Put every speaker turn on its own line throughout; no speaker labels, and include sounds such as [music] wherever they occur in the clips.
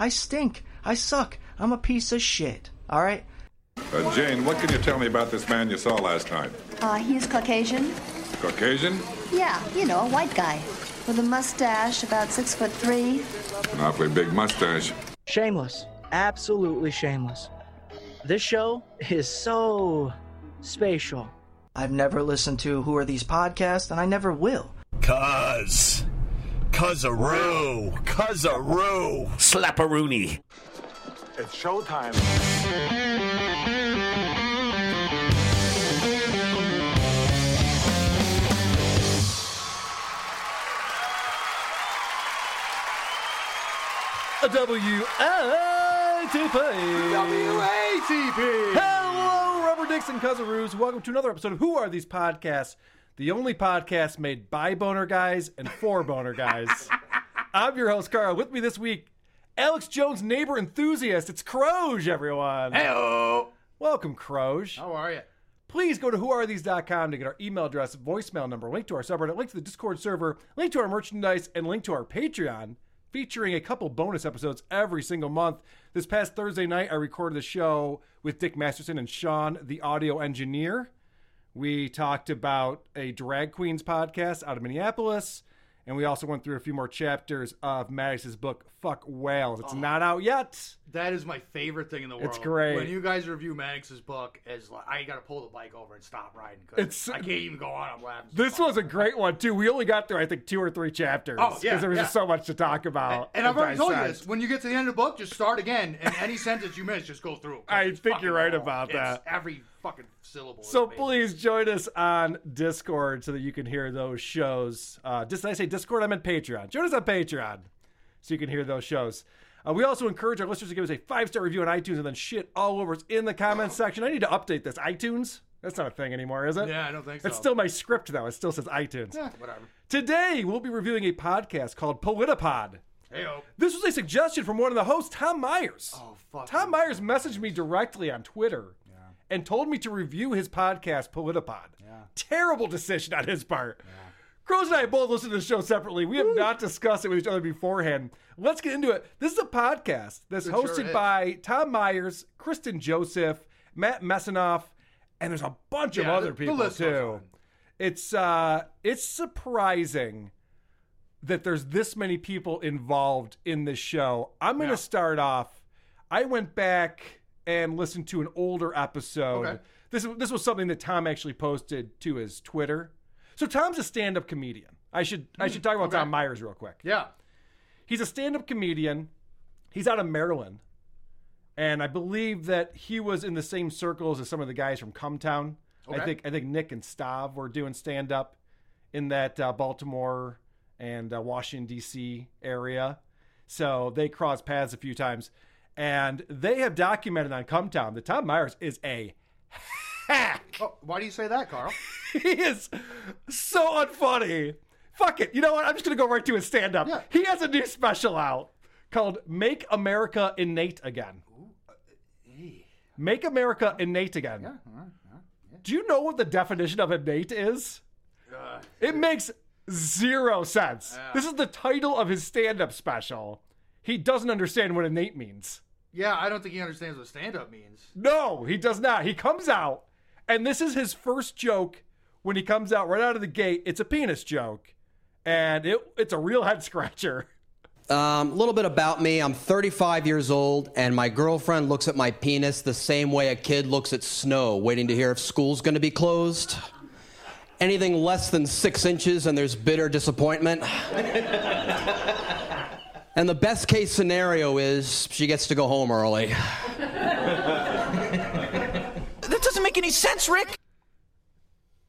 I stink. I suck. I'm a piece of shit. All right?
Uh, Jane, what can you tell me about this man you saw last night?
Uh, he's Caucasian.
Caucasian?
Yeah, you know, a white guy with a mustache, about six foot three.
An awfully big mustache.
Shameless. Absolutely shameless. This show is so spatial. I've never listened to Who Are These podcasts, and I never will.
Cuz. Cuzaroo. Cuzaroo. Slapperoonie.
It's showtime.
WATP.
WATP.
Hello, Rubber Dicks and Cousaroos. Welcome to another episode of Who Are These Podcasts? The only podcast made by boner guys and for boner guys. I'm your host, Carl. With me this week, Alex Jones, neighbor enthusiast. It's Croge, everyone.
Hello.
Welcome, Croge.
How are you?
Please go to whoarethese.com to get our email address, voicemail number, link to our subreddit, link to the Discord server, link to our merchandise, and link to our Patreon, featuring a couple bonus episodes every single month. This past Thursday night, I recorded the show with Dick Masterson and Sean, the audio engineer. We talked about a drag queens podcast out of Minneapolis, and we also went through a few more chapters of Maddox's book, Fuck Whales. It's not out yet.
That is my favorite thing in the world.
It's great.
When you guys review Maddox's book, is like I gotta pull the bike over and stop riding
It's-
because I can't even go on. I'm
[laughs]
laughing. so
This
much.
was a great one too. We only got through I think two or three chapters
Oh, yeah,
there was
yeah.
just so much to talk about.
And I've already told you this.
dissect.
When you get to the end of the book, just start again, and any sentence you miss, just go through. 'cause
I
it's
think
fucking
you're right
long.
about
It's
that.
Every fucking syllable. is
So
amazing.
please join us on Discord so that you can hear those shows. Uh, just did I say Discord? I meant Patreon. Join us on Patreon so you can hear those shows. Uh, we also encourage our listeners to give us a five star review on iTunes and then shit all over us in the comments section. I need to update this. iTunes? That's not a thing anymore, is it?
Yeah, I don't think
It's
so.
still my script though. It still says iTunes.
Eh, whatever.
Today we'll be reviewing a podcast called Politipod.
Hey oh.
This was a suggestion from one of the hosts, Tom Myers.
Oh, fuck.
Tom Myers messaged me directly on Twitter and told me to review his podcast, Politipod. Terrible decision on his part. Crows and I both listened to the show separately. We have not discussed it with each other beforehand. Let's get into it. This is a podcast that's
It sure
hosted
is.
by Tom Myers, Kristen Joseph, Matt Messanoff, and there's a bunch of
Yeah,
other
the- the
people
list goes
too.
on.
It's uh, it's surprising that there's this many people involved in this show. I'm going to
Yeah.
start off. I went back and listened to an older episode.
Okay.
This this was something that Tom actually posted to his Twitter. So Tom's a stand-up comedian. I should I should talk about
okay.
Tom Myers real quick.
Yeah.
He's a stand-up comedian. He's out of Maryland. And I believe that he was in the same circles as some of the guys from Cumtown. I
Okay.
think I think Nick and Stav were doing stand up in that uh, Baltimore and uh, Washington D.C. area. So they crossed paths a few times, and they have documented on Cumtown that Tom Myers is a
[laughs]
hack.
Oh, why do you say that, Carl? [laughs]
[laughs] He is so unfunny. Fuck it. You know what? I'm just gonna go right to his stand up.
Yeah.
He has a new special out called "Make America Innate Again." Make America innate again. Do you know what the definition of innate is?
Uh,
It makes zero sense. This is the title of his stand up special. He doesn't understand what innate means.
yeah, I don't think he understands what stand-up means.
No, he does not. He comes out, and this is his first joke when he comes out right out of the gate. It's a penis joke, and it it's a real head scratcher. [laughs]
Um, a little bit about me. I'm 35 years old, and my girlfriend looks at my penis the same way a kid looks at snow, waiting to hear if school's going to be closed. Anything less than six inches, and there's bitter disappointment. [laughs] And the best case scenario is she gets to go home early.
That doesn't make any sense, Rick.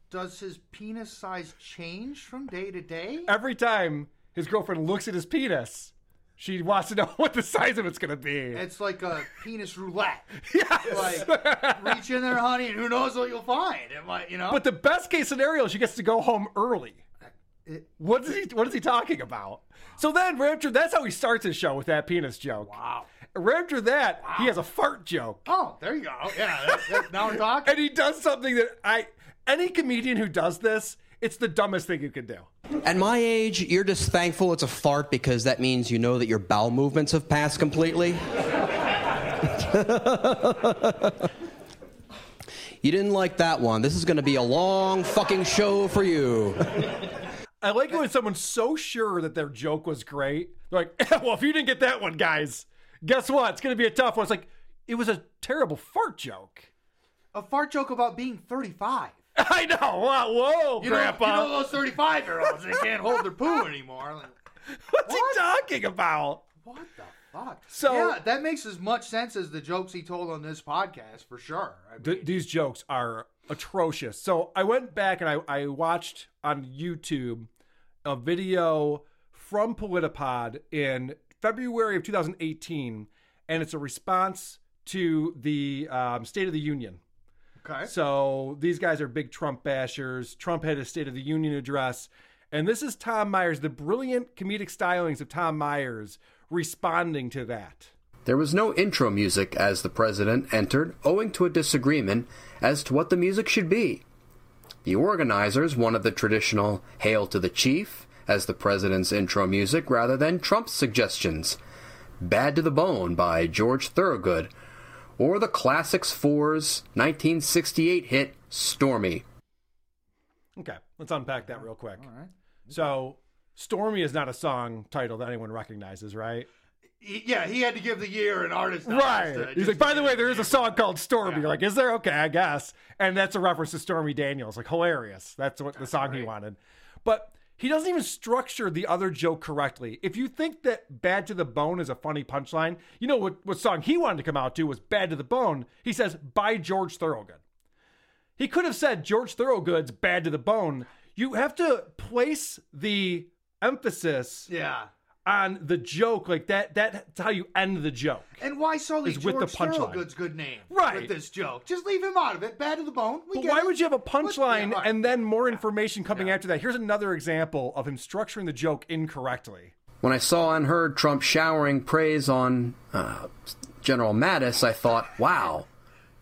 Does his penis size change from day to day?
Every time his girlfriend looks at his penis, she wants to know [laughs] what the size of it's going to be.
It's like a penis
[laughs]
roulette. Yes. Like reach in there, honey, and who knows what you'll find? It might, you know.
But the best case scenario, is she gets to go home early. What is he? What is he talking about? So then, right after that's how he starts his show with that penis joke. Wow. Right after that, he has a fart joke.
Oh, there you go. Yeah. that- that- now we're talking.
And he does something that I any comedian who does this, it's the dumbest thing you could do.
At my age, you're just thankful it's a fart because that means you know that your bowel movements have passed completely. [laughs] you didn't like that one. This is going to be a long fucking show for you.
I like it when someone's so sure that their joke was great. They're like, [laughs] well, if you didn't get that one, guys, guess what? It's going to be a tough one. It's like, it was a terrible fart joke.
A fart joke about being 35.
[laughs] I know. Wow, whoa,
you
Grandpa.
Know, you know those 35 year olds, they can't hold their poo anymore. Like,
[laughs] What's he talking about?
fuck.
So-
yeah, that makes as much sense as the jokes he told on this podcast for sure. I mean,
Th- these jokes are atrocious. So I went back and I, I watched on YouTube a video from Politipod in February of 2018, and it's a response to the um, State of the Union.
Okay.
So these guys are big Trump bashers. Trump had a State of the Union address. And this is Tom Myers, the brilliant comedic stylings of Tom Myers responding to that.
There was no intro music as the president entered, owing to a disagreement as to what the music should be. The organizers wanted the traditional Hail to the Chief as the president's intro music rather than Trump's suggestions, Bad to the Bone by George Thorogood, or the Classics 4's 1968 hit Stormy.
Okay, let's unpack that real quick. All right. So, Stormy is not a song title that anyone recognizes, right?
he- yeah, he had to give the year an artist. numbers
right.
to-
He's like, by the way, there is a song called Stormy. You're like, is there? Okay, I guess. And that's a reference to Stormy Daniels. Like, hilarious. That's what the song he wanted. But he doesn't even structure the other joke correctly. If you think that Bad to the Bone is a funny punchline, you know what, what song he wanted to come out to was Bad to the Bone. He says, by George Thorogood. He could have said George Thorogood's Bad to the Bone. You have to place the emphasis
Yeah.
on the joke like that that's how you end the joke
And why solely
Is with the
George
punchline.
Thorogood's good name?
Right.
With this joke. Just leave him out of it. Bad to the bone. We
But
get
why
it.
would you have a punchline
Yeah, right.
and then more information coming after that? Here's another example of him structuring the joke incorrectly.
When I saw and heard Trump showering praise on uh, General Mattis, I thought, wow,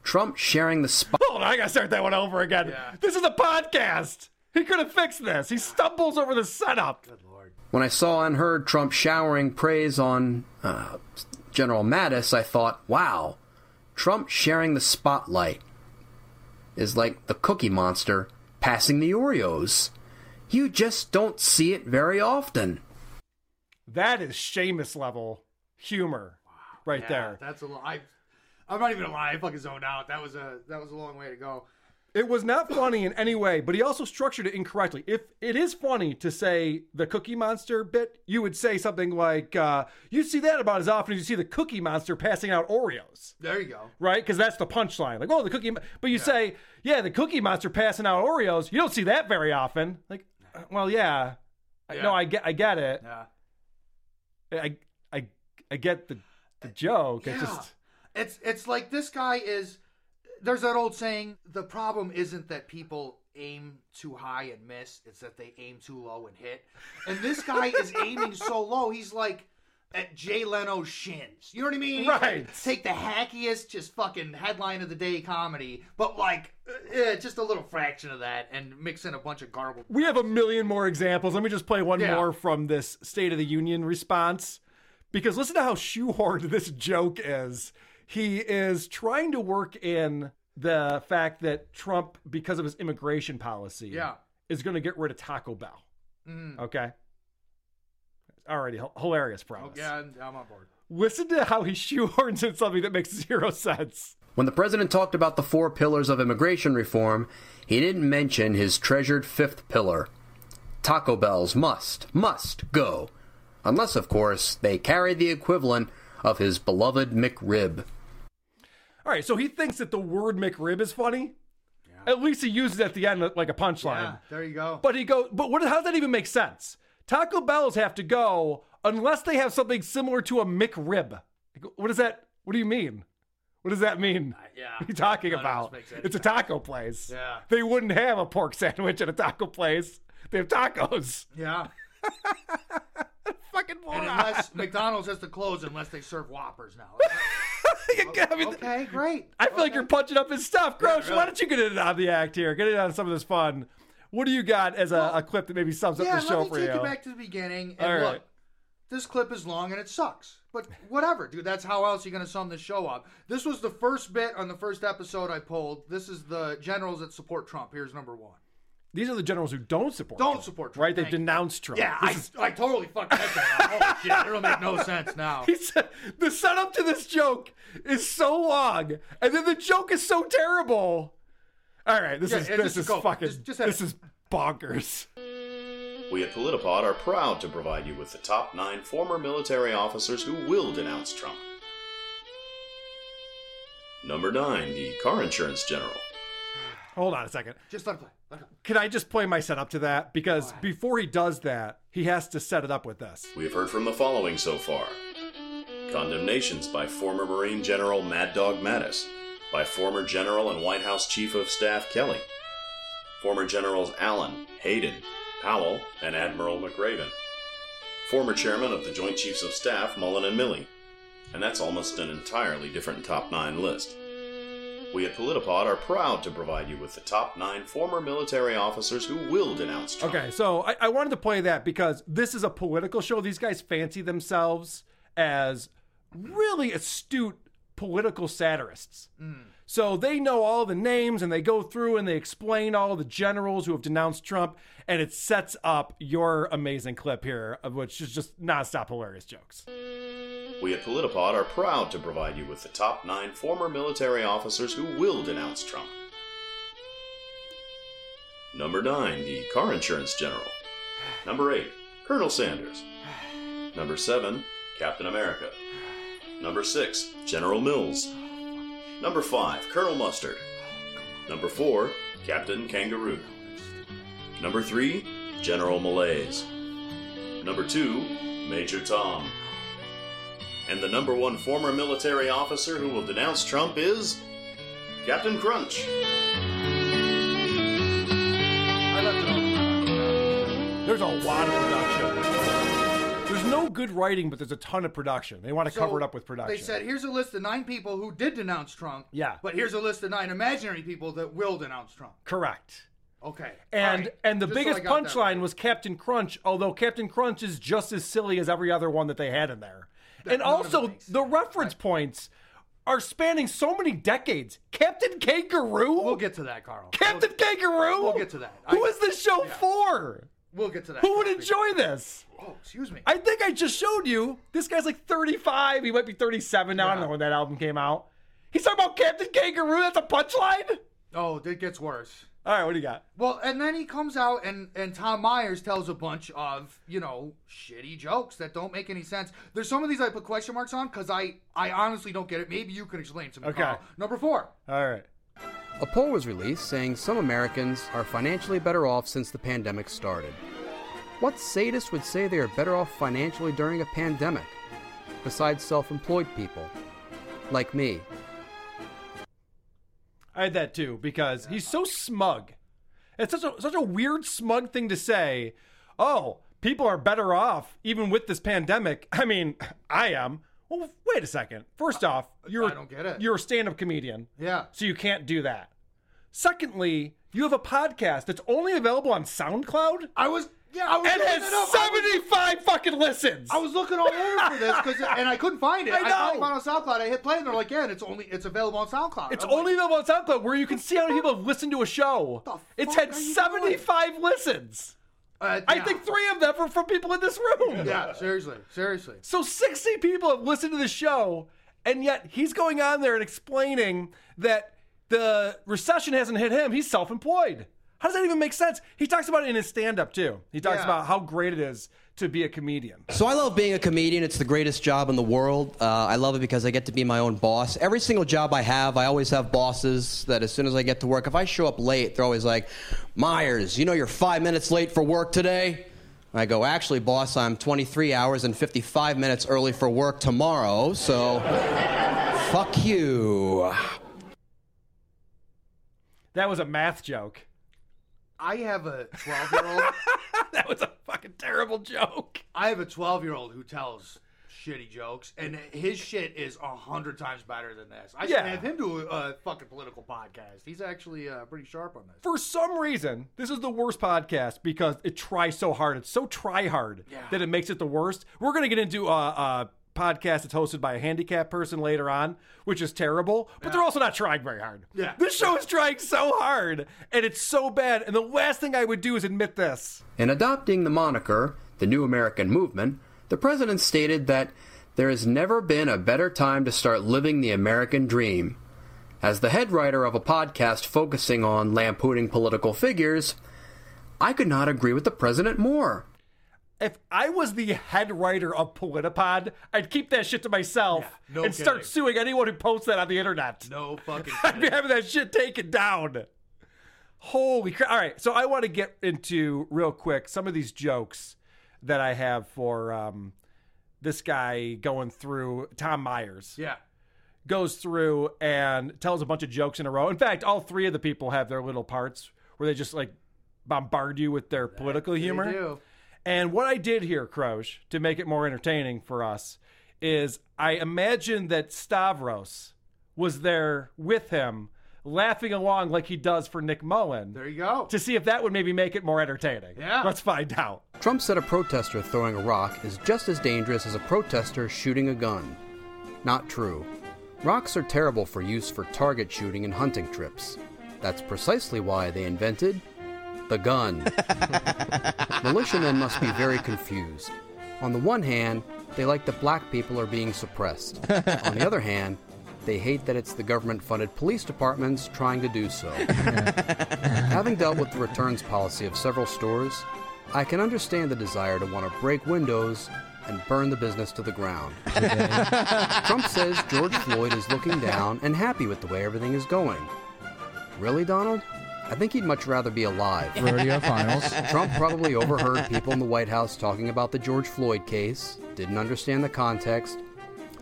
Trump sharing the spot.
Hold on, I gotta start that one over again. This is a podcast. He could have fixed this. He stumbles over the setup.
When I saw and heard Trump showering praise on uh, General Mattis, I thought, wow, Trump sharing the spotlight is like the cookie monster passing the Oreos. You just don't see it very often.
That is Seamus level humor right
Yeah,
there.
That's a lot. I, I'm not even gonna lie. I fucking zoned out. That was a that was a long way to go.
It was not funny in any way, but he also structured it incorrectly. If it is funny to say the Cookie Monster bit, you would say something like, uh, you see that about as often as you see the Cookie Monster passing out Oreos.
There you go.
right? Because that's the punchline. Like, oh, the cookie. Mon- But you say, yeah, the cookie monster passing out Oreos. You don't see that very often. Like, uh, well, yeah. I- No, I get, I get it.
Yeah.
I, I, I get the, the joke. It
Yeah.
just
It's it's like this guy is. There's that old saying: the problem isn't that people aim too high and miss; it's that they aim too low and hit. And this guy
[laughs]
is aiming so low, he's like at Jay Leno's shins. You know what I mean? He's like,
Right.
take the hackiest, just fucking headline of the day comedy, but like eh, just a little fraction of that, and mix in a bunch of garble.
we have a million more examples. Let me just play one
Yeah.
more from this State of the Union response, because listen to how shoehorned [laughs] this joke is. He is trying to work in the fact that Trump, because of his immigration policy,
Yeah.
is going to get rid of Taco Bell.
Mm.
Okay. Already h- hilarious
Oh,
promise.
yeah, I'm, I'm on board.
Listen to how he [laughs] shoehorns in something that makes zero sense.
When the president talked about the four pillars of immigration reform, he didn't mention his treasured fifth pillar. Taco Bell's must, must go. Unless, of course, they carry the equivalent of his beloved McRib.
All right, so he thinks that the word McRib is funny. At least he uses it at the end like a punchline.
There you go.
But he goes, but what, how does that even make sense? Taco Bells have to go unless they have something similar to a McRib. Like, what is that? What do you mean? What does that mean?
Uh, yeah.
What are you talking
None of this
about?
makes any
It's a taco place.
Yeah.
They wouldn't have a pork sandwich at a taco place. They have tacos. [laughs]
Yeah.
Fucking
And [laughs] unless McDonald's has to close unless they serve Whoppers now. okay, great.
I feel like you're punching up his stuff. Grosh, why don't you get in on the act here? Get in on some of this fun. What do you got as a, a clip that maybe sums
yeah,
up the show
let me
for
take
you?
you back to the beginning. And
All
look,
right.
this clip is long and it sucks, but whatever, dude. That's how else you gonna sum this show up. This was the first bit on the first episode I pulled. This is the generals that support Trump. Here's number one.
These are the generals who don't support
Don't
Trump,
support Trump,
Right? They've
thank you.
denounced Trump.
Yeah, I,
This is-
I totally fucked that guy up. Holy shit, it'll make no sense now.
[laughs] He said- the setup to this joke is so long, and then the joke is so terrible. All right, this
Yeah,
is
yeah,
this
just
is
go.
fucking
Just- just have
this
it.
is bonkers.
We at Politipod are proud to provide you with the top nine former military officers who will denounce Trump. Number nine, the car insurance general.
Hold on a second.
Just let it play. Let it play.
Can I just play my setup to that? Because before he does that, he has to set it up with this.
We have heard from the following so far condemnations by former Marine General Mad Dog Mattis, by former General and White House Chief of Staff Kelly, former Generals Allen, Hayden, Powell, and Admiral McRaven, former Chairman of the Joint Chiefs of Staff Mullen and Milley. And that's almost an entirely different top nine list. We at Politipod are proud to provide you with the top nine former military officers who will denounce Trump.
Okay, so I, I wanted to play that because this is a political show. These guys fancy themselves as really astute political satirists. So they know all the names and they go through and they explain all the generals who have denounced Trump, and it sets up your amazing clip here, of which is just nonstop hilarious jokes.
We at Politipod are proud to provide you with the top nine former military officers who will denounce Trump. Number nine, the car insurance general. Number eight, Colonel Sanders. Number seven, Captain America. Number six, General Mills. Number five, Colonel Mustard. Number four, Captain Kangaroo. Number three, General Malaise. Number two, Major Tom. And the number one former military officer who will denounce Trump is Captain Crunch.
There's a lot of production. There's no good writing, but there's a ton of production. They want to cover it up with production.
They said, here's a list of nine people who did denounce Trump.
Yeah.
But here's a list of nine imaginary people that will denounce Trump.
Correct.
Okay.
And
All right.
and the
Just so I
biggest
got that
punchline was Captain Crunch, although Captain Crunch is just as silly as every other one that they had in there. and also the reference points are spanning so many decades. Captain Kangaroo? We'll
get to that, Carl.
Captain Kangaroo? We'll
get to that.
Who is this show for?
We'll get to that.
Who would enjoy this?
Oh, excuse me.
I think I just showed you. This guy's like 35. He might be 37 now. I don't know when that album came out. He's talking about Captain Kangaroo. That's a punchline?
Oh, it gets worse.
All right, what do you got?
Well, and then he comes out and and Tom Myers tells a bunch of you know shitty jokes that don't make any sense. There's some of these I put question marks on because I I honestly don't get it. Maybe you can explain to me.
Okay.
Carl. Number four.
All right.
A poll was released saying some Americans are financially better off since the pandemic started. What sadist would say they are better off financially during a pandemic, besides self employed people? Like me.
I had that too because he's so smug. It's such a such a weird smug thing to say. Oh, people are better off even with this pandemic. [laughs] I mean, I am. Well, wait a second. First off, you're I don't
get it.
You're a stand-up comedian.
Yeah.
So you can't do that. Secondly, you have a podcast that's only available on SoundCloud.
I was yeah. I was
and
looking
has
it up. I was-
seventy-five fucking listens.
I was looking all over for this because and I couldn't find it.
[laughs] I
finally found
know.
it on SoundCloud. I hit play and they're like, yeah, and it's only it's available on SoundCloud.
It's
I'm
only available on SoundCloud where you can see how many people have listened to a show. it's had 75 listens. I think three of them are from people in this room.
Yeah, seriously, seriously.
So 60 people have listened to the show, and yet he's going on there and explaining that the recession hasn't hit him. He's self employed. How does that even make sense? He talks about it in his stand up, too. He talks
Yeah.
about how great it is to be a comedian.
So I love being a comedian. It's the greatest job in the world. Uh, I love it because I get to be my own boss. Every single job I have, I always have bosses that as soon as I get to work, if I show up late, they're always like, Myers, you know you're five minutes late for work today? I go, actually, boss, I'm 23 hours and 55 minutes early for work tomorrow, so [laughs] fuck you.
That was a math joke.
I have a 12 year old.
[laughs] that was a fucking terrible joke.
I have a 12 year old who tells shitty jokes, and his shit is a hundred times better than this. I should
Yeah.
have him do a, a fucking political podcast. He's actually uh, pretty sharp on
[laughs]
this.
For some reason, this is the worst podcast because it tries so hard. It's so try hard that it makes it the worst. We're going to get into a, a podcast that's hosted by a handicapped person later on, which is terrible, but they're also not trying very hard.
Yeah.
This show is trying so hard and it's so bad. And the last thing I would do is admit this.
In adopting the moniker, the New American Movement, the president stated that there has never been a better time to start living the American dream. As the head writer of a podcast focusing on lampooning political figures, I could not agree with the president more.
If I was the head writer of Politipod, I'd keep that shit to myself
no
and start
kidding.
suing anyone who posts that on the internet.
No fucking.
[laughs] I'd be having that shit taken down. Holy crap. All right. So I want to get into real quick some of these jokes that I have for um, this guy going through Tom Myers.
Yeah.
Goes through and tells a bunch of jokes in a row. In fact, all three of the people have their little parts where they just like bombard you with their political humor.
do.
And what I did here, Croge, to make it more entertaining for us, is I imagined that Stavros was there with him, laughing along like he does for Nick Mullen. There
you go.
To see if that would maybe make it more entertaining.
Yeah.
Let's find out.
Trump said a protester throwing a rock is just as dangerous as a protester shooting a gun. Not true. Rocks are terrible for use for target shooting and hunting trips. That's precisely why they invented the gun. Militiamen must be very confused. On the one hand, they like that black people are being suppressed. On the other hand, they hate that it's the government funded police departments trying to do so. Having dealt with the returns policy of several stores, I can understand the desire to want to break windows and burn the business to the ground. Trump says George Floyd is looking down and happy with the way everything is going. Really, Donald? I think he'd much rather be alive.
Rodeo finals.
Trump probably overheard people in the White House talking about the George Floyd case, didn't understand the context,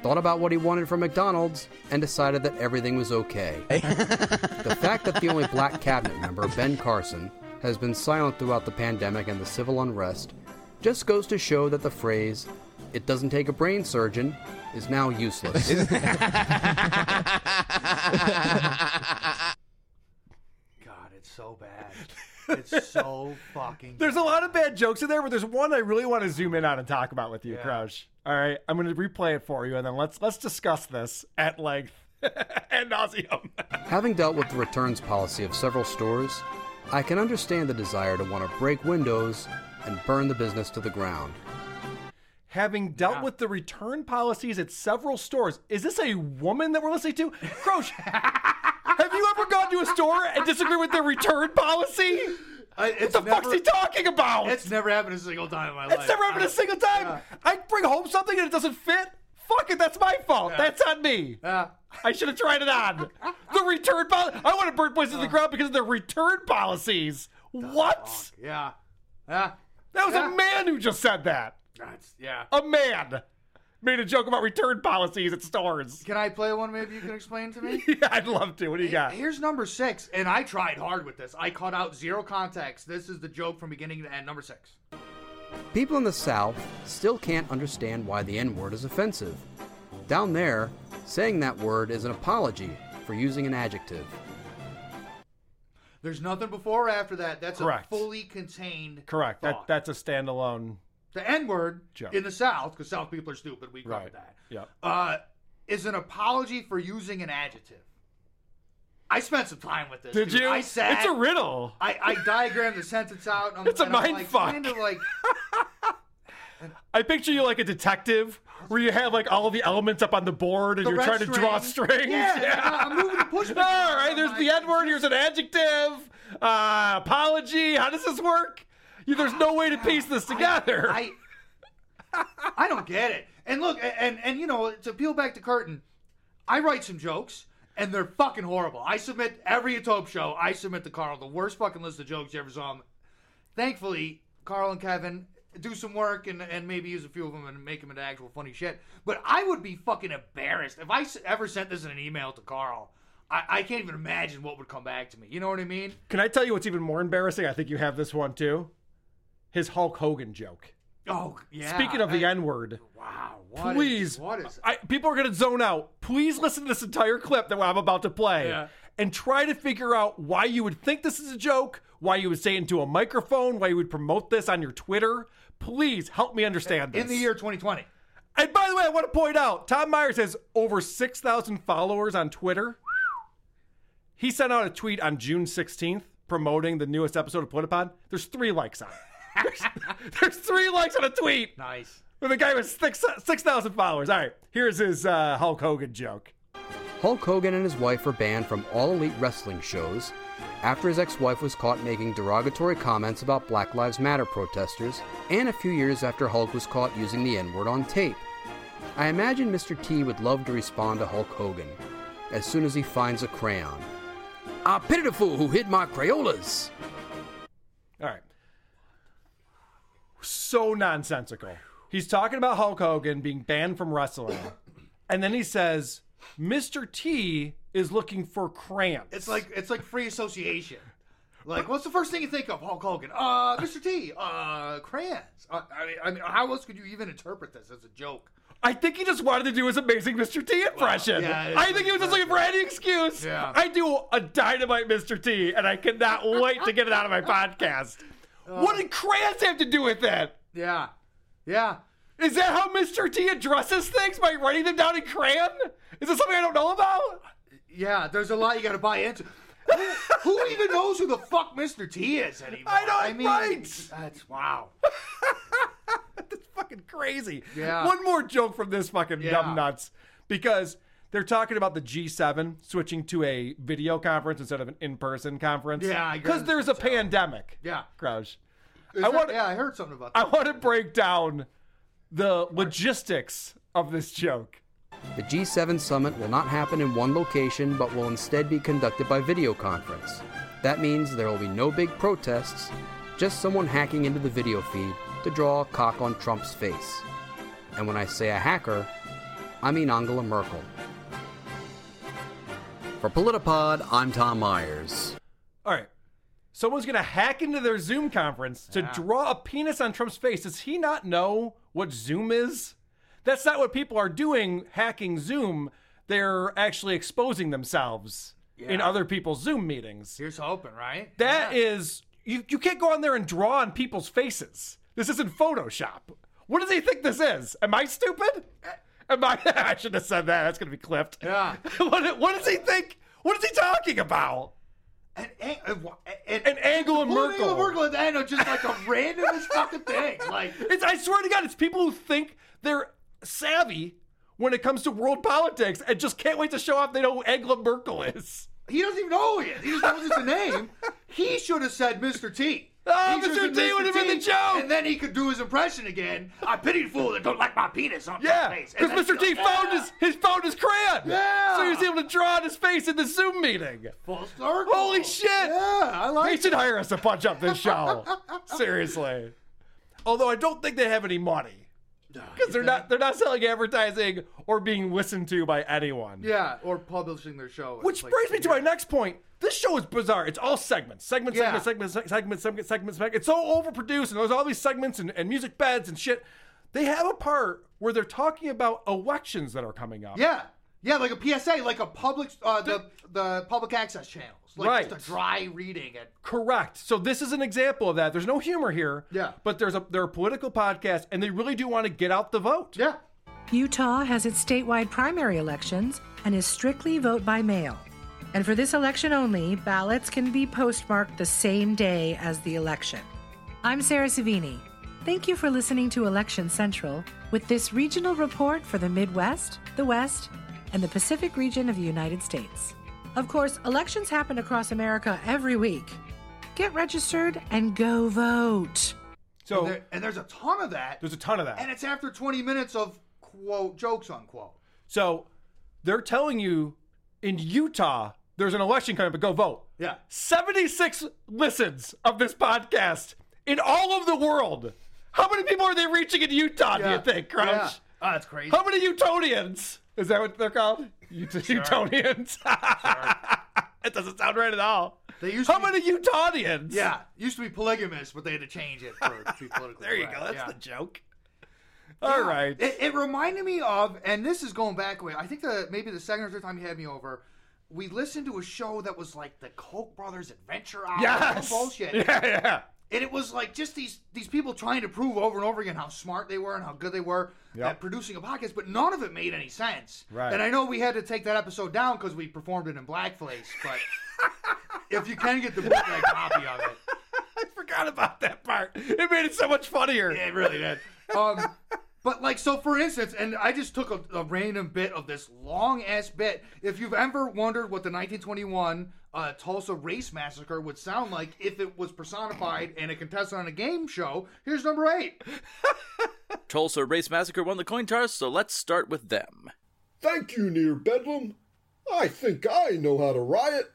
thought about what he wanted from McDonald's, and decided that everything was okay. the fact that the only black cabinet member, Ben Carson, has been silent throughout the pandemic and the civil unrest just goes to show that the phrase, it doesn't take a brain surgeon, is now useless.
God, it's so bad. It's
[laughs]
so fucking.
There's a lot of bad jokes in there, but there's one I really want to zoom in on and talk about with you, Crouch. All right, I'm going to replay it for you, and then let's let's discuss this at
[laughs]
length and nauseum.
Having dealt with the returns policy of several stores, I can understand the desire to want to break windows and burn the business to the ground.
having dealt with the return policies at several stores. Is this a woman that we're listening to? Croach, [laughs] have you ever gone to a store and disagree with their return policy? what the fuck's he talking about?
It's never happened a single time in my life.
It's never happened a single time. I bring home something and it doesn't fit. Fuck it, that's my fault. That's on me. I should have tried it on. the return policy. I want to burn places to the ground because of their return policies. What?
Yeah. Yeah.
That was a man who just said that.
That's yeah.
A man made a joke about return policies at stores.
Can I play one? Maybe you can explain to me.
[laughs] yeah, I'd love to. What do you got?
Here's number six, and I tried hard with this. I cut out zero context. This is the joke from beginning to end. Number six.
People in the South still can't understand why the N word is offensive. Down there, saying that word is an apology for using an adjective.
There's nothing before or after that. That's
Correct.
a fully contained.
Correct. That
thought.
that's a standalone.
The N word
Joke.
in the South, because South people are stupid. We covered
Right.
that.
Yep.
Uh, is an apology for using an adjective. I spent some time with this.
Did
dude.
you?
I sat.
It's a riddle.
I, I diagrammed the sentence out. and I'm,
It's a
and I'm
mind
like,
fuck.
Kind of like
I picture you like a detective where you have like all the elements up on the board and
The
you're
red
trying to draw
string.
strings.
Yeah, I'm moving the
[laughs]
push.
all right, there's the N word. Here's an adjective. Uh, apology. How does this work? You- There's
[sighs]
no way to piece this together.
I, I don't get it. And look, a- and and you know, to peel back the curtain, I write some jokes, and they're fucking horrible. I submit every Atope show. I submit to Carl the worst fucking list of jokes you ever saw. Thankfully, Carl and Kevin do some work and and maybe use a few of them and make them into actual funny shit. But I would be fucking embarrassed if I s- ever sent this in an email to Carl. I, I can't even imagine what would come back to me. You know what I mean?
Can I tell you what's even more embarrassing? I think you have this one too. His Hulk Hogan joke.
Oh, yeah.
Speaking of the N word.
Wow. What is-
please.
what is
I, people are going to zone out. Please listen to this entire clip that I'm about to play
Yeah.
and try to figure out why you would think this is a joke, why you would say it into a microphone, why you would promote this on your Twitter. Please help me understand this.
in the year 2020?
And by the way, I want to point out Tom Myers has over 6,000 followers on Twitter. He sent out a tweet on June 16th promoting the newest episode of Politipod. There's three likes on it. [laughs] There's, there's three likes on a tweet.
Nice.
With a guy with six- 6,000 followers. All right, here's his uh, Hulk Hogan joke.
Hulk Hogan and his wife were banned from all elite wrestling shows after his ex wife was caught making derogatory comments about Black Lives Matter protesters, and a few years after Hulk was caught using the N word on tape. I imagine Mr. T would love to respond to Hulk Hogan as soon as he finds a crayon. I pitied a fool who hid my Crayolas!
All right. So nonsensical. He's talking about Hulk Hogan being banned from wrestling. And then he says, Mr. T is looking for cramps.
It's like it's like free association. Like, what's the first thing you think of, Hulk Hogan? Uh, Mr. T. Uh, crayons. Uh, I, mean, I mean, how else could you even interpret this as a joke?
I think he just wanted to do his amazing Mr. T impression.
Well, yeah, it is
I think he was just looking for any excuse.
Yeah.
I do a dynamite Mr. T, and I cannot wait to get
[laughs]
it out of my podcast. what did crayons have to do with
Uh,
that?
Yeah, yeah.
Is that how Mr. T addresses things by writing them down in crayon? Is this something I don't know about?
Yeah, there's a lot you got to buy into. Who, who even knows who the fuck Mr. T is anymore? I know, I mean, right? That's wow.
fucking crazy.
Yeah.
One more joke from this fucking
Yeah.
dumb nuts because they're talking about the G7 switching to a video conference instead of an in-person conference.
Yeah, I
because
guess
there's a pandemic.
Yeah.
Crouch.
Is
I
that-
want.
yeah, I heard something about that.
I want to break down the logistics of this joke.
The G7 summit will not happen in one location, but will instead be conducted by video conference. That means there will be no big protests, just someone hacking into the video feed to draw a cock on Trump's face. And when I say a hacker, I mean Angela Merkel. For Politipod, I'm Tom Myers.
All right. Someone's going to hack into their Zoom conference to draw a penis on Trump's face. Does he not know what Zoom is? That's not what people are doing hacking Zoom. They're actually exposing themselves in
Yeah.
other people's Zoom meetings.
Here's hoping, right?
That is you you can't go on there and draw on people's faces. This isn't Photoshop. What does he think this is? Am I stupid? Am I [laughs] I should have said that. That's going to be clipped.
Eh. Yeah.
[laughs] what what does he think? What is he talking about?
An, an, an, Well,
Angela Merkel.
Angela Merkel at the end of just like the randomest fucking thing. Like,
It's I swear to God, it's people who think they're savvy when it comes to world politics and just can't wait to show off they know who Angela Merkel is.
He doesn't even know who he is. He just knows it's a name. He should have said Mr. [laughs] T.
Oh,
He should
Mr.
have
T
said
would have been the
T,
joke.
And then he could do his impression again. I pity the fool that don't like my penis on
Yeah,
my face.
because Mr. T found his [laughs] his found his crayon.
Yeah.
so he was able to draw on his face in the Zoom meeting.
Full circle.
Holy shit! Yeah,
I like.
They should hire us to punch
[laughs]
up this show. [laughs] Seriously. Although I don't think they have any money because they're not they're not selling advertising or being listened to by anyone.
Yeah, or publishing their show.
Which brings me to my next point. This show is bizarre. It's all segments. Segment,
Yeah.
segment, segment, segment, segment, segment, segment, segment. It's so overproduced, and there's all these segments and, and music beds and shit. They have a part where they're talking about elections that are coming up.
Yeah. Yeah, like a PSA, like a public, uh, the the public access channels, like
Right.
just a dry reading. And
Correct. So this is an example of that. There's no humor here. Yeah. But there's a they're a political podcast, and they really do want to get out the vote.
Yeah.
Utah has its statewide primary elections and is strictly vote by mail. And for this election only, ballots can be postmarked the same day as the election. I'm Sarah Savini. Thank you for listening to Election Central with this regional report for the Midwest, the West, and the Pacific region of the United States. Of course, elections happen across America every week. Get registered and go vote.
So
and, there- and there's a ton of that,
There's a ton of that.
and it's after 20 minutes of quote jokes unquote.
So they're telling you in Utah there's an election coming, but go vote.
Yeah.
76 listens of this podcast in all of the world. How many people are they reaching in Utah,
Yeah.
do you think, Crouch?
Yeah. Oh, that's crazy.
How many Utonians? Is that what they're called? Ut- [laughs] Utonians. [laughs] it doesn't sound right at all.
They used
How many Utonians?
Yeah, used to be polygamous, but they had to change it for to
[laughs]
be politically
There you
correct.
go. That's
Yeah.
the joke. All
Yeah.
right.
It, it reminded me of, and this is going back way. I think the maybe the second or third time you had me over, we listened to a show that was like the Koch brothers adventure hour.
[laughs] Yes!
some bullshit.
Yeah, yeah.
And it was like just these these people trying to prove over and over again how smart they were and how good they were
Yep.
at producing a podcast, but none of it made any sense.
Right.
And I know we had to take that episode down because we performed it in blackface,
[laughs]
but. If you can get the bootleg copy of it,
forgot about that part. It made it so much funnier.
Yeah, it really did. Um, but like, so for instance, and I just took a, a random bit of this long ass bit. If you've ever wondered what the 1921 uh, Tulsa race massacre would sound like if it was personified and a contestant on a game show, here's number eight.
Tulsa Race Massacre won the coin toss, so let's start with them.
Thank you, Near Bedlam. I think I know how to riot.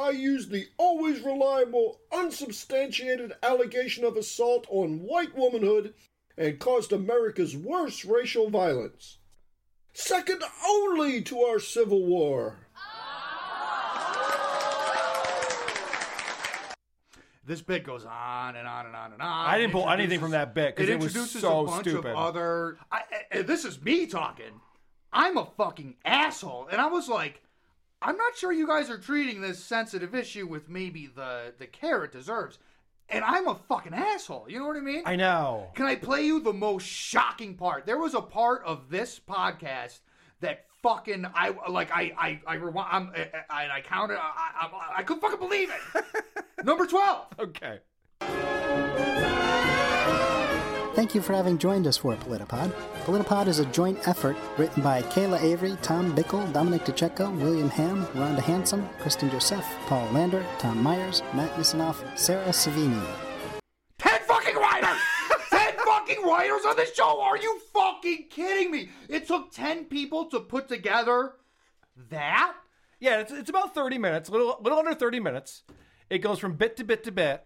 I use the always reliable, unsubstantiated allegation of assault on white womanhood and caused America's worst racial violence. Second only to our Civil War.
This bit goes on and on and on and on.
I didn't pull
It
anything from that bit because it, was
introduces
so
a bunch
stupid.
of other. I, I- I- this is me talking. I'm a fucking asshole, and I was like, I'm not sure you guys are treating this sensitive issue with maybe the the care it deserves. And I'm a fucking asshole. You know what I mean?
I know.
Can I play you the most shocking part? There was a part of this podcast that fucking I like I I I rewind I'm, I, I, I counted I, I I- I couldn't fucking believe it. Number twelve.
Okay.
Thank you for having joined us for Politipod. Politipod is a joint effort written by Kayla Avery, Tom Bickle, Dominic DeCecco, William Ham, Rhonda Hanson, Kristen Joseph, Paul Lander, Tom Myers, Matt Nisanoff, Sarah Savini.
Ten fucking writers! ten fucking writers on this show! Are you fucking kidding me? It took ten people to put together that?
Yeah, it's, it's about 30 minutes, a little, little under 30 minutes. It goes from bit to bit to bit.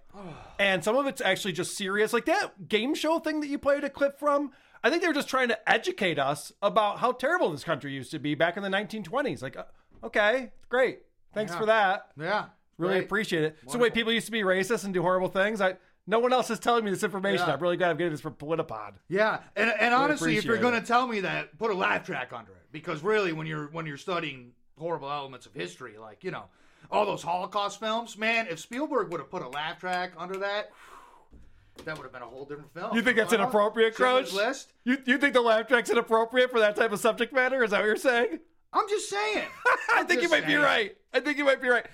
And some of it's actually just serious. Like that game show thing that you played a clip from, I think they were just trying to educate us about how terrible this country used to be back in the 1920s. Like, uh, okay, great. Thanks
Yeah.
for that.
Yeah.
Really
Great.
appreciate it. So, wait, people used to be racist and do horrible things. I No one else is telling me this information.
Yeah.
I'm really glad I'm getting this from Politipod.
Yeah. And, and
Really
honestly, if you're
appreciate
gonna tell me that, put a laugh track under it. Because really when you're when you're studying horrible elements of history, like, you know, all those Holocaust films, man, if Spielberg would have put a laugh track under that, that would have been a whole different film.
You think that's
Well,
inappropriate,
Schindler's
Crouch?
List?
You, you think the laugh track's inappropriate for that type of subject matter? Is that what you're saying?
I'm just saying.
[laughs] I think you
just
might be
saying.
right. I think you might be right.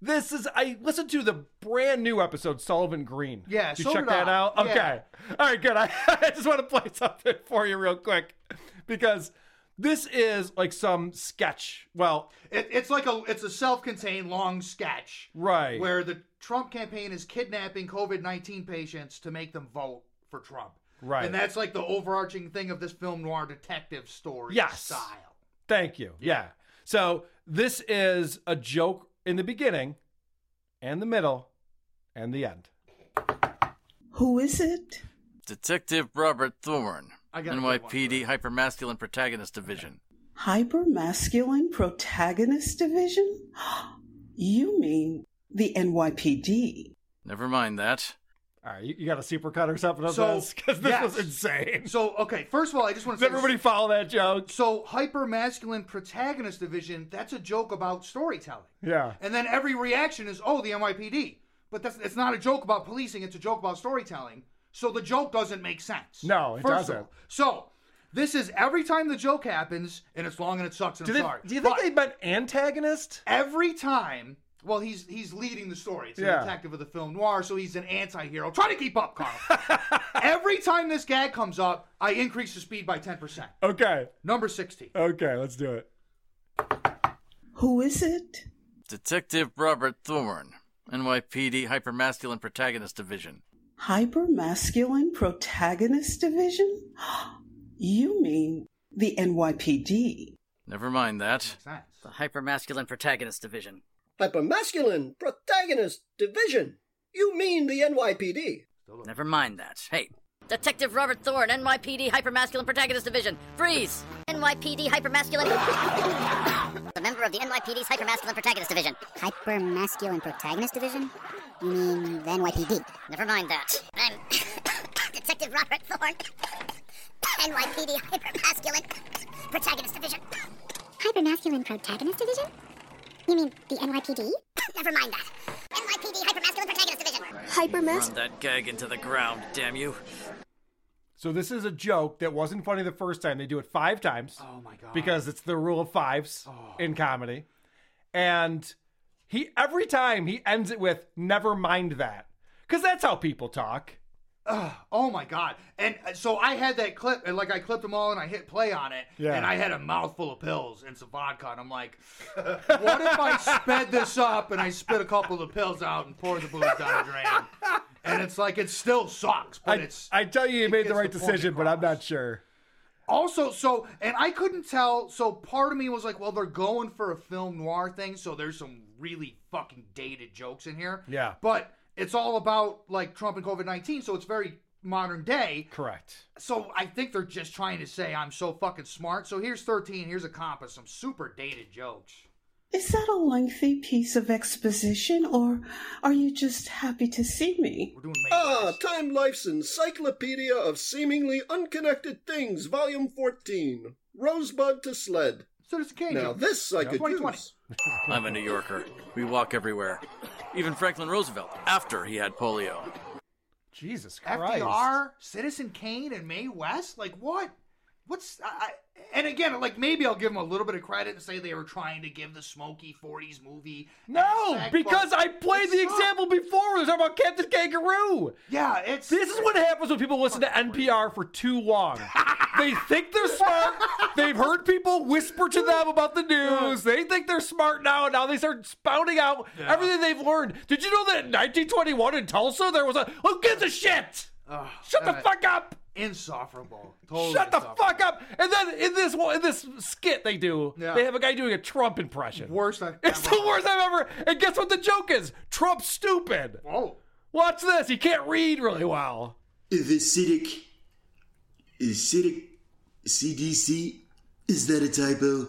This is I listened to the brand new episode Sullivan Green.
Yeah,
Did you
so
check
did
that
I.
out.
Yeah.
Okay, all right, good. [laughs] I, I just want to play something for you real quick because this is like some sketch. Well,
It, it's like a it's a self-contained long sketch
right.
where the Trump campaign is kidnapping COVID nineteen patients to make them vote for Trump.
Right.
and that's like the overarching thing of this film noir detective story
Yes.
style.
Thank you. Yeah. So this is a joke in the beginning, and the middle, and the end.
Who is it?
Detective Robert Thorne,
I got a good one
NYPD Hypermasculine Protagonist Division.
Hypermasculine protagonist division? [gasps] You mean the NYPD?
Never mind that.
All right, you, you got a supercut or something of
So
[laughs] this because this was
yes.
insane.
So okay, first of all, I just want to.
Does everybody follow that joke?
So hyper masculine protagonist division. That's a joke about storytelling.
[sighs] Yeah.
And then every reaction is, oh, the NYPD. But that's it's not a joke about policing, it's a joke about storytelling. So the joke doesn't make sense.
No, it
First of
doesn't.
all. So this is every time the joke happens, and it's long and it sucks, and
Do
I'm
they-
sorry.
do you think they meant antagonist?
Every time Well, he's he's leading the story. It's
Yeah.
a detective of the film noir, so he's an anti-hero. Try to keep up, Carl.
[laughs]
Every time this gag comes up, I increase the speed by 10%.
Okay.
Number 60.
Okay, let's do it.
Who is it?
Detective Robert Thorne, NYPD Hypermasculine Protagonist Division.
Hypermasculine Protagonist Division? [gasps] You mean the NYPD?
Never mind that.
The hypermasculine protagonist division.
Hypermasculine Protagonist Division. You mean the NYPD.
Never mind that. Hey,
Detective Robert Thorne, NYPD Hypermasculine Protagonist Division. Freeze! NYPD Hypermasculine. a member of [coughs] the NYPD's Hypermasculine Protagonist Division.
Hypermasculine Protagonist Division? You mean the NYPD?
Never mind that.
I'm [coughs] Detective Robert Thorne, [coughs] NYPD Hypermasculine Protagonist Division. [coughs] Hypermasculine Protagonist Division? You mean the NYPD? Never mind that. NYPD Hypermasculine Protagonist Division.
Run that gag into the ground, damn you.
So this is a joke that wasn't funny the first time. They do it five times. Oh my god! Because it's the rule of fives
Oh.
in comedy, and he every time he ends it with "never mind that," because that's how people talk.
Ugh, oh my god! And uh, so I had that clip, and like I clipped them all, and I hit play on it,
Yeah.
and I had a mouthful of pills and some vodka, and I'm like, what if I sped this up and I spit a couple of pills out and poured the booze down the drain? And it's like it still sucks, but
I,
it's
I tell you, you made the right
the point
decision, but I'm not sure.
Also, so and I couldn't tell. So part of me was like, well, they're going for a film noir thing, so there's some really fucking dated jokes in here.
Yeah.
But it's all about like Trump and COVID nineteen, so it's very modern day.
Correct.
So I think they're just trying to say I'm so fucking smart. So here's thirteen. Here's a compass. Some super dated jokes.
Is that a lengthy piece of exposition, or are you just happy to see me?
Ah, Time Life's Encyclopedia of Seemingly Unconnected Things, Volume 14. Rosebud to Sled.
Citizen
Now this I could use.
I'm a New Yorker. We walk everywhere. Even Franklin Roosevelt, after he had polio.
Jesus Christ.
FDR, Citizen Kane, and Mae West? Like what? What's I, I, and again, like maybe I'll give them a little bit of credit and say they were trying to give the smoky '40s movie.
No,
aspect,
because
but
I played
it
the
sucked.
example before. It was about Captain Kangaroo.
Yeah, it's
this is what happens when people listen to NPR for too long. they think they're smart. They've heard people whisper to them about the news. They think they're smart now, and now they start spouting out
Yeah.
everything they've learned. Did you know that in 1921 in Tulsa there was a who gives a shit?
Ugh,
Shut the
uh,
fuck up.
Insufferable. Totally
Shut the
insufferable.
fuck up! And then in this one- in this skit they do, they have a guy doing a Trump impression.
Worst I've
It's the worst I've ever. And guess what the joke is? Trump's stupid.
Whoa!
Watch this. He can't read really well.
The CIDIC, CIDIC, CDC, is that a typo?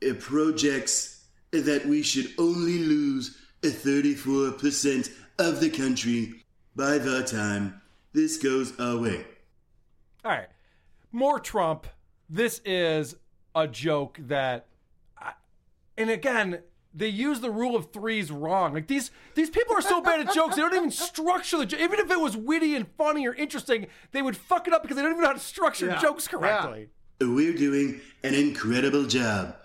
It projects that we should only lose a 34% of the country by the time this goes our way.
All right. More Trump. This is a joke that, I, and again, they use the rule of threes wrong. Like these, these people are so bad at jokes. They don't even structure the joke. Even if it was witty and funny or interesting, they would fuck it up because they don't even know how to structure
Yeah.
jokes
Yeah.
correctly.
We're doing an incredible job.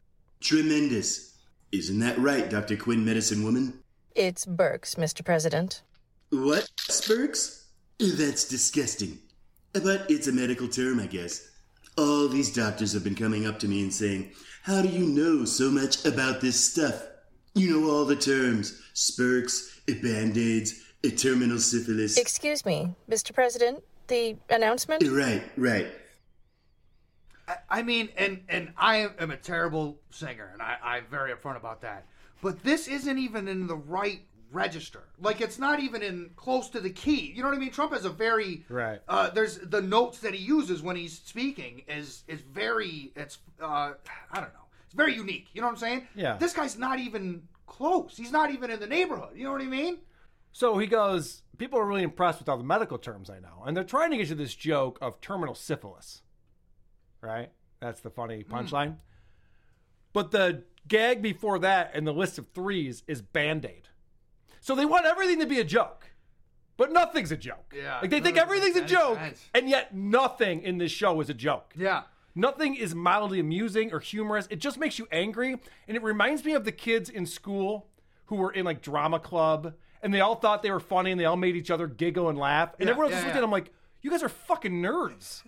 Tremendous. Isn't that right, Dr. Quinn, medicine woman?
It's Burks, Mr. President.
What? Spurks? That's disgusting. But it's a medical term, I guess. All these doctors have been coming up to me and saying, How do you know so much about this stuff? You know all the terms spurks, band aids, terminal syphilis.
Excuse me, Mr. President, the announcement?
right, right.
I mean, and and I am a terrible singer, and I, I'm very upfront about that. But this isn't even in the right register. Like it's not even in close to the key. You know what I mean? Trump has a very
Right.
uh, there's the notes that he uses when he's speaking is is very it's uh, I don't know it's very unique. You know what I'm saying?
Yeah.
This guy's not even close. He's not even in the neighborhood. You know what I mean?
So he goes, People are really impressed with all the medical terms I know. And they're trying to get you this joke of terminal syphilis, right? That's the funny punchline. But the gag before that and the list of threes is band aid. So they want everything to be a joke, but nothing's a joke.
Yeah.
Like they think
Doesn't make
everything's a
any
joke,
sense.
and yet nothing in this show is a joke.
Yeah.
Nothing is mildly amusing or humorous. It just makes you angry. And it reminds me of the kids in school who were in like drama club and they all thought they were funny and they all made each other giggle and laugh. And
Yeah,
everyone else
yeah,
just looked
yeah.
at them like, you guys are
[laughs]
fucking nerds.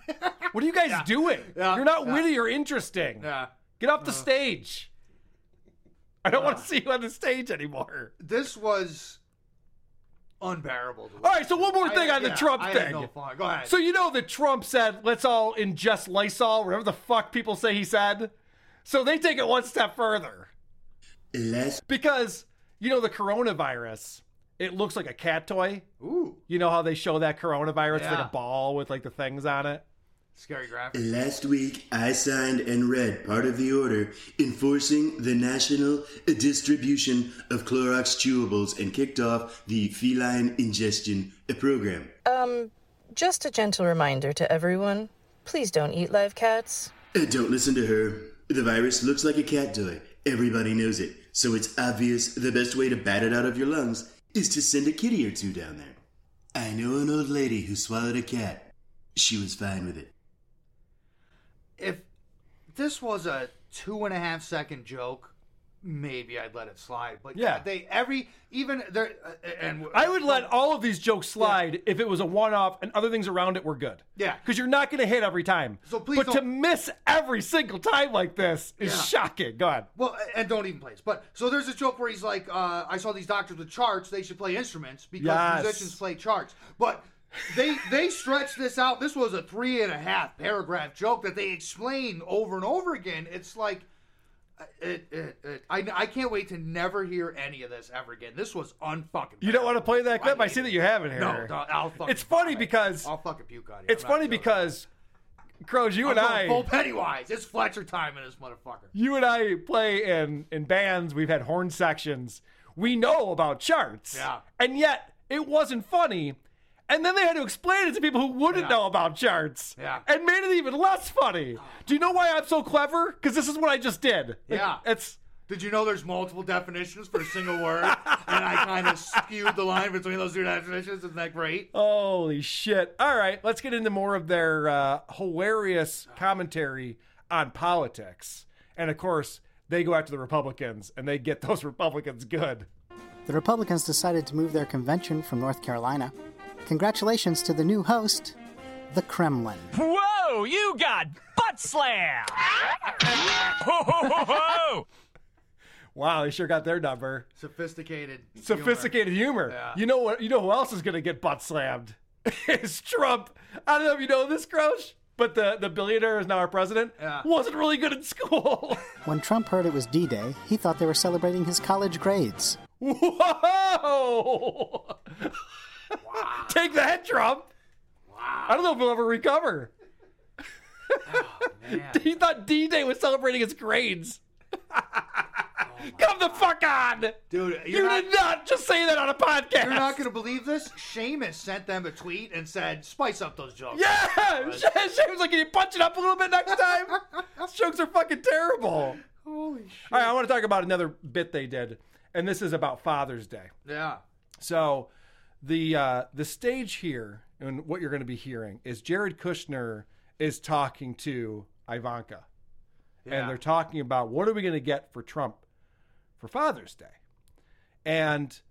what are you guys doing? You're not witty or interesting. Get off
Uh.
the stage. I don't want to see you on the stage anymore.
This was unbearable. To
All right, so one more
I-
thing on
yeah,
the Trump
I had
thing.
no fun. Go ahead.
So you know that Trump said, "Let's all ingest Lysol," whatever the fuck people say he said. So they take it one step further because you know the coronavirus. It looks like a cat toy.
Ooh.
You know how they show that coronavirus like
Yeah.
a ball with like the things on it.
Scary graphic.
Last week, I signed and read part of the order enforcing the national distribution of Clorox chewables and kicked off the feline ingestion program.
Um, just a gentle reminder to everyone please don't eat live cats.
Uh, Don't listen to her. The virus looks like a cat toy. Everybody knows it. So it's obvious the best way to bat it out of your lungs is to send a kitty or two down there. I know an old lady who swallowed a cat. She was fine with it.
if this was a two and a half second joke, maybe I'd let it slide. But
Yeah.
yeah, they every even there uh, and
I would let
[laughs]
all of these jokes slide if it was a one-off and other things around it were good.
Yeah.
because you're not going to hit every time. So
please
but
don't-
to miss every single time like this is
Yeah.
shocking. Go on.
Well, and don't even play this. But so there's a joke where he's like, uh, "I saw these doctors with charts. They should play instruments because
Yes.
musicians play charts." But they they stretched this out. This was a three and a half paragraph joke that they explain over and over again. It's like, uh, it, it, it, I I can't wait to never hear any of this ever again. This was unfucking.
You don't want to play that clip? I, see that you have it here.
No, no, I'll fucking
It's funny because
I'll fucking puke on you.
it's
I'm not
funny because Crows, you
I'm
and
going
I
full Pennywise. It's Fletcher time in this motherfucker.
You and I play in in bands, we've had horn sections. We know about charts.
Yeah.
And yet it wasn't funny. And then they had to explain it to people who wouldn't know about charts.
Yeah. Oh.
And made it even less funny. Do you know why I'm so clever? Because this is what I just did. Like,
Yeah.
It's
Did you know there's multiple definitions for a single
[laughs]
word? and I kind of skewed the line between those two definitions. Isn't that great?
Holy shit. All right, let's get into more of their uh, hilarious commentary on politics. And of course, they go after the Republicans and they get [laughs] those Republicans good.
The Republicans decided to move their convention from North Carolina. Congratulations to the new host, the Kremlin.
Whoa, you got butt
[laughs]
slam! ho, ho, ho,
Oh!
ho.
Wow, they sure got their number.
Sophisticated.
Sophisticated humor. You know what? You know who else is going to get butt slammed? [laughs] it's Trump. I don't know if you know this, Crouch, but the, the billionaire is now our president. Wasn't really good at school.
When Trump heard it was D Day, he thought they were celebrating his college grades.
Whoa! Take that, Trump. I don't know if he'll ever recover. [laughs] he thought D Day was celebrating his grades. Come the fuck on!
Dude,
You did not just say that on a podcast.
You're not going to believe this. Seamus sent them a tweet and said, "Spice up those jokes."
Yeah, [laughs]
But-
Shane's like, can you punch it up a little bit next time? Those jokes are fucking terrible.
[laughs] Holy shit.
All right, I want to talk about another bit they did, and this is about Father's Day.
Yeah.
So, the uh, the stage here and what you're going to be hearing is Jared Kushner is talking to Ivanka,
Yeah.
and they're talking about what are we going to get for Trump for Father's Day, and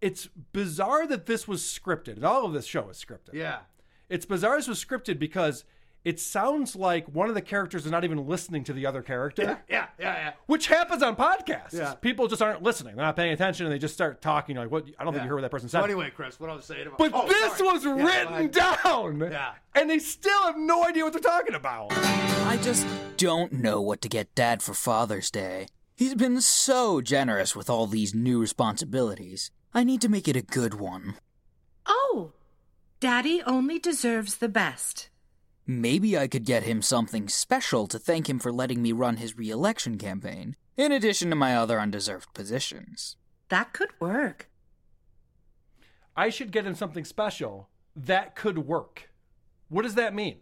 it's bizarre that this was scripted, and all of this show is scripted.
Yeah.
It's bizarre this was scripted because it sounds like one of the characters is not even listening to the other character.
Yeah. Yeah. Yeah.
Which happens on podcasts.
Yeah.
People just aren't listening. They're not paying attention and they just start talking like what I don't think
Yeah.
you heard what that person said.
So anyway, Chris, what I was saying about
But
Oh,
this
sorry.
was
Yeah, go
written
ahead.
down. And they still have no idea what they're talking about.
I just don't know what to get Dad for Father's Day. He's been so generous with all these new responsibilities. I need to make it a good one.
Oh, Daddy only deserves the best.
Maybe I could get him something special to thank him for letting me run his re election campaign, in addition to my other undeserved positions.
That could work.
I should get him something special. That could work. What does that mean?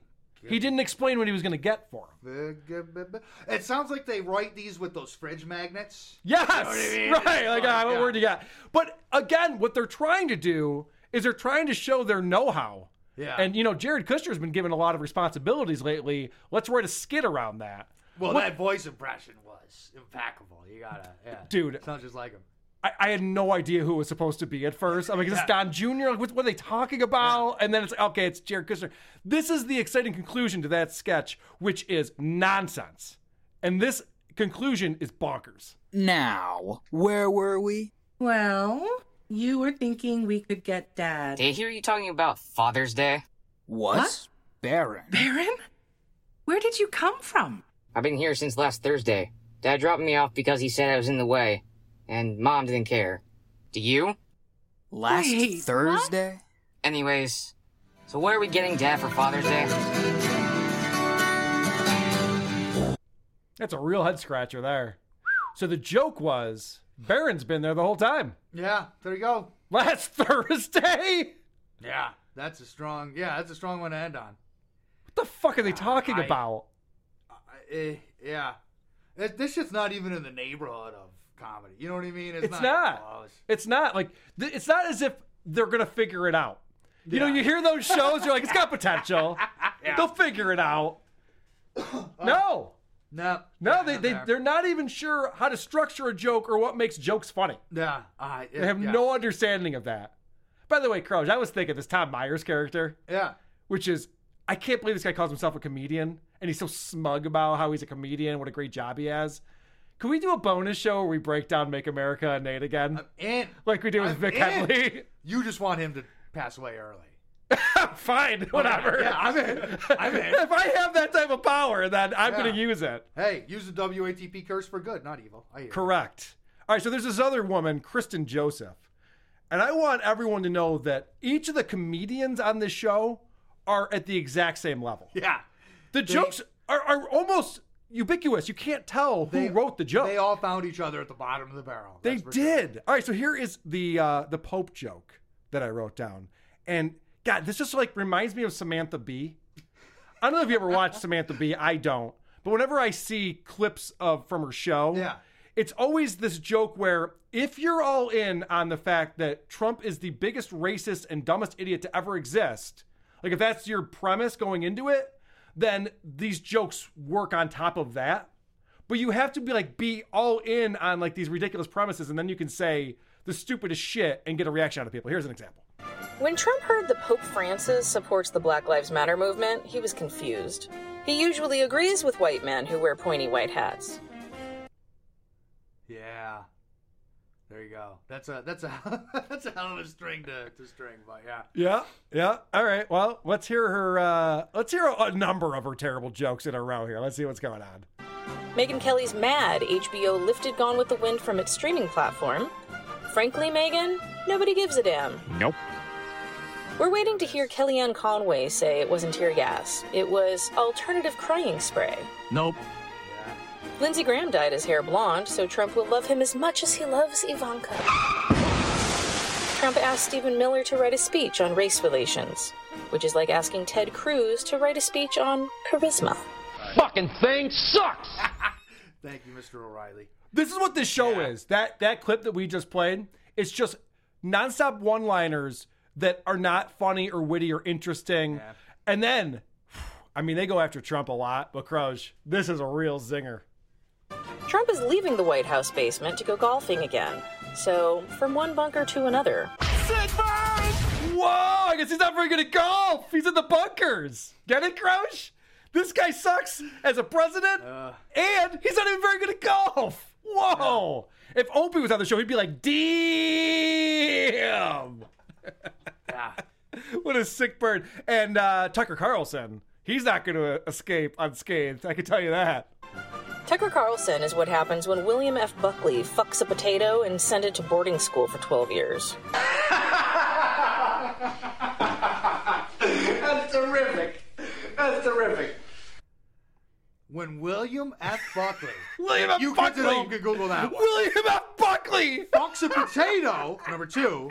He didn't explain what he was going to get for him.
It sounds like they write these with those fridge magnets.
Yes,
You know what I mean?
[laughs] right.
It's
Like, ah, what
yeah.
word you got? But again, what they're trying to do is they're trying to show their know-how. Yeah. And you know, Jared Kushner's been given a lot of responsibilities lately. Let's write a skit around that.
Well,
What-
that voice impression was impeccable. You gotta, yeah,
Dude.
sounds just like him.
I, I had no idea who it was supposed to be at first. I'm like, is this Don Jr.? Like, what, what are they talking about? And then it's like, okay, it's Jared Kushner. This is the exciting conclusion to that sketch, which is nonsense. And this conclusion is bonkers.
Now, where were we?
Well, you were thinking we could get Dad.
Did I hear you talking about Father's Day?
What? Baron.
Baron? Where did you come from?
I've been here since last Thursday. Dad dropped me off because he said I was in the way, and Mom didn't care. Do you?
Last Wait, Thursday?
Anyways, so what are we getting Dad for Father's Day?
That's a real head scratcher there. So the joke was Baron's been there the whole time.
Yeah, there you go.
Last [laughs] Thursday?
Yeah, that's a strong. Yeah, that's a strong one to end on.
What the fuck are they talking
I-
about?
Eh, yeah, It- this shit's not even in the neighborhood of comedy. You know what I mean?
It's, not. It's not like th- it's not as if they're gonna figure it out. You know, you hear those [laughs] shows, you're like, it's got potential. They'll figure it [coughs] out. no.
No.
No, they, they they're not even sure how to structure a joke or what makes jokes funny.
Yeah, I
They have
Uh, yeah.
no understanding of that. By the way, Croge, I was thinking this Tom Myers character.
Yeah.
Which is, I can't believe this guy calls himself a comedian and he's so smug about how he's a comedian, what a great job he has. Can we do a bonus show where we break down Make America and Nate again?
in.
Like we did with Vic
in.
Henley.
You just want him to pass away early.
[laughs] Fine, whatever.
Yeah, I'm
[laughs]
in. I'm in.
if I have that type of power, then I'm going to use it.
Hey, use the WATP curse for good, not evil. I hear. you.
Correct. All right, so there's this other woman, Kristen Joseph. And I want everyone to know that each of the comedians on this show are at the exact same level.
Yeah.
The jokes are, are almost ubiquitous. You can't tell who wrote the joke.
They all found each other at the bottom of the barrel. [laughs]
They did. All right, so here is the uh, the Pope joke that I wrote down, and God, this just like reminds me of Samantha Bee. I don't know if you ever watched Samantha Bee. I don't, but whenever I see clips of from her show, yeah. it's always this joke where if you're all in on the fact that Trump is the biggest racist and dumbest idiot to ever exist, like if that's your premise going into it, then these jokes work on top of that. But you have to be like be all in on like these ridiculous premises, and then you can say the stupidest shit and get a reaction out of people. Here's an example.
When Trump heard that Pope Francis supports the Black Lives Matter movement, he was confused. He usually agrees with white men who wear pointy white hats.
Yeah. There you go. That's a that's a that's a hell of a string to, to string, but yeah.
Yeah, yeah. All right. Well, let's hear her. Uh, let's hear a, a number of her terrible jokes in a row here. Let's see what's going on.
Megan Kelly's mad HBO lifted Gone with the Wind from its streaming platform. Frankly, Megan, nobody gives a damn.
Nope.
We're waiting to hear Kellyanne Conway say it wasn't tear gas, it was alternative crying spray.
Nope.
Lindsey Graham dyed his hair blonde, so Trump will love him as much as he loves Ivanka. Trump asked Stephen Miller to write a speech on race relations, which is like asking Ted Cruz to write a speech on charisma.
Fucking thing sucks.
Thank you, Mr. O'Reilly.
This is what this show is. That that clip that we just played, it's just nonstop one-liners that are not funny or witty or interesting. And then, I mean, they go after Trump a lot, but Croge, this is a real zinger.
Trump is leaving the White House basement to go golfing again. So, from one bunker to another.
Whoa! I guess he's not very good at golf. He's in the bunkers. Get it, Crouch? This guy sucks as a president, and he's not even very good at golf. Whoa! If Opie was on the show, he'd be like, "Damn!" what a sick bird. And uh, Tucker Carlson, he's not going to escape unscathed. I can tell you that.
Tucker Carlson is what happens when William F. Buckley fucks a potato and sent it to boarding school for 12 years.
That's terrific. That's terrific. When William F. Buckley.
[laughs] William F.
You
Buckley.
Can, you can Google that. One.
William F. Buckley.
Fucks a potato, number two.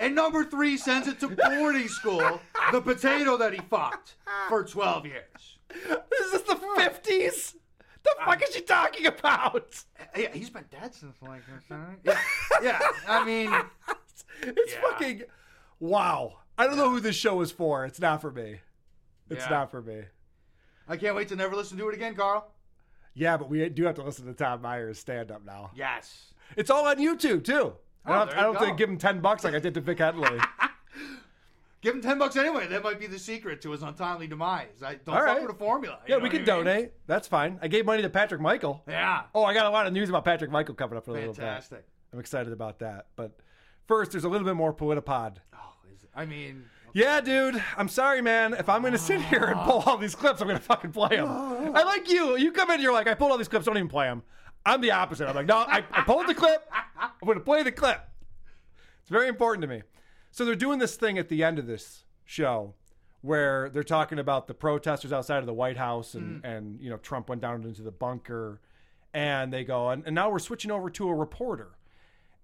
And number three sends it to boarding school, the potato that he fucked for 12 years.
This is the 50s? The fuck is she talking about?
Yeah, he's
[laughs]
been dead since like this, huh? Yeah, yeah, I mean,
it's fucking Wow. I don't know who this show is for. It's not for me. It's
Yeah.
not for me.
I can't wait to never listen to it again, Carl.
Yeah, but we do have to listen to Tom Meyer's stand up now.
Yes.
It's all on YouTube, too. I
Oh,
don't,
there you
I don't have to
go.
give him 10 bucks like I did to
[laughs]
Vic Henley.
Give him ten bucks anyway. That might be the secret to his untimely demise. I don't
All
fuck
right.
with a formula. you
yeah,
know
we
what
can
I mean?
donate. That's fine. I gave money to Patrick Michael.
Yeah.
Oh, I got a lot of news about Patrick Michael coming up for a little bit.
Fantastic.
I'm excited about that. But first, there's a little bit more Politipod.
Oh, I mean,
Yeah, dude. I'm sorry, man. If I'm gonna sit here and pull all these clips, I'm gonna fucking play them. I like you. You come in, you're like, I pulled all these clips. Don't even play them. I'm the opposite. I'm like, no, I, I pulled the clip. I'm gonna play the clip. It's very important to me. So they're doing this thing at the end of this show where they're talking about the protesters outside of the White House and, and you know Trump went down into the bunker and they go and, and now we're switching over to a reporter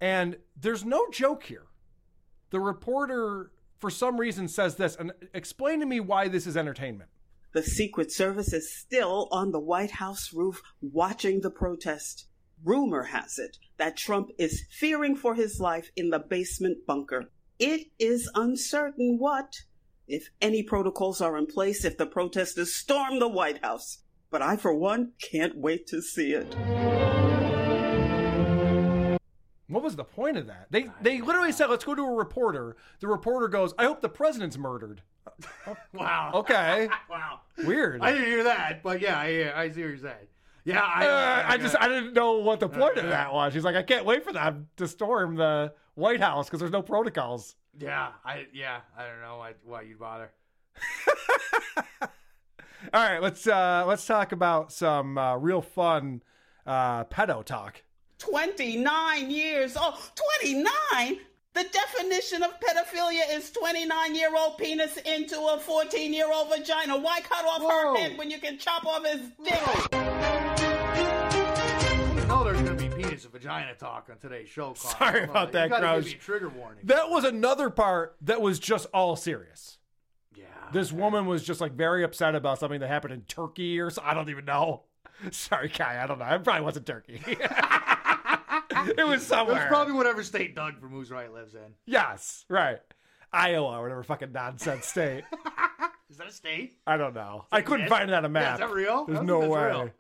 and there's no joke here the reporter for some reason says this and explain to me why this is entertainment
The Secret Service is still on the White House roof watching the protest. Rumor has it that Trump is fearing for his life in the basement bunker. It is uncertain what, if any protocols are in place, if the protesters storm the White House. But I, for one, can't wait to see it.
what was the point of that they they literally said let's go to a reporter the reporter goes i hope the president's murdered
[laughs] wow.
okay
[laughs] wow.
weird
I didn't hear that, but yeah, I, I see what you're saying. Yeah, I, Uh,
Uh, I just I didn't know what the point of that was. She's like, I can't wait for them to storm the White House because there's no protocols.
yeah, I, yeah, I don't know why, why you'd bother.
All right, let's uh, let's talk about some uh, real fun uh, pedo talk.
29 years old. 29? The definition of pedophilia is 29 year old penis into a 14 year old vagina. Why cut off her head when you can chop off his dick?
You know there's going to be penis and vagina talk on today's show, Carl.
Sorry
Come on,
about that,
you gotta give
Grouch.
me a trigger warning.
That was another part that was just all serious.
Yeah.
This woman was just like very upset about something that happened in Turkey or so. I don't even know. [laughs] Sorry, Kai. I don't know. It probably wasn't Turkey. [laughs] it was somewhere.
It's probably whatever state Doug from Who's Right lives in.
yes, right. Iowa or whatever fucking nonsense state.
Is that a state?
I don't know.
[laughs]
I couldn't
exist?
find it on a
Yeah,
map.
is that real?
There's
I don't
no
think
way.
that's real.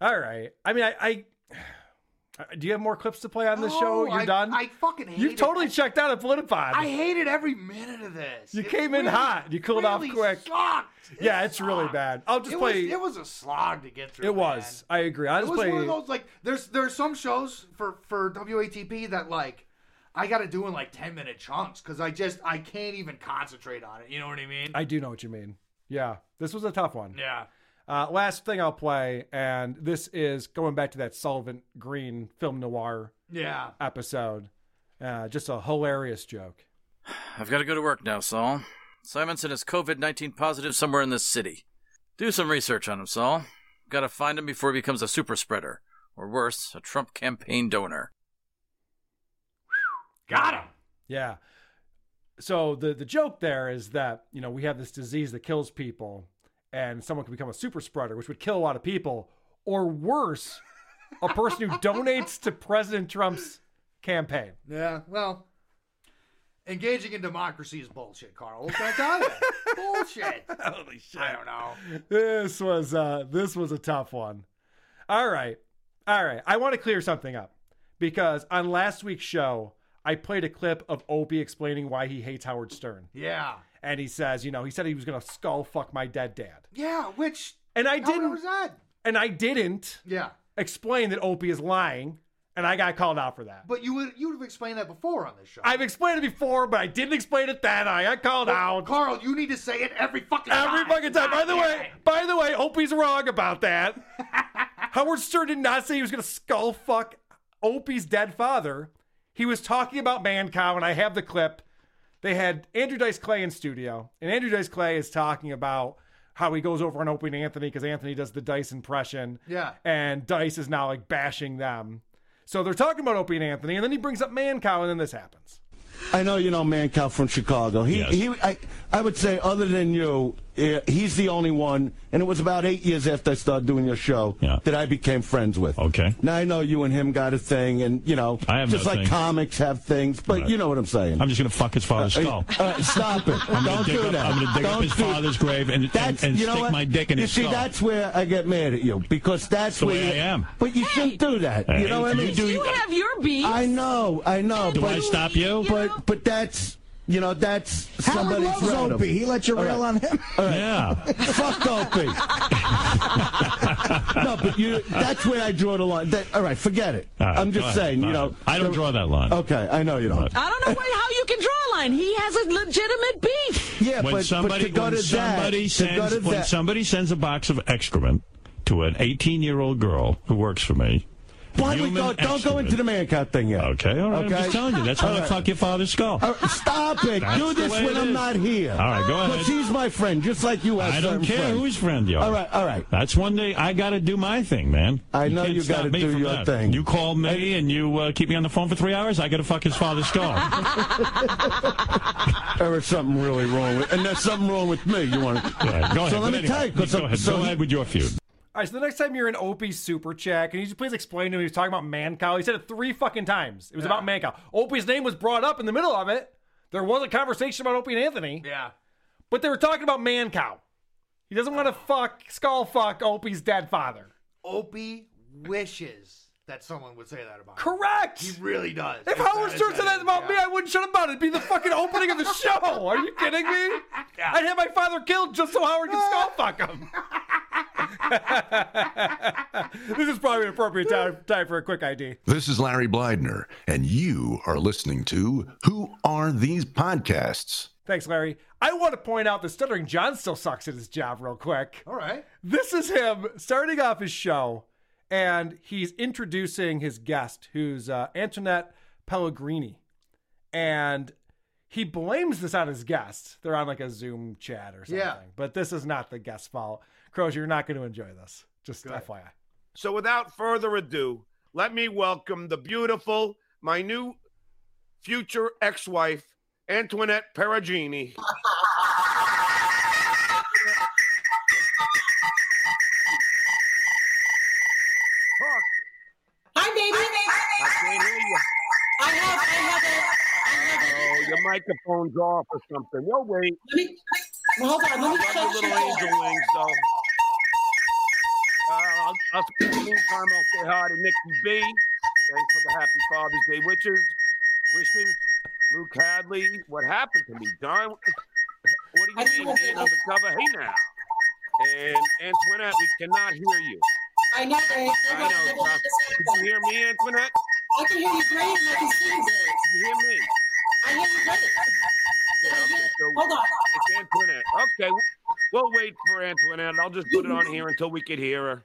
All right. I mean, I, I. [sighs] Do you have more clips to play on this show?
No,
Oh, You're
Oh, I-
done.
I fucking hate
You've
it.
totally checked out at Politipod.
I hated every minute of this.
You
It
came in
really-
hot. You cooled off
really
quick.
sucked. It
yeah, it's really bad. I'll just
it
play.
Was, it was a slog to get through.
It was. I agree. I'll
it
just
was
play.
one of those like there's there's some shows for for WATP that like I got to do in like ten minute chunks because I just I can't even concentrate on it. You know what I mean?
I do know what you mean. Yeah, this was a tough one.
yeah.
Uh, last thing I'll play, and this is going back to that Sullivan Green film noir
Yeah.
episode. Uh, just a hilarious joke.
I've got to go to work now, Saul. Simonson is COVID 19 positive somewhere in this city. Do some research on him, Saul. Got to find him before he becomes a super spreader, or worse, a Trump campaign donor.
Got him.
Yeah. So the the joke there is that you know we have this disease that kills people, and someone can become a super spreader, which would kill a lot of people, or worse, a person who donates to President Trump's campaign.
Yeah. Well, engaging in democracy is bullshit, Carl. What can I tell you?
[laughs]
bullshit.
Holy shit.
I don't know.
This was uh this was a tough one. All right. All right. I want to clear something up because on last week's show, I played a clip of Opie explaining why he hates Howard Stern.
Yeah.
And he says, you know, he said he was going to skull fuck my dead dad.
Yeah. Which
And I
how
didn't-
was that?
And I didn't
Yeah.
explain that Opie is lying, and I got called out for that.
But you would you would have explained that before on this show.
I've explained it before, but I didn't explain it then. I got called out.
Carl, you need to say it every fucking time.
Every fucking time. By the way, by the way, Opie's wrong
[laughs]
about that. Howard Stern did not say he was going to skull fuck Opie's dead father. He was talking about Man Cow, and I have the clip. They had Andrew Dice Clay in studio, and Andrew Dice Clay is talking about how he goes over on Opie and Anthony because Anthony does the Dice impression.
Yeah.
And Dice is now like bashing them. So they're talking about Opie and Anthony, and then he brings up Man Cow, and then this happens.
I know you know Mancow from Chicago. He, he I, I would say, other than you, uh, he's the only one, and it was about eight years after I started doing your show that I became friends with. Okay. Now I know you and him got a thing, and you know,
I have
just
no
like
thing.
comics have things, but you know what I'm saying.
I'm just gonna fuck his father's
Uh,
skull.
uh, stop it!
I'm gonna
Don't
dig
do
up,
that.
I'm gonna dig up
Don't
his
do-
father's grave and,
That's
and, and
you know
stick
what?
my dick in
you
his
see,
skull.
that's where I get mad at you because that's
the
where
way
you,
I am.
But you shouldn't do that. you
Hey,
know what I
you
mean?
do- You
have your beef. I know, I know.
Do
but,
I stop you?
But but that's you know that's
Howard
somebody's
loves
random.
Opie. He
lets
you rail on
him.
Yeah.
Fuck
[laughs]
Opie. no, but you, that's where I draw the line. That, all right, forget it.
All right,
I'm
go
just
ahead.
saying, you
All
know.
right. I don't draw that line.
Okay, I know you don't.
I don't know where, how you can draw a line. He has a legitimate beef.
Yeah,
when
but- but
somebody,
to go
when
to that- to
somebody sends,
go to
when
that-
somebody sends a box of excrement to an 18 year old girl who works for me.
Why don't we
human
go? Don't go
excrement-
into the man cut thing yet.
Okay, all right.
Okay.
I'm just telling you. That's
All
why I
right.
fuck your father's skull.
All right, stop it!
That's
Do
the
this
way
when
it
I'm
is.
not here.
All right, go ahead.
Because he's my friend, just like you have
I don't
certain
care
friends.
whose friend you are.
All right, all right.
That's one day I got to do my thing, man.
I know
can't
you
stop
gotta
me
do
from
your
that.
thing.
You call me and you uh, keep me on the phone for three hours. I got to fuck his father's skull.
[laughs] There is something really wrong with, and there's something wrong with me. You want to?
[laughs] Go ahead.
So let
But
me
anyway,
tell you. 'cause
go
so-
ahead.
so
go ahead with your feud.
All right, so the next time you're in Opie's super check, and you just please explain to him he was talking about man cow. He said it three fucking times. It was about man cow. Opie's name was brought up in the middle of it. There was a conversation about Opie and Anthony. Yeah. But they were talking about man cow. He doesn't want to fuck, skull fuck Opie's dead father. Oh.
Opie wishes that someone would say that about him.
Correct.
He really does.
If
It's-
Howard
it's-
Stern said that about me, I wouldn't shut him out. It'd be the fucking opening of the show. Are you kidding me? I'd have my father killed just so Howard could skull fuck him. [laughs] this is probably an appropriate time, time for a quick ID.
This is Larry Blydner, and you are listening to Who Are These Podcasts?
Thanks, Larry. I want to point out that Stuttering John still sucks at his job, real quick. All right. This is him starting off his show, and he's introducing his guest, who's uh, Antoinette Pellegrini. And he blames this on his guest. They're on like a Zoom chat or something.
Yeah.
But this is not the guest's fault. Crozier, you're not going to enjoy this. Just FYI.
So without further ado, let me welcome the beautiful, my new future ex-wife, Antoinette Perugini.
Hi, baby.
I can't hear you.
I have, I have a.
Oh, your microphone's off or something. We'll wait.
Let me. well, hold on. Let
I
me
love your
check
little
your-
angel wings, though. Uh, I'll, I'll, in the meantime, I'll say hi to Nikki B. Thanks for the happy Father's Day wishes. Wishes. Luke Hadley. What happened to me, Don? What do you mean being undercover? Hey now. And Antoinette, we cannot hear you.
I know, babe.
I know. it's not- Can you hear me, Antoinette?
I can hear you great and I can see you great.
Can you hear me?
I hear you great.
Hold on. It's Antoinette. Okay, we'll wait for Antoinette. I'll just put it on here until we could hear her.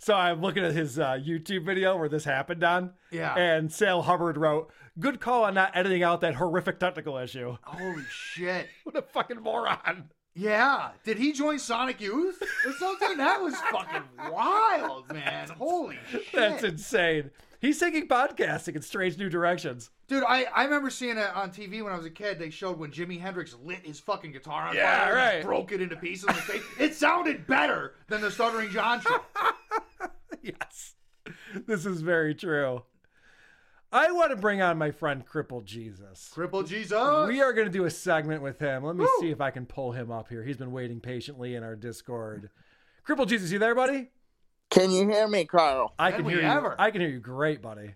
So I'm looking at his uh, YouTube video where this happened on.
Yeah.
And Sal Hubbard wrote, "Good call on not editing out that horrific technical issue."
[laughs] Holy shit.
[laughs] What a fucking moron.
Yeah. Did he join Sonic Youth or something? That was fucking
[laughs]
wild, man. Holy shit.
That's insane. He's taking podcasting in strange new directions.
Dude, I, I remember seeing it on TV when I was a kid. They showed when Jimi Hendrix lit his fucking guitar on
Yeah,
fire and
right.
broke it into pieces. Like they, it sounded better than the Stuttering John show.
[laughs] yes. This is very true. I want to bring on my friend Crippled Jesus.
Crippled Jesus.
We are going to do a segment with him. Let me see if I can pull him up here. He's been waiting patiently in our Discord. Crippled Jesus, you there, buddy?
Can you hear me, Carl?
I can hear you. I can hear you great, buddy.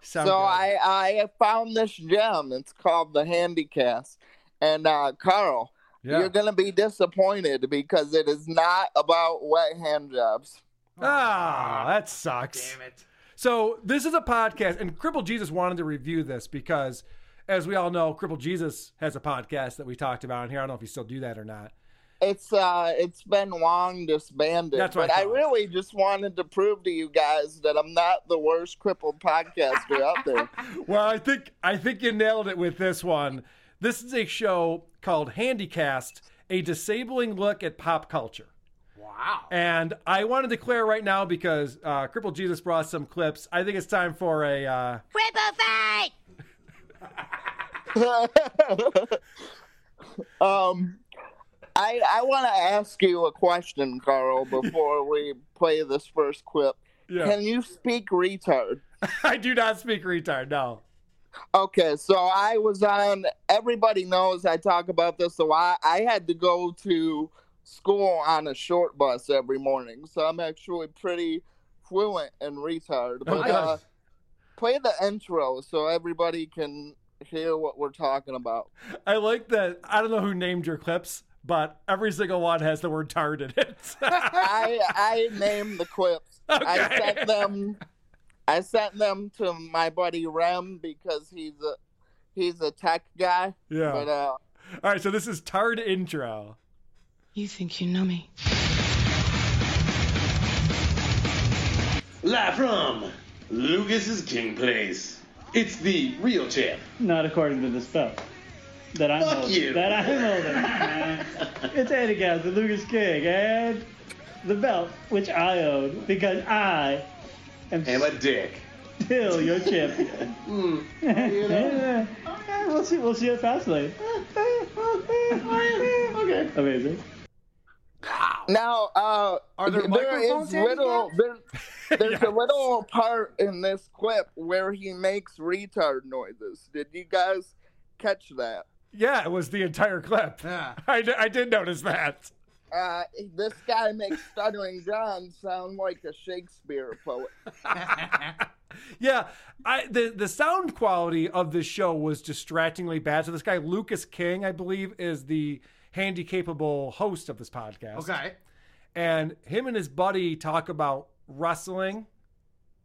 Sound
so
good.
I, I found this gem. It's called the Handycast. And uh, Carl,
Yeah.
you're going to be disappointed because it is not about wet hand jobs.
Ah, that sucks. Damn
it.
So this is a podcast, and Crippled Jesus wanted to review this because, as we all know, Crippled Jesus has a podcast that we talked about in here. I don't know if you still do that or [laughs] not.
It's uh, it's been long disbanded.
That's what
but
I
I, really just wanted to prove to you guys that I'm not the worst crippled podcaster out
[laughs]
there. [laughs]
Well, I think I think you nailed it with this one. This is a show called Handycast, a disabling look at pop culture. Wow. And I want to declare right now because uh, Crippled Jesus brought some clips. I think it's time for a. Uh, [laughs]
Cripple fight. um, I, I want to ask you a question, Carl, before we play this first clip.
Yeah.
Can you speak retard?
I do not speak retard, no.
Okay, so I was on. Everybody knows I talk about this a lot. I had to go to school on a short bus every morning, so I'm actually pretty fluent in retard. But uh, play the intro so everybody can hear what we're talking about.
I like that. I don't know who named your clips, but every single one has the word tard in it. [laughs]
I I named the clips. I sent them. I sent them to my buddy Rem because he's a he's a tech guy.
Yeah.
But uh,
All right, so this is tard intro.
You think you know me?
Live from Lucas's King Place. It's the real champ.
Not according to this belt. That I'm
Fuck
holding.
you.
That I'm holding.
[laughs]
man. it's Eddie Gaz, the Lucas King, and the belt, which I own, because I am
Am a dick. Hmm.
still your
[laughs]
champion. yeah. [laughs] Okay, we'll see. We'll see how fast
[laughs]
lane.
okay.
Amazing.
Now, uh,
Are there microphones handy
little, [laughs] there- there's a little part in this clip where he makes retard noises. Did you guys catch that?
Yeah, it was the entire clip. Yeah. [laughs] I, d- I did notice that.
Uh, this
[laughs]
guy makes Stuttering John sound like a Shakespeare
[laughs]
poet.
Yeah, I the the sound quality of this show was distractingly bad. So this guy Lucas King, I believe, is the handy capable host of this podcast.
Okay.
and him and his buddy talk about wrestling.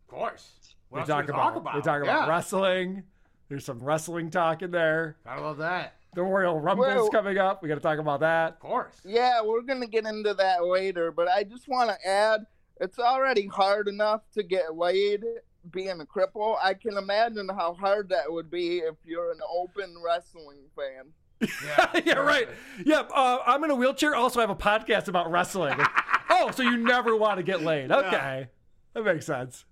Of course. What
they
else do
talk
we
about,
talk about?
they talk about
Yeah.
wrestling. There's some wrestling talk in there.
Gotta love that.
The Royal
Well-
Rumble's coming up. We got to talk about that. Of
course.
Yeah, we're gonna get into that later, but I just want to add, it's already hard enough to get laid being a cripple. I can imagine how hard that would be if you're an open [laughs] wrestling fan.
[laughs] yeah, right. Yeah, uh, I'm in a wheelchair. Also, I have a podcast about
[laughs]
wrestling. oh, so you never want to get laid? Okay, that makes sense.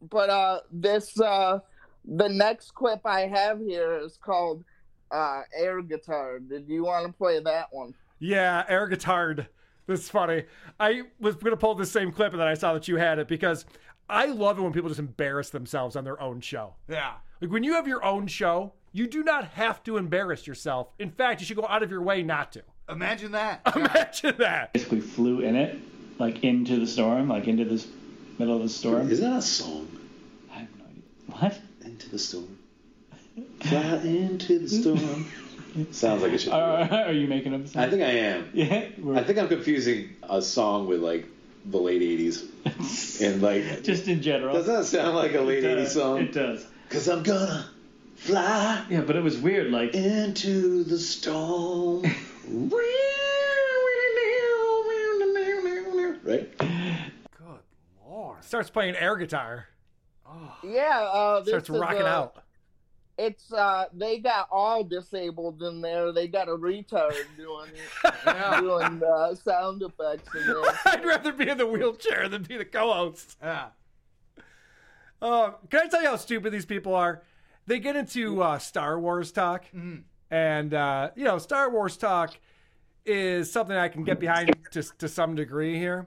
But uh, this uh, the next clip I have here is called uh, "Air Guitar." Did you want to play that one?
Yeah, air guitared. This is funny. I was gonna pull the same clip, and then I saw that you had it because I love it when people just embarrass themselves on their own show.
Yeah.
Like when you have your own show, you do not have to embarrass yourself. In fact, you should go out of your way not to.
Imagine that.
[laughs] Imagine that.
Basically, flew in it, like into the storm, like into this middle of the storm. Is that a song? I have no idea. What? Into the storm.
Fly into the storm. Sounds like it should.
[laughs]
Be
Are, are you making up? a song?
I think I am.
Yeah.
I think I'm confusing a song with like the late '80s and like.
Just in general.
Doesn't that sound like a late
It
80s
does,
song?
It does.
Cause I'm gonna fly.
Ah, Yeah, but it was weird. Like
into the
[laughs]
storm. right?
Starts playing air guitar.
Yeah, uh, this
Starts
is
rocking
a-
out.
It's uh, they got all disabled in there. They got a retard doing [laughs] doing uh, sound effects in there.
[laughs] I'd rather be in the wheelchair than be the co-host.
Yeah.
Uh, can I tell you how stupid these people are? They get into uh, Star Wars talk,
Mm-hmm.
and uh, you know, Star Wars talk is something I can get behind to to some degree here.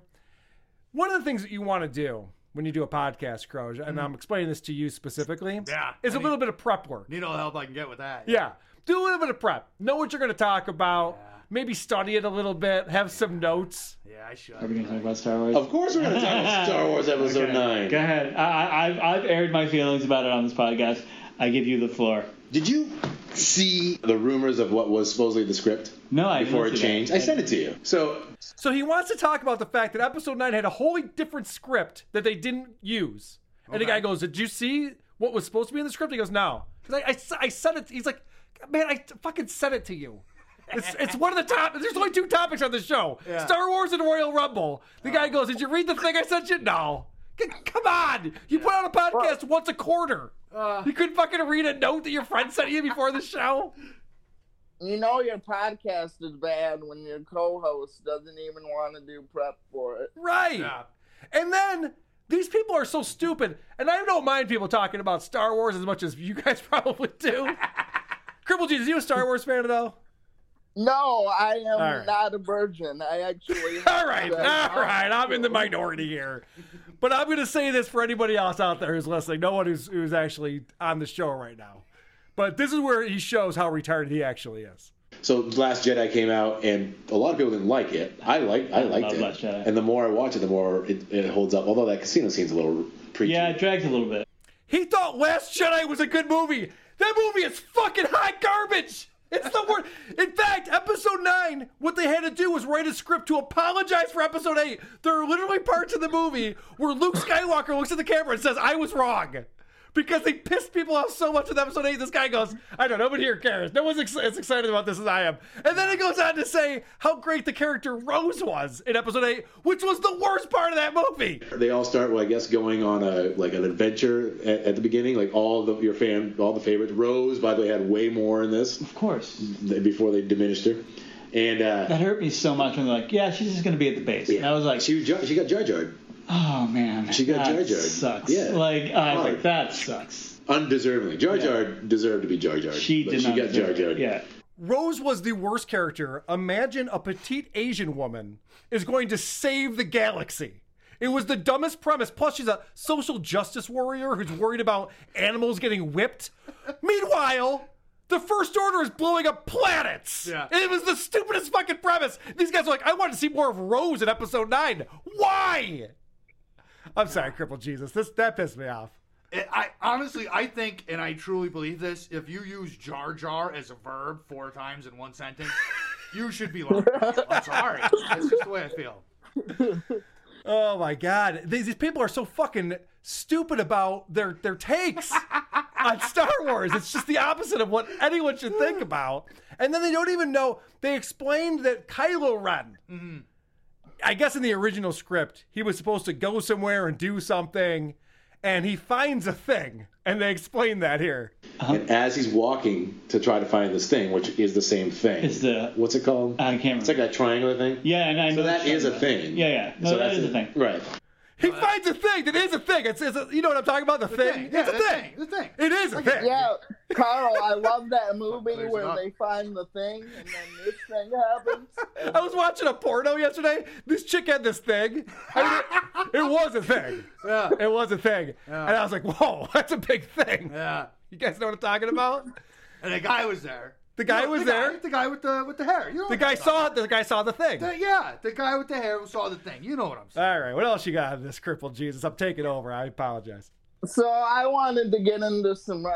One of the things that you want to do when you do a podcast, Croge, and I'm explaining this to you specifically,
Mm-hmm. Yeah.
is a little bit of prep work.
Need all the help I can get with that.
Yeah. Do a little bit of prep. Know what you're going to talk about. Maybe study it a little bit. Have some notes.
Yeah, I should.
Are we going to talk about Star Wars?
Of course we're gonna talk
[laughs]
about Star Wars Episode
Okay.
9.
Go ahead. I, I, I've, I've aired my feelings about it on this podcast. I give you the floor.
Did you see the rumors of what was supposedly the script?
No, I
Before it
didn't see that.
changed? I sent it to you. So
So he wants to talk about the fact that episode nine had a wholly different script that they didn't use. And the guy goes, Did you see what was supposed to be in the script? He goes, No. 'Cause I, I s- I said it. He's like, Man, I t- fucking said it to you. It's, it's one of the top. There's only two topics on the show
Yeah.
Star Wars and Royal Rumble. The guy goes, Did you read the thing I sent you? No. C- Come on. You put out a podcast once a quarter.
Uh,
You couldn't fucking read a note that your friend sent you before the show?
You know your podcast is bad when your co-host doesn't even want to do prep for it.
Right. And then these people are so stupid. And I don't mind people talking about Star [laughs] Wars as much as you guys probably do. Cripple Jesus, you a Star Wars fan though?
No, I am
right.
not a virgin. I
[laughs]
actually.
All right, all right. I'm in the minority here, but I'm going to say this for anybody else out there who's listening. No one who's who's actually on the show right now, but this is where he shows how retired he actually is.
So The Last Jedi came out, and a lot of people didn't like it. I liked, I
I
liked
love
it.
Last Jedi.
And the more I watch it, the more it, it holds up. Although that casino scene's a little preachy. Yeah,
it
drags a little bit.
He thought Last Jedi was a good movie. That movie is fucking hot garbage. It's the worst. In fact, episode nine, what they had to do was write a script to apologize for episode eight. There are literally parts of the movie where Luke Skywalker looks at the camera and says, I was wrong. Because they pissed people off so much with episode eight, this guy goes, I don't know, nobody here cares. No one's ex- as excited about this as I am. And then it goes on to say how great the character Rose was in episode eight, which was the worst part of that movie.
They all start, well, I guess, going on a like an adventure at, at the beginning. Like all the your fan, all the favorites. Rose, by the way, had way more in this. Of
course.
Before they diminished her, and uh,
That hurt me so much when they're like, yeah, she's just going to be at the base. And I was like,
she was, she got Jar Jarred.
Oh, man.
She got
that
Jar Jarred.
sucks.
Yeah.
Like, I was like,
Hard.
that sucks.
undeservingly. Jar Jar deserved to be Jar Jar.
She
but
did
she
not
got
deserve
Jar
it,
Jarred.
yeah.
Rose was the worst character. Imagine a petite Asian woman is going to save the galaxy. It was the dumbest premise. Plus, she's a social justice warrior who's worried about animals getting whipped. Meanwhile, the First Order is blowing up planets.
Yeah.
It was the stupidest fucking premise. These guys are like, I want to see more of Rose in episode nine. Why? I'm sorry, Cripple Jesus. This that pissed me off.
I I- honestly, I think, and I truly believe this. If you use Jar Jar as a verb four times in one sentence, you should be like, "I'm sorry." That's just the way I feel.
Oh my god, these, these people are so fucking stupid about their their takes on Star Wars. It's just the opposite of what anyone should think about. And then they don't even know. They explained that Kylo Ren, I guess in the original script, he was supposed to go somewhere and do something, and he finds a thing. And they explain that here.
Uh-huh.
And as he's walking to try to find this thing, which is the same thing. It's the what's it called? I can't. Remember. It's like that triangular thing. Yeah, and I know. So that is a thing.
Yeah, yeah. No,
so
that
that's
is
it.
a thing.
Right.
He finds a thing that is a thing. It's, it's a, you know what I'm talking about? The, thing. It's a thing.
The thing.
It is a thing.
Yeah, Carl, I love
[laughs]
that movie
Clears it
where
up.
they find the thing and then this thing happens.
I was watching a porno yesterday. This chick had this thing. I mean, it, it was a thing. It was a thing. And I was like, whoa, [laughs] that's a big thing.
Yeah.
You guys know what I'm talking about?
And the guy was there.
The guy
You know,
was
the
there.
Guy, the guy with the with the hair. You know
the
what
guy
I'm
saw the guy saw the thing.
talking- The- yeah, the guy with the hair who saw the thing. You know what I'm saying?
All right, what else you got on this crippled Jesus? I'm taking over. I apologize.
So I wanted to get into some uh,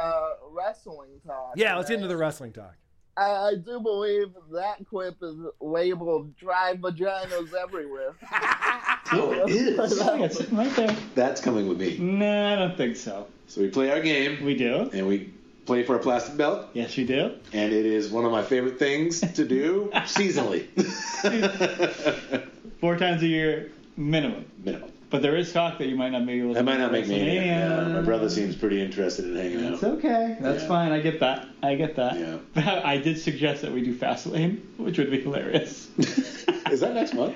wrestling talk.
Yeah, let's get into the wrestling talk.
I, I do believe that quip is labeled "Dry Vaginas Everywhere."
Oh, it
[laughs]
is.
right there.
That's coming with me.
No, I don't think so.
So we play our game. We do. And we play for a plastic belt.
Yes, you do.
And it is one of my favorite things to
[laughs]
do seasonally.
Four times a year, minimum.
Minimum.
But there is talk that you might not be able to.
That might not make me. Yeah,
WrestleMania.
my brother seems pretty interested in hanging out.
It's okay. That's
Yeah.
fine. I get that. I get that. Yeah. But [laughs] I did suggest that we do Fastlane, which would be hilarious.
[laughs] Is that next month?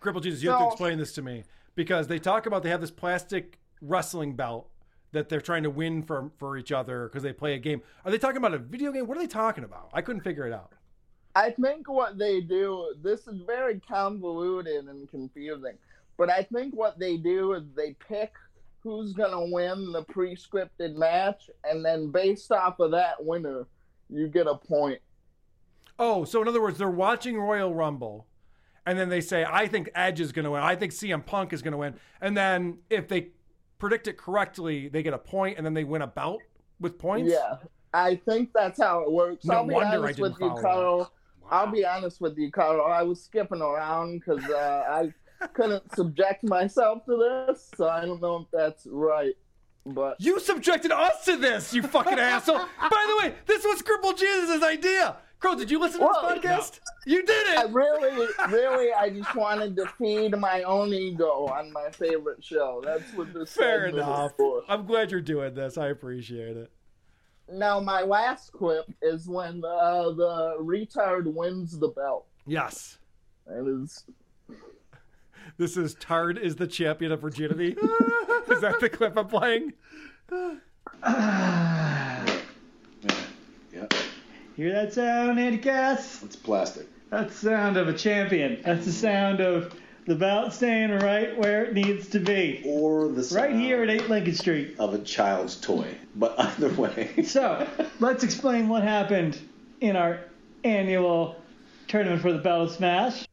Crippled Jesus, you have to
No.
explain this to me because they talk about they have this plastic wrestling belt that they're trying to win for for each other because they play a game. Are they talking about a video game? What are they talking about? I couldn't figure it out.
I think what they do, this is very convoluted and confusing, but I think what they do is they pick who's going to win the pre scripted match, and then based off of that winner, you get a point.
Oh, so in other words, they're watching Royal Rumble, and then they say, "I think Edge is going to win. I think CM Punk is going to win." And then if they predict it correctly, they get a point, and then they win a bout with points.
Yeah. I think that's how it works.
No
I'll be
wonder I
honest
didn't
with you,
follow
Carl. I'll be honest with you, Carl. I was skipping around because uh,
[laughs]
I couldn't subject myself to this, so I don't know if that's right. But
You subjected us to this, you
[laughs]
fucking asshole. By the way, this was Cripple Jesus' idea. Crow, did you listen to
Whoa.
this podcast? You did it.
I really, really, I just wanted to feed my own ego on my favorite show. That's what this
Fair
segment is
enough.
for.
I'm glad you're doing this. I appreciate it.
Now, my last clip is when uh, the retard wins the belt.
Yes.
That is.
This is Tard is the champion
[laughs]
of virginity. is that the clip I'm playing?
Yeah.
Hear that sound, Andy Cass?
It's plastic.
That's the sound of a champion. That's the sound of the belt staying right where it needs to be.
Or the
right here at 8 Lincoln Street.
Of a child's toy. But [laughs] either way.
So, let's explain what happened in our annual tournament for the Battle Smash.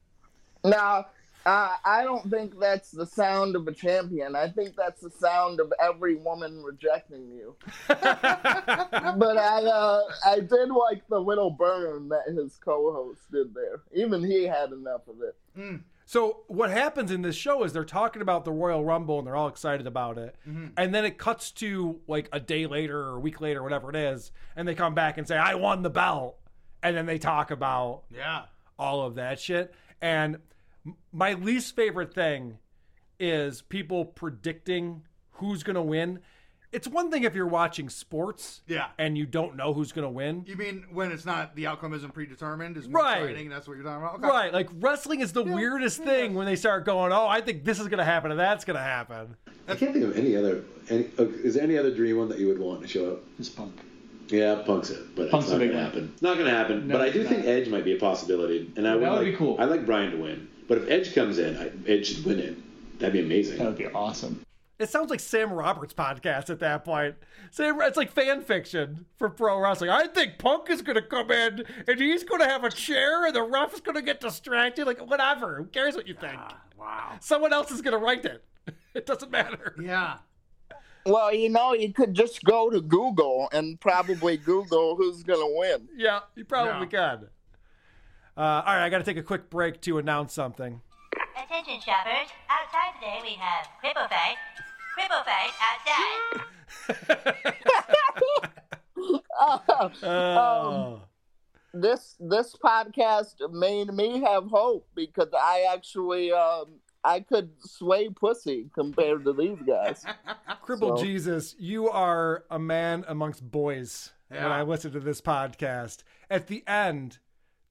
Now, uh, I don't think that's the sound of a champion. I think that's the sound of every woman rejecting you. but I, uh, I did like the little burn that his co-host did there. Even he had enough of it.
Mm.
So what happens in this show is they're talking about the Royal Rumble and they're all excited about it.
Mm-hmm.
And then it cuts to like a day later or a week later, whatever it is, and they come back and say, I won the belt. And then they talk about
Yeah.
all of that shit. And m- my least favorite thing is people predicting who's going to win. It's one thing if you're watching sports
Yeah.
and you don't know who's going to win.
You mean when it's not the outcome isn't predetermined is more
Right.
exciting? That's what you're talking about. Okay.
Right, like wrestling is the weirdest thing when they start going, "Oh, I think this is going to happen and that's going to happen."
I can't think of any other. Any, uh, is there any other dream one that you would want to show up?
It's Punk.
Yeah, Punk's it, but
Punk's
it's not
the
going
big
to
one.
happen. It's not going to happen.
No,
but I
it's
do
not.
think Edge might be a possibility, and I
That
would,
would
like,
be cool.
I like Brian to win, but if Edge comes in, I, Edge should win it. That'd be amazing. That
would be awesome.
It sounds like Sam Roberts' podcast at that point. Sam, it's like fan fiction for pro wrestling. I think Punk is going to come in and he's going to have a chair and the ref is going to get distracted. Like whatever, who cares what you think?
Ah, wow.
Someone else is going to write it. [laughs] It doesn't matter.
Yeah.
Well, you know, you could just go to Google and probably Google who's going to win.
Yeah, you probably can. Uh, all right, I got to take a quick break to announce something.
Attention shoppers, outside today we have Cripple Fight, Cripple Fight outside.
Um, Oh, this this podcast made me have hope because I actually um, I could sway pussy compared to these guys.
Cripple
So-
Jesus, you are a man amongst boys.
Yeah.
When I listen to this podcast, at the end,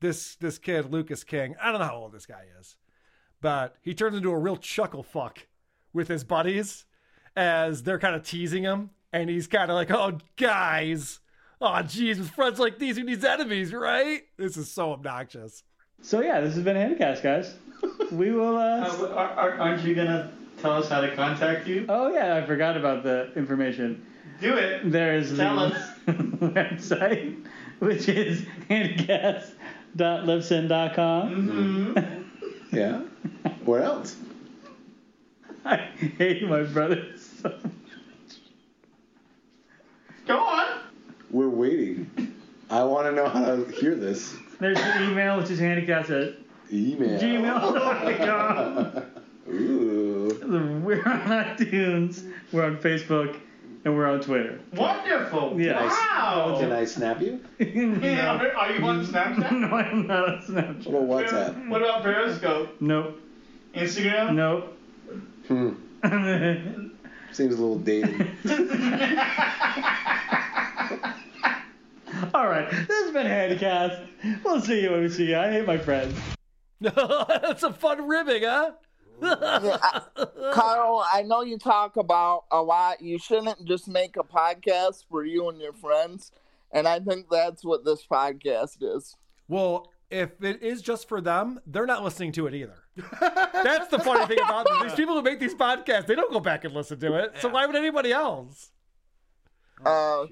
this this kid Lucas King, I don't know how old this guy is, but he turns into a real chuckle fuck with his buddies as they're kind of teasing him, and he's kind of like, "Oh, guys, oh, jeez, with friends like these, who needs enemies, right?" This is so obnoxious.
So yeah, this has been Handicast, guys. We will. Uh,
aren't you gonna tell us how to contact you?
Oh yeah, I forgot about the information.
Do it.
There is
Tell
the
us.
[laughs] website, which is handicast.libsyn.com.
Mm-hmm. [laughs]
Yeah. Where else?
I hate my brother so much.
Go on.
We're waiting. I want to know how to hear this
There's the email, which is handicast at
email. [laughs]
gmail.com. Ooh. We're on iTunes, we're on Facebook, and we're on Twitter.
Wonderful.
Yes.
Wow.
Did
[laughs]
I snap you?
Yeah, are- are you on Snapchat?
[laughs] no, I'm not on
[laughs]
Snapchat.
What about WhatsApp?
What about Periscope?
Nope.
Instagram?
Nope.
[laughs]
Hmm. Seems a little dated.
All right, this has been Handicast. We'll see you when we see you. I hate my friends.
[laughs] That's a fun ribbing, huh? [laughs]
Carl, I know you talk about a lot. You shouldn't just make a podcast for you and your friends, and I think that's what this podcast is.
Well, if it is just for them, they're not listening to it either. That's the funny thing about this. These people who make these podcasts, they don't go back and listen to it. So why would anybody else?
Uh,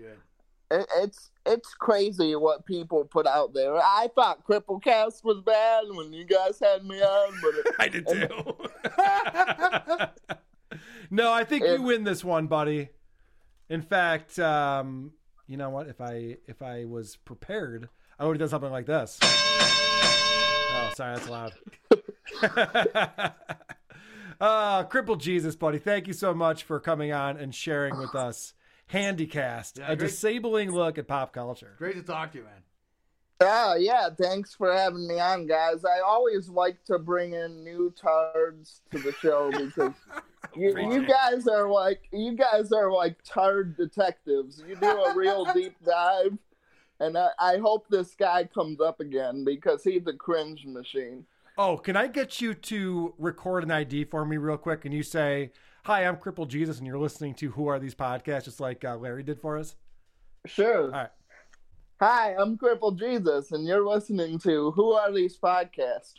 it, it's it's crazy what people put out there. I thought Cripplecast was bad when you guys had me on, but it,
I did too. No, I think you win this one, buddy. In fact, um, you know what? If I if I was prepared, I would have done something like this. Oh, sorry, that's loud. [laughs] uh, crippled Jesus, buddy. Thank you so much for coming on and sharing with us. Handycast, a
great-
disabling look at pop culture.
Great to talk to you, man.
Yeah, yeah. Thanks for having me on, guys. I always like to bring in new tards to the show because you, you guys are like you guys are like tard detectives. You do a real deep dive, and I, I hope this guy comes up again because he's a cringe machine.
Oh, can I get you to record an ID for me real quick? And you say, "Hi, I'm Crippled Jesus," and you're listening to "Who Are These Podcasts?" Just like uh, Larry did for us.
Sure.
All right.
Hi, I'm Crippled Jesus, and you're listening to Who Are These Podcasts?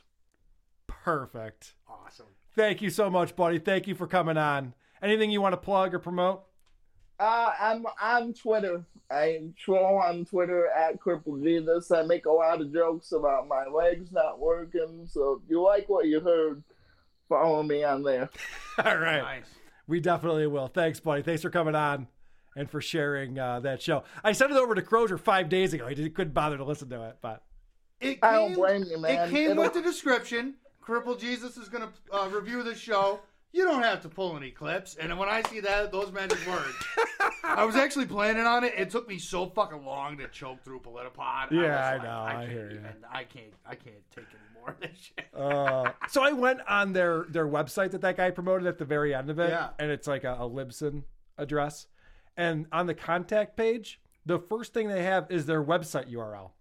Perfect. Awesome. Thank you so much, buddy. Thank you for coming on. Anything you want to plug or promote? [laughs]
Uh, I'm on Twitter. I troll on Twitter at Crippled Jesus. I make a lot of jokes about my legs not working. So if you like what you heard, follow me on there.
All right. We definitely will. Thanks, buddy. Thanks for coming on and for sharing uh, that show. I sent it over to Crozier five days ago. He didn't, couldn't bother to listen to it, but
It
I don't blame you, man.
It came
It'll-
with the description. Cripple Jesus is going to uh, review the show. You don't have to pull any clips. And when I see that, those magic words. I was actually planning on it. It took me so fucking long to choke through Politipod.
Yeah, I
was like,
know. I
can't
hear you.
even- I can't. I can't take any more of this shit.
uh, so I went on their their website that that guy promoted at the very end of it,
Yeah.
and it's like a, a Libsyn address, and on the contact page, the first thing they have is their website URL.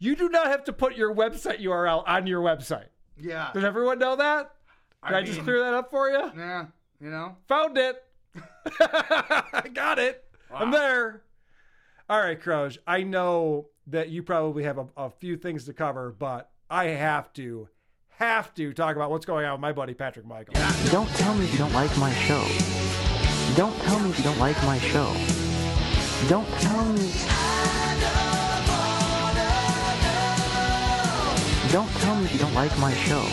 You do not have to put your website URL on your website.
Yeah.
Did everyone know that? Did I, just
mean-
clear that up for you?
Yeah. You know. [laughs]
Found it. I got it. I'm there. All right, Croge. I know that you probably have a, a few things to cover, but I have to, have to talk about what's going on with my buddy Patrick Michael.
Don't tell me you don't like my show. Don't tell me you don't like my show. Don't tell me. Don't tell me you don't like my show.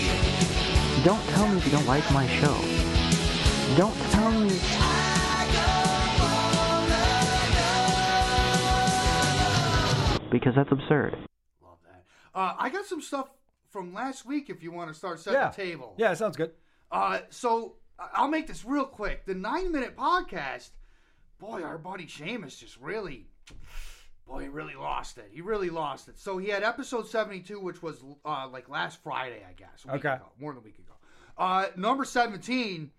Don't tell me you don't like my show. Don't tell me. Because that's absurd.
Uh, I got some stuff from last week. If you want to start setting
Yeah.
the table.
Yeah, sounds good.
Uh, so I- I'll make this real quick. The nine minute podcast, boy, our buddy Seamus just really, boy, he really lost it. He really lost it. So he had episode 72, which was uh, like last Friday, I guess. a week
Okay.
ago, more than a week ago. Uh, number 17,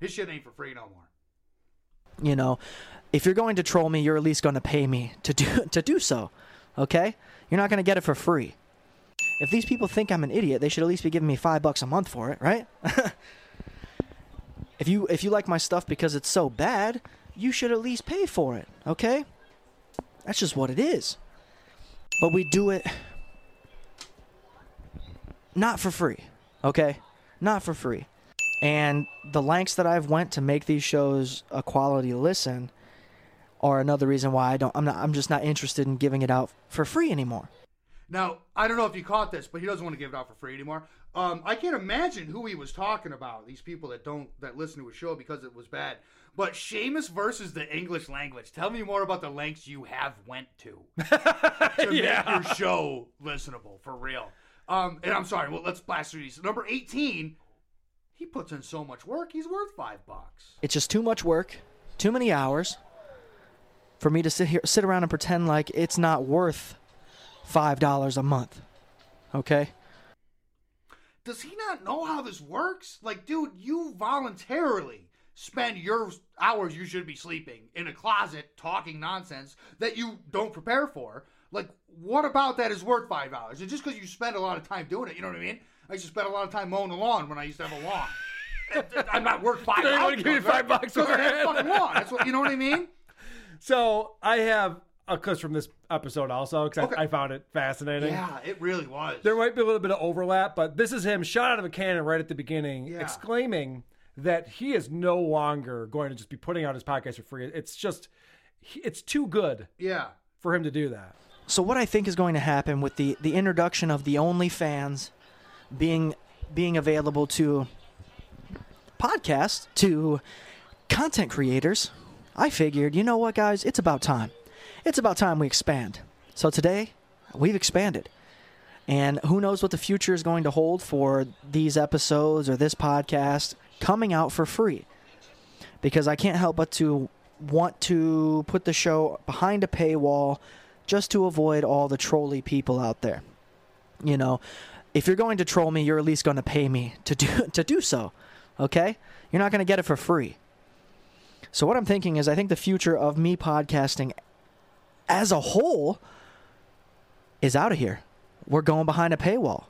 his shit ain't for free no more.
you know if you're going to troll me you're at least going to pay me to do [laughs] to do so okay you're not going to get it for free if these people think i'm an idiot they should at least be giving me five bucks a month for it right [laughs] if you if you like my stuff because it's so bad you should at least pay for it okay that's just what it is but we do it not for free okay not for free and the lengths that i've went to make these shows a quality listen are another reason why i don't i'm not i'm just not interested in giving it out for free anymore
Now, I don't know if you caught this, but he doesn't want to give it out for free anymore. Um, I can't imagine who he was talking about. These people that don't that listen to his show because it was bad. But Seamus versus the English language. Tell me more about the lengths you have went to to make your show listenable for real. Um, and I'm sorry. Well, let's blast through these. Number 18. He puts in so much work. He's worth five bucks.
it's just too much work too many hours for me to sit here sit around and pretend like it's not worth five dollars a month okay
Does he not know how this works? Like, dude, you voluntarily spend your hours you should be sleeping in a closet talking nonsense that you don't prepare for. Like, what about that is worth five dollars? It's just because you spend a lot of time doing it. You know what I mean? I used to spend a lot of time mowing the lawn when I used to have a lawn. [laughs] I'm not worth five.
Did anyone give me five bucks
Because
for
I had a
it?
fucking lawn.
[laughs]
That's what you know what I mean.
So I have a clip from this episode also because I, I found it fascinating.
Yeah, it really was.
There might be a little bit of overlap, but this is him shot out of a cannon right at the beginning,
Yeah.
exclaiming that he is no longer going to just be putting out his podcast for free. It's just, he- it's too good
Yeah.
for him to do that.
So what I think is going to happen with the the introduction of the OnlyFans being being available to podcasts to content creators, I figured, you know what guys, it's about time. It's about time we expand. So today, we've expanded. And who knows what the future is going to hold for these episodes or this podcast coming out for free because I can't help but to want to put the show behind a paywall just to avoid all the trolley people out there. You know, if you're going to troll me, you're at least going to pay me to do [laughs] to do so. Okay? You're not going to get it for free. So what I'm thinking is I think the future of me podcasting as a whole is out of here. We're going behind a paywall.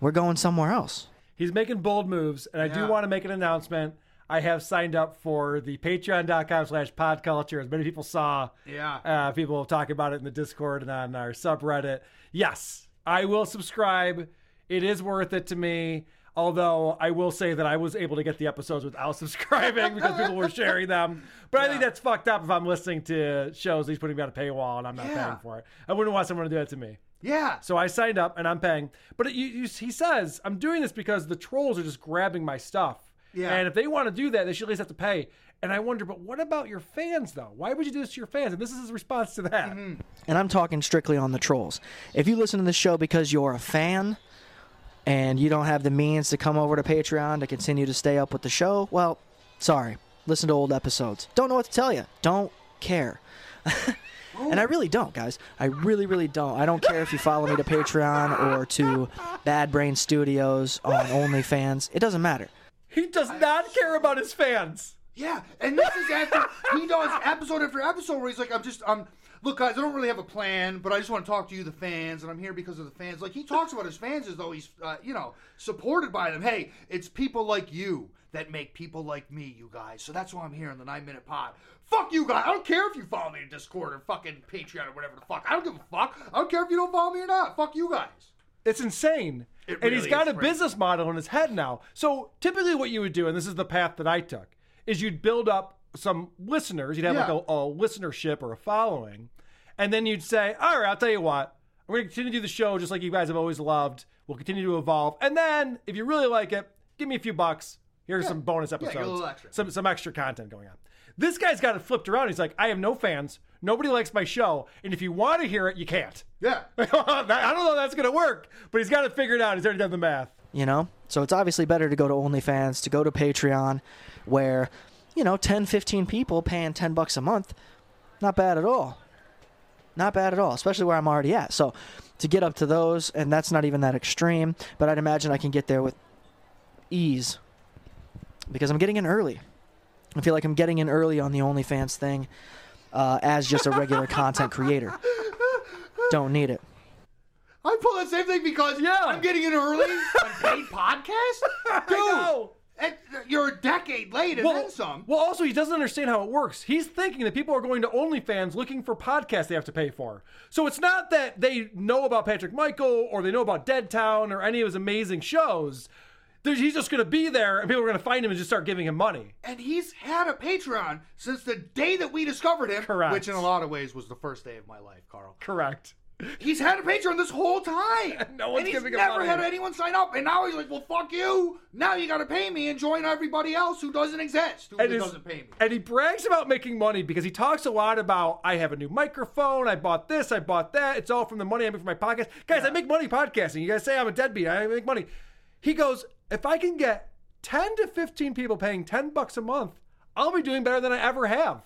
We're going somewhere else.
He's making bold moves, and I do want to make an announcement. I have signed up for the patreon.com slash podculture. As many people saw,
Yeah.
uh, people talk about it in the Discord and on our subreddit. Yes, I will subscribe. It is worth it to me. Although I will say that I was able to get the episodes without [laughs] subscribing because people were sharing them. But I think that's fucked up if I'm listening to shows he's putting me on a paywall and I'm not
Yeah.
paying for it. I wouldn't want someone to do that to me.
Yeah.
So I signed up and I'm paying. But it, you, you, he says, I'm doing this because the trolls are just grabbing my stuff.
Yeah.
And if they want to do that, they should at least have to pay. And I wonder, but what about your fans, though? Why would you do this to your fans? And this is his response to that.
Mm-hmm.
and I'm talking strictly on the trolls. If you listen to this show because you're a fan and you don't have the means to come over to Patreon to continue to stay up with the show, well, sorry. Listen to old episodes. Don't know what to tell you. Don't care. [laughs] and I really don't, guys. I really, really don't. I don't care if you follow me to Patreon or to Bad Brain Studios on OnlyFans. It doesn't matter.
He does not care about his fans.
Yeah, and this is after he does episode after episode where he's like, "I'm just, um, look, guys, I don't really have a plan, but I just want to talk to you, the fans, and I'm here because of the fans." Like he talks about his fans as though he's, uh, you know, supported by them. Hey, it's people like you that make people like me, you guys. So that's why I'm here in the nine minute pod. Fuck you guys. I don't care if you follow me to Discord or fucking Patreon or whatever the fuck. I don't give a fuck. I don't care if you don't follow me or not. Fuck you guys.
It's insane.
It
and he's
really
got
is
a
crazy.
business model in his head now. So typically, what you would do, and this is the path that I took, is you'd build up some listeners. You'd have
Yeah.
like a, a listenership or a following, and then you'd say, "All right, I'll tell you what, I'm going to continue to do the show just like you guys have always loved. We'll continue to evolve, and then if you really like it, give me a few bucks. Here's some bonus
Yeah, get a
episodes,
little extra.
some some extra content going on." This guy's got it flipped around. He's like, "I have no fans. Nobody likes my show, and if you want to hear it, you can't." [laughs]
Yeah.
I don't know if that's going to work, but he's got it figured out. He's already done the math.
you know so it's obviously better to go to onlyfans to go to patreon where you know 10 15 people paying 10 bucks a month not bad at all not bad at all especially where i'm already at so to get up to those and that's not even that extreme but i'd imagine i can get there with ease because i'm getting in early i feel like i'm getting in early on the onlyfans thing uh, as just a regular content creator don't need it
I pull that same thing because I'm getting in
[laughs]
early on paid podcast, dude. and you're a decade late and then some.
Well, also, he doesn't understand how it works. He's thinking that people are going to OnlyFans looking for podcasts they have to pay for. So it's not that they know about Patrick Michael or they know about Dead Town or any of his amazing shows. There's- He's just going to be there and people are going to find him and just start giving him money.
And he's had a Patreon since the day that we discovered him.
Correct.
Which in a lot of ways was the first day of my life, Carl.
Correct.
He's had a Patreon this whole time.
[laughs] No one's
and he's
giving him
never
money.
had anyone sign up. And now he's like, well, fuck you. Now you got to pay me and join everybody else who doesn't exist, who
And his-
doesn't pay me.
And he brags about making money because he talks a lot about I have a new microphone, I bought this, I bought that. It's all from the money I make from my podcast. Guys, I make money podcasting. You guys say I'm a deadbeat. I make money. He goes, if I can get 10 to 15 people paying 10 bucks a month, I'll be doing better than I ever have.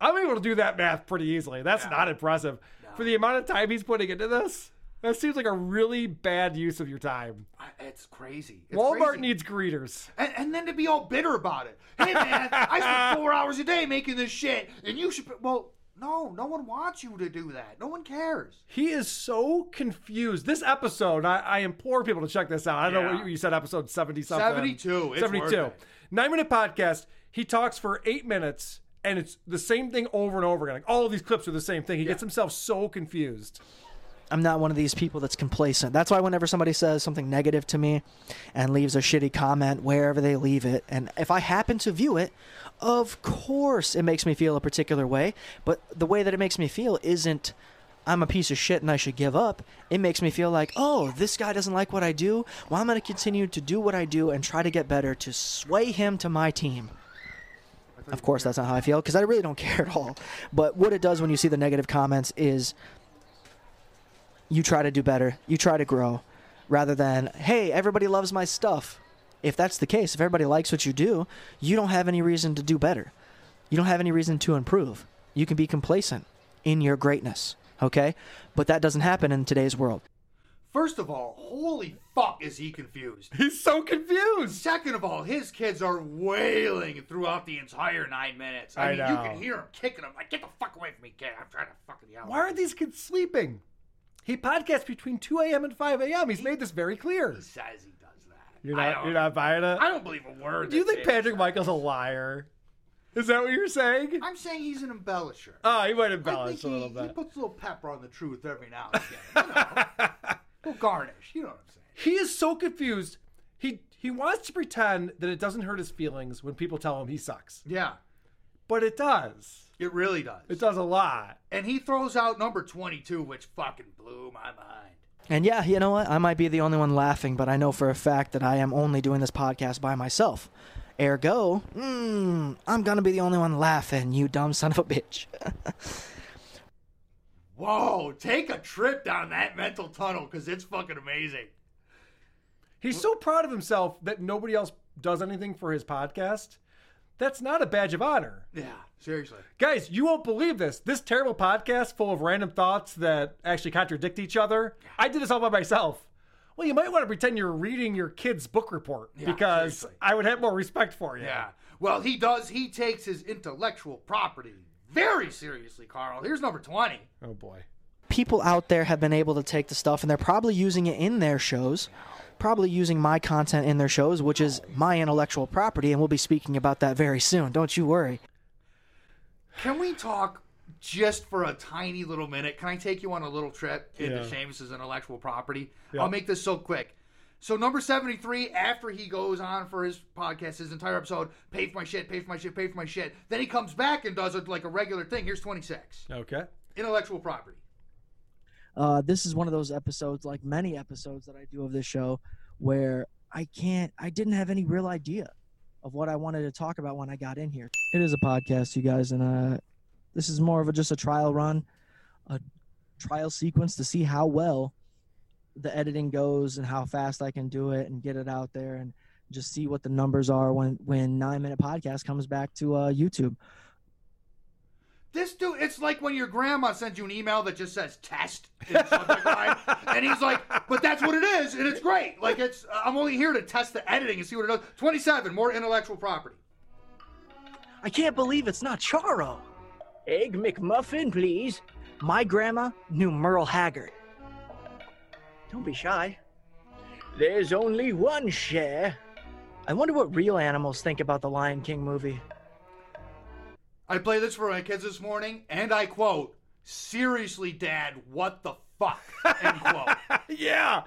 I'm able to do that math pretty easily. That's not impressive. For the amount of time he's putting into this, that seems like a really bad use of your time.
I- It's crazy. It's
Walmart
crazy.
needs greeters.
And, and then to be all bitter about it. Hey man, I spent four hours a day making this shit, and you should. Well, no, no one wants you to do that. No one cares.
He is so confused. This episode, I, I implore people to check this out. I don't know
Yeah.
what you- you said, episode 70 something.
72. It's worth it.
Nine minute podcast. He talks for eight minutes and it's the same thing over and over again. Like all of these clips are the same thing. He gets himself so confused.
I'm not one of these people that's complacent. That's why whenever somebody says something negative to me and leaves a shitty comment wherever they leave it, and if I happen to view it, of course it makes me feel a particular way, but the way that it makes me feel isn't I'm a piece of shit and I should give up. It makes me feel like, oh, this guy doesn't like what I do. Well, I'm going to continue to do what I do and try to get better to sway him to my team. Of course, that's not how I feel because I really don't [laughs] care at all. But what it does when you see the negative comments is you try to do better, you try to grow, rather than, hey, everybody loves my stuff. If that's the case, if everybody likes what you do, you don't have any reason to do better. You don't have any reason to improve. You can be complacent in your greatness, okay? But that doesn't happen in today's world.
First of all, holy fuck, is he confused?
He's so confused.
Second of all, his kids are wailing throughout the entire nine minutes. I,
I
mean, you
know.
can hear him kicking him. Like, get the fuck away from me, kid. I'm trying to fucking yell.
Why aren't these kids sleeping? He podcasts between 2 a.m. and 5 a.m. He's made this very clear.
He says he does that.
You're
I
not.
don't-
You're not buying it.
I don't believe a word.
Do you
that
think
they- [laughs]
Patrick Michael's a liar? Is that what you're saying?
I'm saying he's an embellisher.
Oh, he might
I
embellish
think
a little
he, he
bit.
puts a little pepper on the truth every now
[laughs]
and again. You know, little garnish. You know what I'm saying?
He is so confused. He he wants to pretend that it doesn't hurt his feelings when people tell him he sucks.
Yeah.
But it does.
It really does.
It does a lot.
And he throws out number 22, which fucking blew my mind.
And yeah, you know what? I might be the only one laughing, but I know for a fact that I am only doing this podcast by myself. Ergo, mm, I'm gonna be the only one laughing, you dumb son of a bitch. [laughs]
Whoa, take a trip down that mental tunnel because it's fucking amazing.
He's so proud of himself that nobody else does anything for his podcast. That's not a badge of honor.
Yeah, seriously.
Guys, you won't believe this. This terrible podcast full of random thoughts that actually contradict each other. I did this all by myself. Well, you might want to pretend you're reading your kid's book report because I would have more respect for you.
Yeah. Well, he does. He takes his intellectual property very seriously, Carl. Here's number 20.
Oh, boy.
People out there have been able to take the stuff and they're probably using it in their shows, probably using my content in their shows, which is my intellectual property, and we'll be speaking about that very soon. Don't you worry.
Can we talk just for a tiny little minute? Can I take you on a little trip into
Yeah.
Seamus's intellectual property?
Yeah.
I'll make this so quick. So number 73, after he goes on for his podcast, his entire episode, pay for my shit, pay for my shit, pay for my shit. Then he comes back and does it like a regular thing. Here's 26.
Okay.
Intellectual property.
uh, this is one of those episodes, like many episodes that I do of this show, where I can't, I didn't have any real idea of what I wanted to talk about when I got in here. It is a podcast, you guys, and uh, this is more of a, just a trial run, a trial sequence to see how well the editing goes and how fast I can do it and get it out there and just see what the numbers are when when nine minute podcast comes back to uh, YouTube.
This dude, it's like when your grandma sends you an email that just says test in the subject [laughs] line, and he's like, but that's what it is, and it's great. Like, it's, I'm only here to test the editing and see what it does. 27, more intellectual property.
I can't believe it's not Charo. Egg McMuffin, please. My grandma knew Merle Haggard. Don't be shy. There's only one share. I wonder what real animals think about the Lion King movie.
I played this for my kids this morning, and I quote, seriously, dad, what the [laughs] fuck? End quote.
yeah.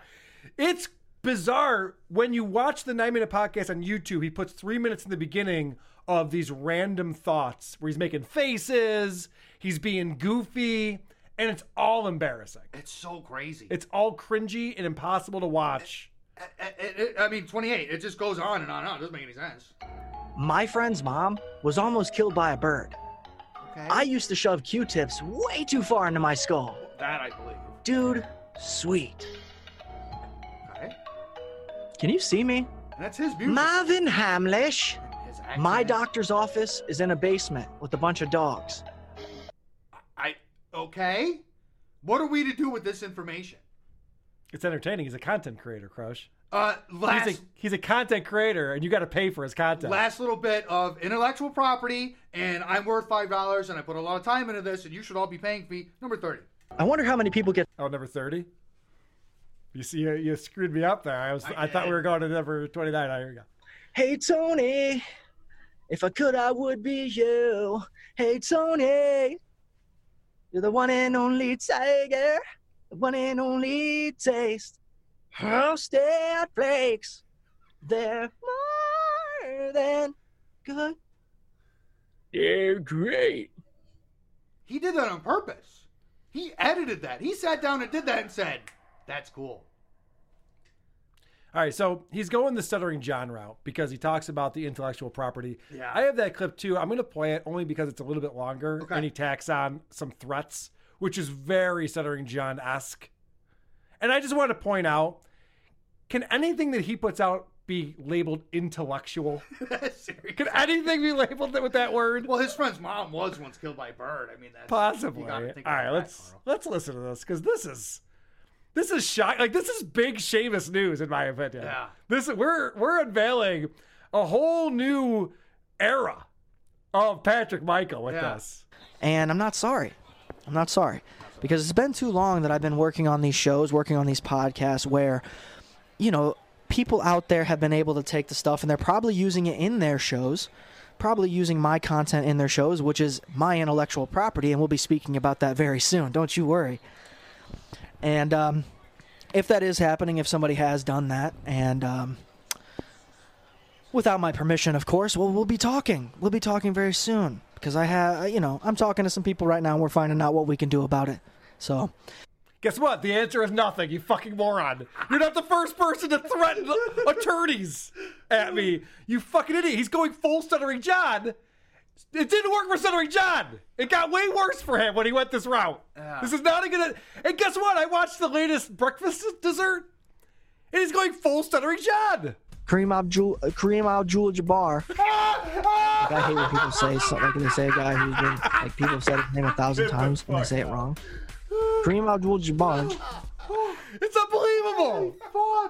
It's bizarre when you watch the nine minute podcast on YouTube. He puts three minutes in the beginning of these random thoughts where he's making faces, he's being goofy, and it's all embarrassing.
It's so crazy.
It's all cringy and impossible to watch.
I- I- I mean, 28, it just goes on and on and on. It doesn't make any sense.
My friend's mom was almost killed by a bird. I used to shove Q tips way too far into my skull.
That I believe.
Dude, sweet.
Okay.
Can you see me?
That's his beautiful.
Marvin Hamlish.
His
My
accent.
doctor's office is in a basement with a bunch of dogs.
I, okay. What are we to do with this information?
It's entertaining. He's a content creator, Crush.
Uh, last,
he's, a, he's a content creator, and you got to pay for his content.
last little bit of intellectual property, and I'm worth five dollars, and I put a lot of time into this, and you should all be paying me. Number thirty.
I wonder how many people get.
Oh, number thirty. You see, you, you screwed me up there. I was, I, thought we were going to number twenty nine. Here we go.
Hey Tony, if I could, I would be you. Hey Tony, you're the one and only tiger, the one and only taste. Roasted flakes, they're more than good.
They're great. He did that on purpose. He edited that. He sat down and did that and said, "That's cool."
All right, so he's going the stuttering John route because he talks about the intellectual property. Yeah. I have that clip too. I'm going to play it only because it's a little bit longer and he tacks on some threats, which is very stuttering John esque. And I just want to point out can anything that he puts out be labeled intellectual? Could anything be labeled with that word?
Well, his friend's mom was once killed by a bird. I mean, that's
Possibly.
You
All
gotta
right,
think about that.
let's let's listen to this because this is this is shock. Like this is big Seamus news in my opinion.
Yeah.
This we're we're unveiling a whole new era of Patrick Michael with this.
and I'm not sorry. I'm not sorry because it's been too long that I've been working on these shows, working on these podcasts where, you know, people out there have been able to take the stuff and they're probably using it in their shows, probably using my content in their shows, which is my intellectual property, and we'll be speaking about that very soon. Don't you worry. And um, if that is happening, if somebody has done that, and um, without my permission, of course, well, we'll be talking. We'll be talking very soon because I have, you know, I'm talking to some people right now and we're finding out what we can do about it. So,
Guess what? The answer is nothing, you fucking moron. You're not the first person
[laughs]
to threaten attorneys at me. You fucking idiot. He's going full Stuttering John. It didn't work for Stuttering John. It got way worse for him when he went this route. This is not a good. And guess what? I watched the latest breakfast dessert, and he's going full Stuttering John.
Kareem Abdul uh, Kareem Abdul [laughs] Jabbar. like, I hate when people say something like they say a guy who's been like people have said his name a thousand times and they say it wrong. Kareem Abdul Jabbar.
It's unbelievable.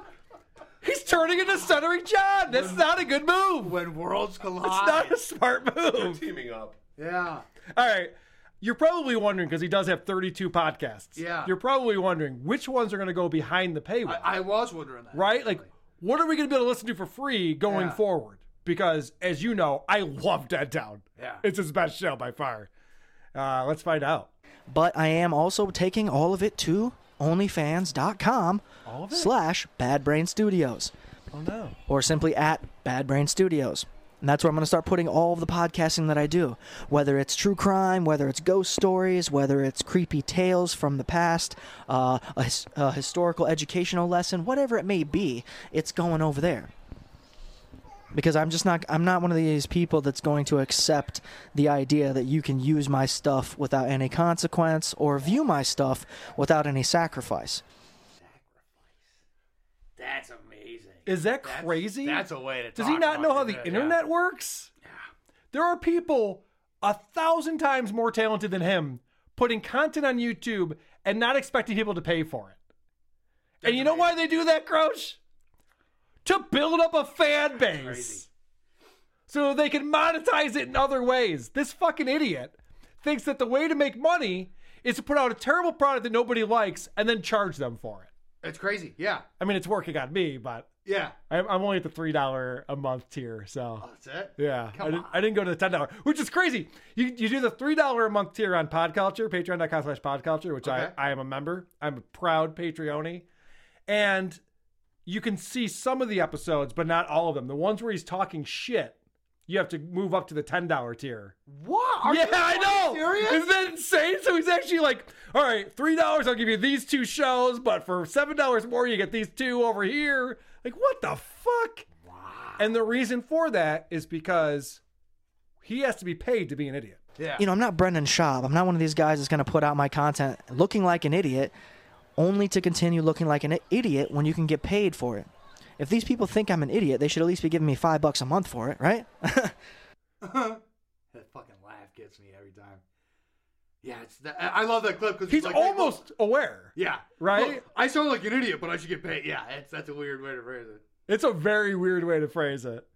[laughs]
He's turning into Stuttering John. That's not a good move. When worlds collide, it's not a smart move.
teaming up. Yeah.
All right. You're probably wondering because he does have 32 podcasts.
Yeah.
You're probably wondering which ones are going to go behind the paywall,
I was wondering that.
right? Like, what are we going to be able to listen to for free going
Yeah.
forward? Because, as you know, I love Dead Town.
Yeah.
It's his best show by far. Uh, let's find out.
But I am also taking all of it to onlyfans.com
All of it?
slash Bad Brain Studios.
Oh, no.
or simply at Bad Brain Studios. And that's where I'm going to start putting all of the podcasting that I do, whether it's true crime, whether it's ghost stories, whether it's creepy tales from the past, uh, a, his- a historical educational lesson, whatever it may be, it's going over there. Because I'm just not I'm not one of these people that's going to accept the idea that you can use my stuff without any consequence or view my stuff without any sacrifice.
That's amazing.
Is that crazy?
That's a way to.
Does he
talk
not
about
know how the
yeah.
internet works? There are people a thousand times more talented than him putting content on YouTube and not expecting people to pay for it. and you know why they do that, Grosh? To build up a fan base. So they can monetize it in other ways. This fucking idiot thinks that the way to make money is to put out a terrible product that nobody likes and then charge them for it.
It's crazy. Yeah.
I mean, it's working on me, but
Yeah.
I'm, I'm only at the three dollar a month tier, so
That's it.
yeah, I didn't, I didn't go to the ten dollar, which is crazy. You you do the three dollar a month tier on Podculture, Patreon.com/slash Podculture, which
Okay.
I I am a member. I'm a proud Patreoni, and you can see some of the episodes, but not all of them. The ones where he's talking shit, you have to move up to the ten dollar tier.
What? Are
yeah,
you
I know.
fucking Serious?
[laughs] Isn't that insane? So he's actually like, all right, three dollars, I'll give you these two shows, but for seven dollars more, you get these two over here. Like, what the fuck? Wow. And the reason for that is because he has to be paid to be an idiot.
Yeah.
you know, I'm not Brendan Schaub. I'm not one of these guys that's going to put out my content looking like an idiot only to continue looking like an i- idiot when you can get paid for it. If these people think I'm an idiot, they should at least be giving me five bucks a month for it, right? [laughs]
[laughs] that fucking laugh gets me every time. Yeah, it's that, I I love that clip because
He's
like, hey, look,
almost aware.
yeah,
Right?
look, I sound like an idiot, but I should get paid. Yeah, it's, that's a weird way to phrase it.
It's a very weird way to phrase it.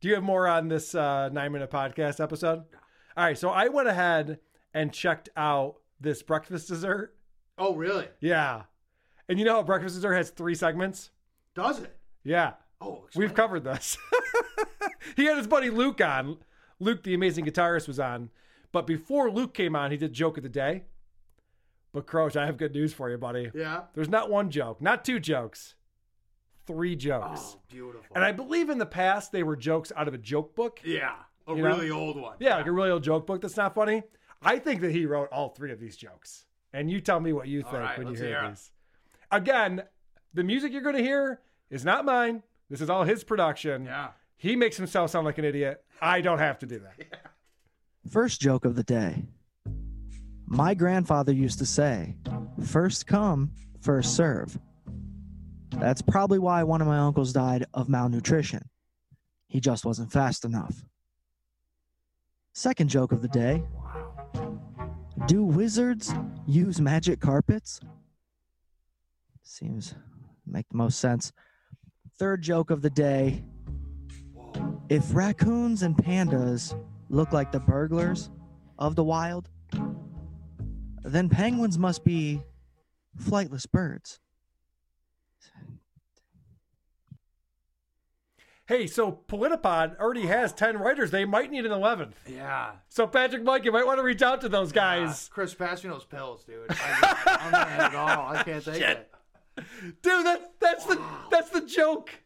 Do you have more on this uh, nine minute podcast episode? All right, so I went ahead and checked out this breakfast dessert.
Oh, really?
Yeah. And you know how breakfast dessert has three segments?
Does it?
Yeah.
Oh,
we've covered this. [laughs] he had his buddy Luke on. Luke, the amazing guitarist, was on. But before Luke came on, he did joke of the day. But Croach, I have good news for you, buddy.
Yeah.
There's not one joke, not two jokes, three
Oh,
jokes.
Beautiful.
and I believe in the past they were jokes out of a joke book.
Yeah, a
You know?
really old one.
Yeah, like a really old joke book that's not funny. I think that he wrote all three of these jokes. And you tell me what you
All
think
right,
when you
let's
hear,
hear it.
these. Again, the music you're going to hear is not mine. This is all his production. Yeah. He makes himself sound like an idiot. I don't have to
[laughs]
do that.
First joke of the day. My grandfather used to say, first come, first serve. That's probably why one of my uncles died of malnutrition. He just wasn't fast enough. Second joke of the day. Do wizards use magic carpets? Seems make the most sense. Third joke of the day. If raccoons and pandas look like the burglars of the wild, then penguins must be flightless birds.
Hey, so Politipod already has 10 writers. They might need an 11th.
Yeah.
So, Patrick Mike, you might want to reach out to those guys.
Chris, pass me those pills, dude. I, I'm not in it at all. I
[laughs]
can't take
Shit.
it.
Dude, that's, that's, the, that's the joke. [laughs]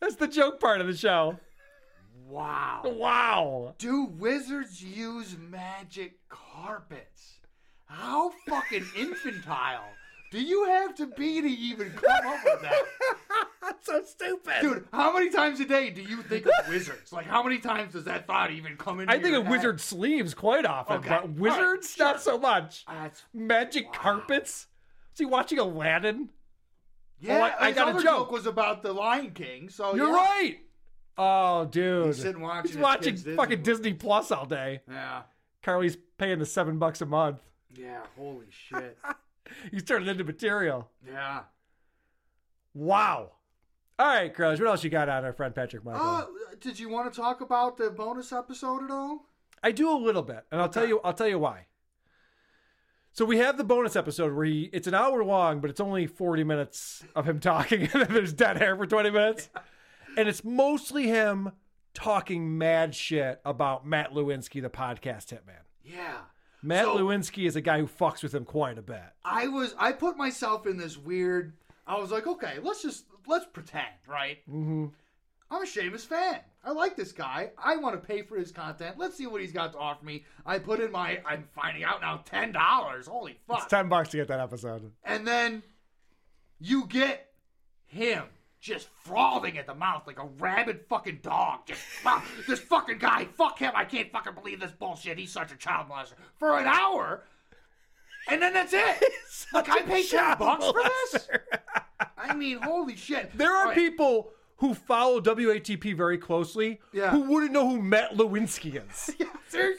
That's the joke part of the show.
Wow.
Wow.
Do wizards use magic carpets? How
[laughs]
fucking infantile do you have to be to even come up with that?
That's [laughs] so stupid.
Dude, how many times a day do you think of wizards? Like, how many times does that thought even come into
I think
your
of
head?
wizard sleeves quite often,
Okay. All
but
right,
wizards, not so much. Magic carpets? Is he watching Aladdin?
Yeah,
Oh, I, I
his
got a
other
joke.
was about the Lion King. So
You're
yeah.
right. Oh, dude.
He's sitting watching
He's
his
watching
kids' Disney
fucking Disney Plus all day.
Yeah.
Carly's paying the seven bucks a month.
Yeah. Holy
[laughs]
shit.
He's turning into material.
yeah.
Wow. All right, Crush. What else you got on our friend Patrick Michael?
Uh, did you want to talk about the bonus episode at all?
I do a little bit, and I'll tell you. I'll tell you why. So we have the bonus episode where he, it's an hour long, but it's only forty minutes of him [laughs] talking, and then there's dead air for
[laughs]
twenty minutes, and it's mostly him talking mad shit about Matt Lewinsky, the podcast hitman.
Yeah.
Matt
So-
Lewinsky is a guy who fucks with him quite a bit.
I was I put myself in this weird. I was like, okay, let's just let's pretend, right?
Mm-hmm.
I'm a Seamus fan. I like this guy. I want to pay for his content. Let's see what he's got to offer me. I put in my I'm finding out now ten dollars. Holy
It's
fuck!
ten bucks to get that episode.
and then you get him just frothing at the mouth like a rabid fucking dog. Just "Fuck, this fucking guy, fuck him. I can't fucking believe this bullshit. He's such a child molester for an
[laughs]
hour, and then that's it. like I
a
paid ten
child
bucks for this. I mean, holy shit.
There are
All right.
people who follow WATP very closely who wouldn't know who Matt Lewinsky
[laughs]
is.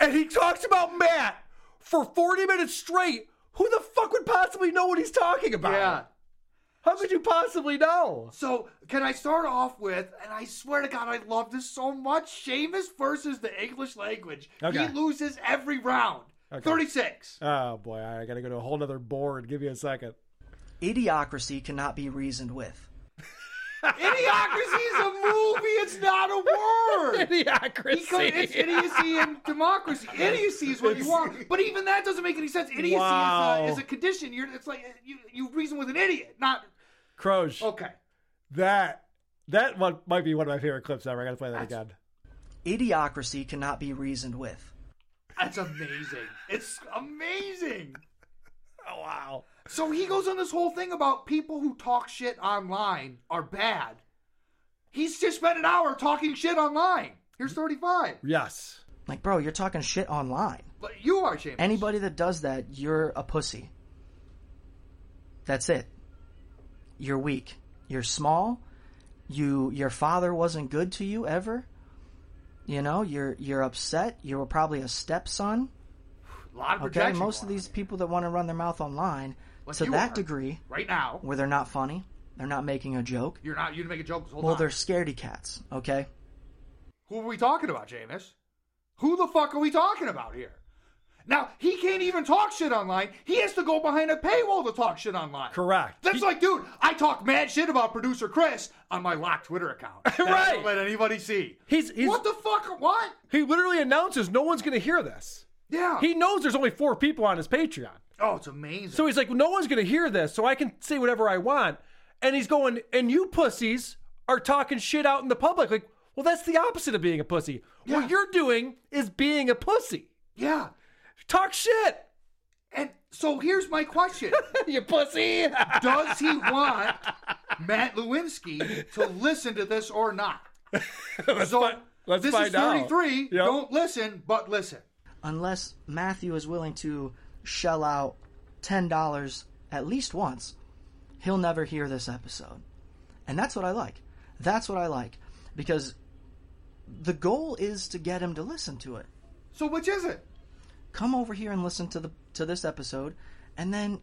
and he talks about Matt for 40 minutes straight. Who the fuck would possibly know what he's talking about?
Yeah.
How could you possibly know?
So, can I start off with, and I swear to God, I love this so much Seamus versus the English language. He
Okay.
loses every round.
Okay.
36.
Oh boy, all right, I gotta go to a whole nother board. Give you a second.
Idiocracy cannot be reasoned with.
Idiocracy is a movie, it's not a word.
[laughs] Idiocracy.
He could- it's idiocy and democracy. Idiocy is what you want. But even that doesn't make any sense. Idiocy
Wow.
is, a, is a condition. You're, it's like uh, you, you reason with an idiot, not.
Croge.
Okay.
That that one might be one of my favorite clips ever. I gotta play that again.
Idiocracy cannot be reasoned with.
That's amazing. It's amazing.
Oh, wow.
So he goes on this whole thing about people who talk shit online are bad. He's just spent an hour talking shit online. Here's 35.
Yes.
Like, bro, you're talking shit online.
But you are Seamus.
Anybody that does that, you're a pussy. That's it. You're weak. You're small. You your father wasn't good to you ever. You know, you're you're upset. You were probably a stepson.
A lot of
Okay,
projection.
most of these people that want to run their mouth online
Like
to
you
that
are.
degree
Right now.
where they're not funny, they're not making a joke.
You're not. You didn't make a joke this whole
well,
time.
they're scaredy cats, okay?
Who are we talking about, Jameis? Who the fuck are we talking about here? Now he can't even talk shit online. He has to go behind a paywall to talk shit online.
Correct.
That's like, dude, I talk mad shit about producer Chris [laughs] [laughs] on my locked Twitter
[laughs]
account. that I
Right.
Don't let anybody see.
He's, he's
what the fuck? What?
He literally announces no one's gonna hear this.
Yeah.
He knows there's only four people on his Patreon.
Oh, it's amazing.
So he's like, no one's going to hear this, so I can say whatever I want. And he's going, and you pussies are talking shit out in the public. Like, well, that's the opposite of being a pussy. What you're doing is being a pussy.
Yeah.
Talk shit.
And so here's my question.
[laughs] you pussy.
[laughs] Does he want Matt Lewinsky to listen to this or not? so
[laughs] let's
this is
find out.
33.
Yep.
Don't listen, but listen.
Unless Matthew is willing to shell out $10 at least once, he'll never hear this episode. And that's what I like. That's what I like because the goal is to get him to listen to it.
So which is it?
Come over here and listen to the to this episode and then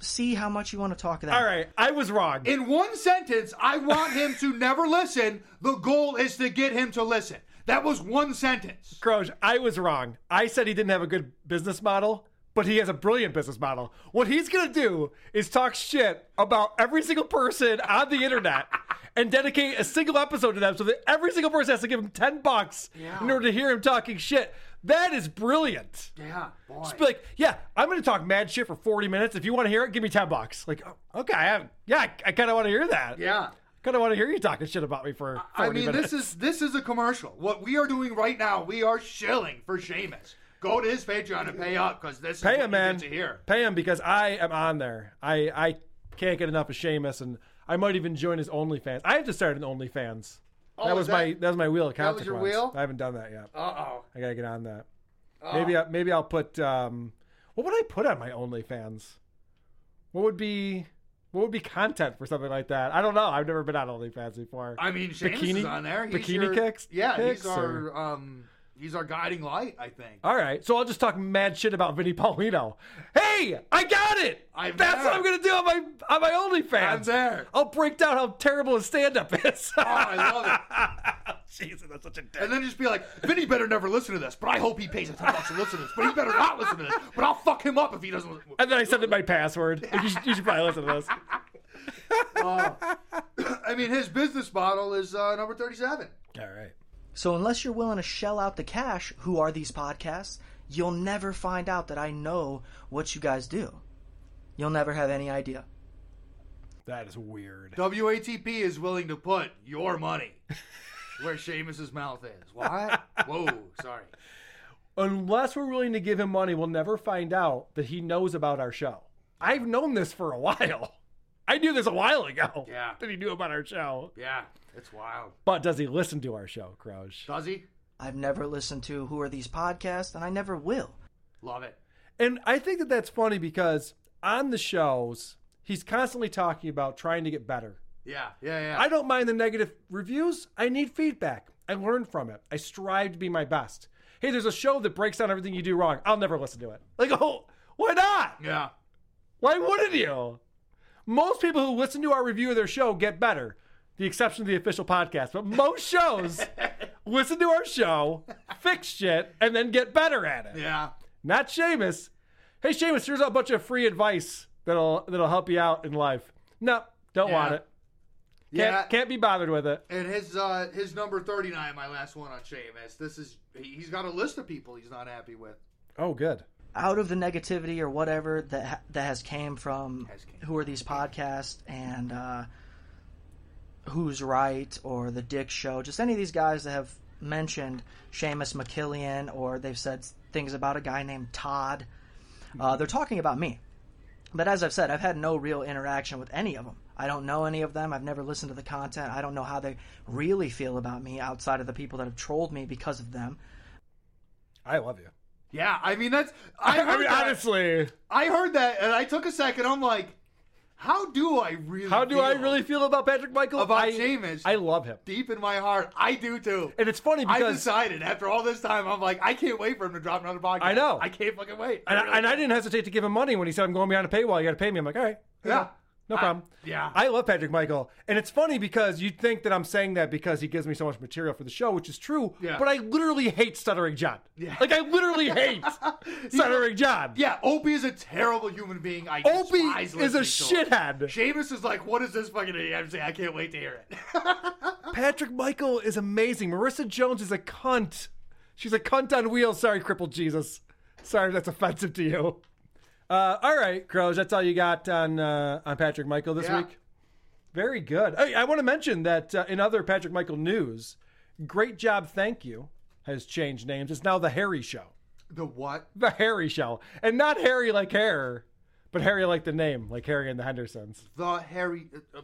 see how much you want to talk of that.
All right, I was wrong.
In one sentence, I want him to never listen. The goal is to get him to listen. That was one sentence.
Croge, I was wrong. I said he didn't have a good business model, but he has a brilliant business model.
[laughs]
What he's going to do is talk shit about every single person on the internet and dedicate a single episode to them so that every single person has to give him 10 bucks in order to hear him talking shit. That is brilliant.
Yeah, boy.
Just be like, yeah, I'm going to talk mad shit for 40 minutes. If you want to hear it, give me 10 bucks. Like, oh, okay, I, yeah, I, I kind of want to hear that.
Yeah.
Kind of want to hear you talking shit about me for 40
I mean,
minutes.
this is this is a commercial. What we are doing right now, we are shilling for Sheamus. Go to his Patreon and pay up because this
pay
is what
him, man.
You get to hear.
Pay him because I am on there. I I can't get enough of Sheamus, and I might even join his OnlyFans. I have to start an OnlyFans.
Oh,
that
is
was my
that-
that was my wheel of
that
consequence.
was your wheel?
I haven't done that yet.
Uh oh.
I gotta get on that.
Oh.
Maybe I, maybe I'll put um, what would I put on my OnlyFans? What would be what would be content for something like that? I don't know. I've never been on OnlyFans before.
I mean, Sheamus is on there. He's
bikini
your-
kicks.
Yeah,
kicks,
he's
or-
our um, he's our guiding light. I think.
All right, so I'll just talk mad shit about Vinnie Paulino. Hey, I got it.
I'm
That's
there.
what I'm gonna do on my on my OnlyFans. I'm
there.
I'll break down how terrible his stand-up [laughs] is.
Oh, I love it. Jesus, that's such a dick. And then just be like, Vinny better never listen to this, but I hope he pays a ton of bucks to listen to this. But he better not listen to this. But I'll fuck him up if he doesn't listen.
and then I send him my password. [laughs] Like, you, should, you should probably listen to
[laughs]
this.
Oh. [coughs] I mean, his business model is uh, number 37.
All right.
So unless you're willing to shell out the cash, who are these podcasts? You'll never find out that I know what you guys do. You'll never have any idea.
That is weird.
WATP is willing to put your money where Seamus's mouth is.
[laughs]
What? Whoa, sorry.
Unless we're willing to give him money, we'll never find out that he knows about our show. I've known this for a while. [laughs] I knew this a while ago.
Yeah.
[laughs] That he knew about our show.
Yeah, it's wild.
But does he listen to our show, Crouch?
Does he?
I've never listened to Who Are These Podcasts, and I never will.
Love it.
And I think that that's funny because on the shows, he's constantly talking about trying to get better.
Yeah, yeah, yeah.
I don't mind the negative reviews. I need feedback. I learn from it. I strive to be my best. Hey, there's a show that breaks down everything you do wrong. I'll never listen to it. Like, [laughs] oh, why not?
Yeah.
Why wouldn't you? Most people who listen to our review of their show get better. The exception to the official podcast,
[laughs]
but most shows listen to our show, fix shit, and then get better at it.
Yeah.
Not Seamus. Hey Seamus, here's a bunch of free advice that'll that'll help you out in life. No, don't
Yeah.
want it. Can't
Yeah.
can't be bothered with it.
And his uh, his number 39, my last one on Seamus, this is, he- he's got a list of people he's not happy with.
Oh, good.
Out of the negativity or whatever that ha- that has came from Who Are These Podcasts and uh, Who's Right or The Dick Show, just any of these guys that have mentioned Seamus McKillian or they've said things about a guy named Todd, uh,
Mm-hmm.
they're talking about me. But as I've said, I've had no real interaction with any of them. I don't know any of them. I've never listened to the content. I don't know how they really feel about me outside of the people that have trolled me because of them.
I love you.
Yeah, I mean, that's,
[laughs]
I, heard that.
honestly,
I heard that and I took a second. I'm like, how do I really
How do I
feel
really feel about Patrick Michael?
About
I,
Seamus.
I love him.
Deep in my heart, I do too.
And it's funny
I
because-
decided after all this time, I'm like, I can't wait for him to drop another podcast.
I know.
I can't fucking wait.
And,
really
I, and I
can't.
didn't hesitate to give him money when he said, I'm going behind a paywall. You got to pay me. I'm like, all right. here you
Yeah.
go. No problem.
yeah.
I love Patrick Michael. And it's funny because you'd think that I'm saying that because he gives me so much material for the show, which is true.
Yeah.
But I literally hate Stuttering John. Yeah. Like, I
[laughs]
literally hate Stuttering John.
Yeah, Opie is a terrible human being. I
Opie
despise
is a
listening to him.
shithead.
Seamus is like, what is this fucking idiot? I'm saying, I can't wait to hear it.
[laughs] Patrick Michael is amazing. Marissa Jones is a cunt. She's a cunt on wheels. Sorry, crippled Jesus. Sorry if that's offensive to you. Uh, all right, Crows, that's all you got on uh, on Patrick Michael this
Yeah.
week. Very good. Hey, I want to mention that uh, in other Patrick Michael news, great job, thank you, has changed names. It's now the Harry Show.
The what?
The Harry Show, and not Harry like hair, but Harry like the name, like Harry and the Hendersons.
The Harry. Uh,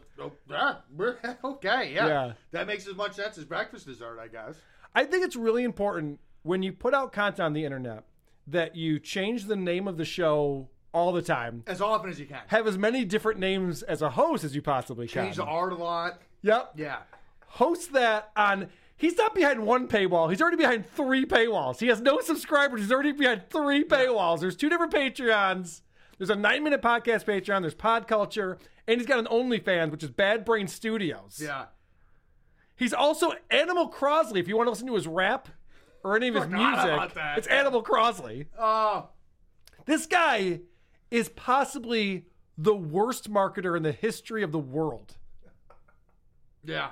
uh, uh, yeah, [laughs] okay, yeah.
Yeah.
That makes as much sense as breakfast dessert, I guess.
I think it's really important when you put out content on the internet that you change the name of the show all the time.
As often as you can.
Have as many different names as a host as you possibly can.
Change the art a lot.
Yep.
Yeah.
Host that on. He's not behind one paywall. He's already behind three paywalls. He has no subscribers. He's already behind three paywalls. There's two different Patreons. There's a nine minute podcast Patreon. There's Pod Culture. And he's got an OnlyFans, which is Bad Brain Studios.
Yeah.
He's also Animal Crosley. If you want to listen to his rap or any of his
Forgot
music,
about that.
it's Animal Crosley.
Oh,
This guy is possibly the worst marketer in the history of the world.
Yeah.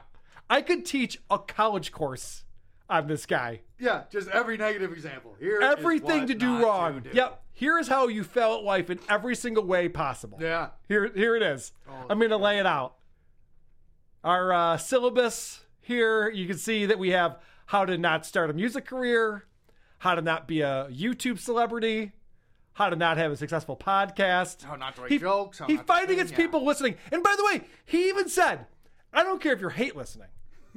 I could teach a college course on this guy.
Yeah, just every negative example. Here is
Everything
what
to do
not
wrong.
do.
Yep. Here is how you fail at life in every single way possible.
Yeah. Oh,
Here, here it is. I'm going to lay it out. Our uh, syllabus here, you can see that we have how to not start a music career, how to not be a YouTube celebrity, how to not have a successful podcast.
How not to write
He-
jokes. How
he
not to
finally
sing,
gets
yeah.
people listening. And by the way, he even said, "I don't care if you're hate listening.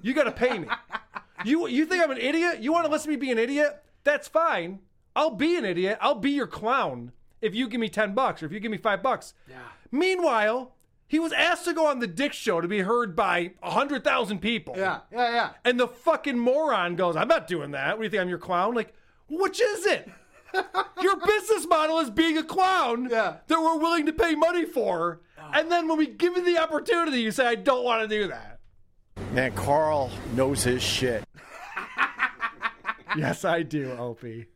You got to pay me. you you think I'm an idiot? You want to listen to me be an idiot? That's fine. I'll be an idiot. I'll be your clown if you give me ten bucks or if you give me five bucks. Yeah. Meanwhile." He was asked to go on the Dick Show to be heard by 100,000 people. Yeah,
yeah, yeah.
And the fucking moron goes, I'm not doing that. What do you think? I'm your clown? Like, which
[laughs]
is it? Your business model is being a clown that we're willing to pay money for.
Oh.
And then when we give you the opportunity, you say, I don't want to
[laughs]
do that.
Man, Carl knows his shit.
yes, I do, Opie.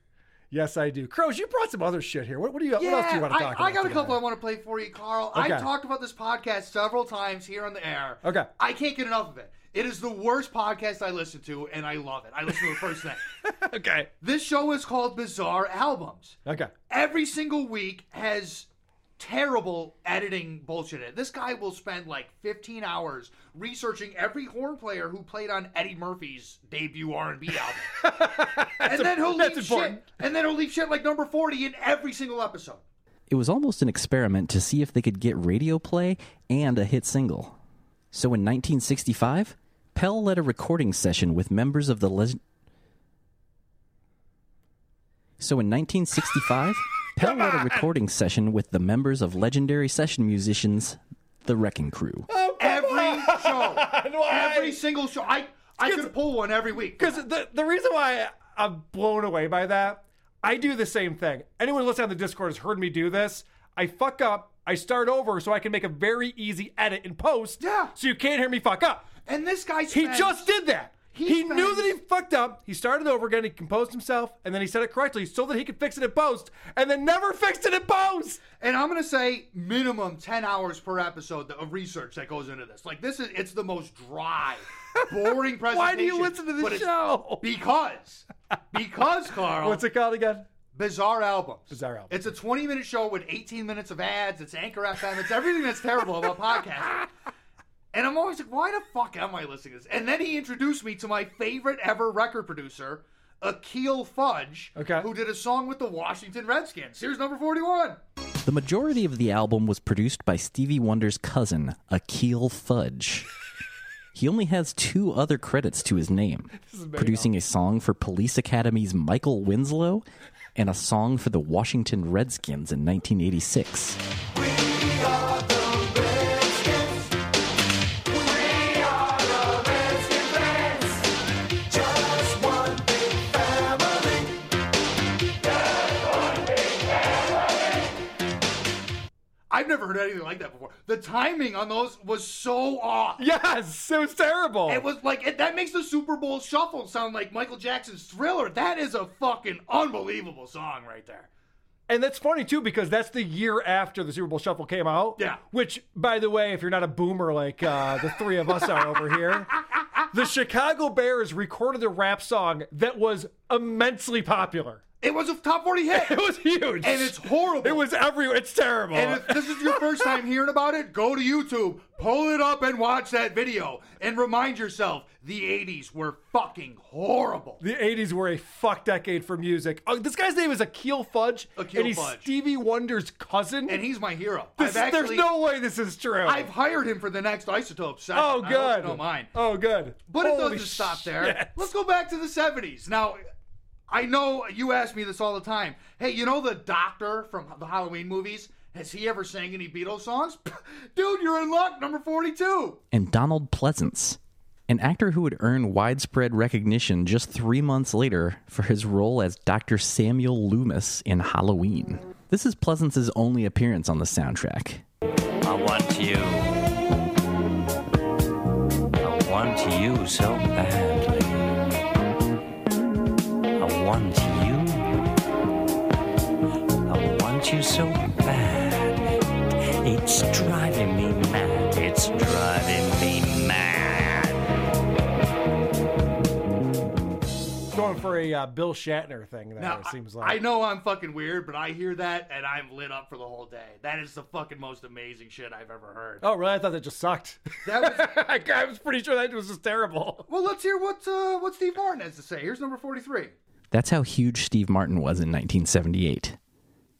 Yes, I do. Crows, you brought some other shit here. What, what, do you, what else do you want to
I-
talk about?
I got a
today?
couple I want to play for you, Carl. I've
Okay.
talked about this podcast several times here on the air.
Okay.
I can't get enough of it. It is the worst podcast I listen to, and I love it. I listen to the first
[laughs]
thing.
okay.
This show is called Bizarre Albums.
Okay.
Every single week has terrible editing bullshit in it. This guy will spend like 15 hours researching every horn player who played on Eddie Murphy's debut R&B album. and then he'll leave shit. And then he'll leave shit like number 40 in every single episode.
It was almost an experiment to see if they could get radio play and a hit single. So in 1965, Pell led a recording session with members of the legend. So in 1965, Pell led a recording session with the members of legendary session musicians, the Wrecking Crew.
every show. Every single show. I I could pull one every week.
Because the, the reason why I'm blown away by that, I do the same thing. Anyone listening on the Discord has heard me do this. I fuck up, I start over so I can make a very easy edit and post. Yeah. So you can't hear me fuck up.
And this guy
He
spends-
just did that. He,
He
knew that he fucked up. He started over again. He composed himself, and then he said it correctly so that he could fix it in post, and then never fixed it in post.
And I'm gonna say minimum ten hours per episode of research that goes into this. Like this is it's the most dry, boring presentation.
[laughs] Why do you listen to this
but it's-
show?
Because, because Carl.
What's it called again?
Bizarre albums.
Bizarre album.
It's a 20 minute show with 18 minutes of ads. It's Anchor FM. It's everything that's terrible about
[laughs]
podcasting. And I'm always like, why the fuck am I listening to this? And then he introduced me to my favorite ever record producer, Akil Fudge, who did a song with the Washington Redskins. Here's number 41.
The majority of the album was produced by Stevie Wonder's cousin, Akil Fudge. He only has two other credits to his name producing a song for Police Academy's Michael Winslow and a song for the Washington Redskins in 1986.
I've never heard anything like that before. The timing on those was so off.
Yes, it was terrible.
It was like it, that makes the Super Bowl shuffle sound like Michael Jackson's Thriller. That is a fucking unbelievable song right there.
And that's funny too because that's the year after the Super Bowl Shuffle came out.
Yeah.
Which, by the way, if you're not a boomer like uh, the three of us are over
[laughs]
here, the Chicago Bears recorded a rap song that was immensely popular.
It was a top 40 hit.
[laughs] It was huge.
And it's horrible.
It was everywhere. It's terrible.
And if this is your
[laughs]
first time hearing about it, go to YouTube, pull it up, and watch that video, and remind yourself the '80s were fucking horrible.
The 80s were a fuck decade for music. Oh, this guy's name is Akil Fudge.
Akil
and he's
Fudge.
Stevie Wonder's cousin.
And he's my hero.
This-
I've
there's
actually-
no way this is true.
I've hired him for the next Isotope session.
Oh,
I hope you
good.
don't mind.
Oh, good.
But it
Holy
doesn't stop there.
shit.
Let's go back to the 70s. Now, I know you ask me this all the time. Hey, you know the doctor from the Halloween movies? Has he ever sang any Beatles songs? [laughs] Dude, you're in luck. Number 42.
and Donald Pleasance, an actor who would earn widespread recognition just three months later for his role as Dr. Samuel Loomis in Halloween. This is Pleasance's only appearance on the soundtrack.
I want you. I want you so badly. I want you. I want you so bad. It's driving me mad. It's driving me mad.
for a uh, Bill Shatner thing. There,
Now,
it seems like
I know I'm fucking weird, but I hear that and I'm lit up for the whole day. That is the fucking most amazing shit I've ever heard.
Oh, really? I thought that just sucked.
That was,
[laughs] I, I was pretty sure that was just terrible.
Well, let's hear what uh, what Steve Martin has to say. Here's number 43.
That's how huge Steve Martin was in 1978.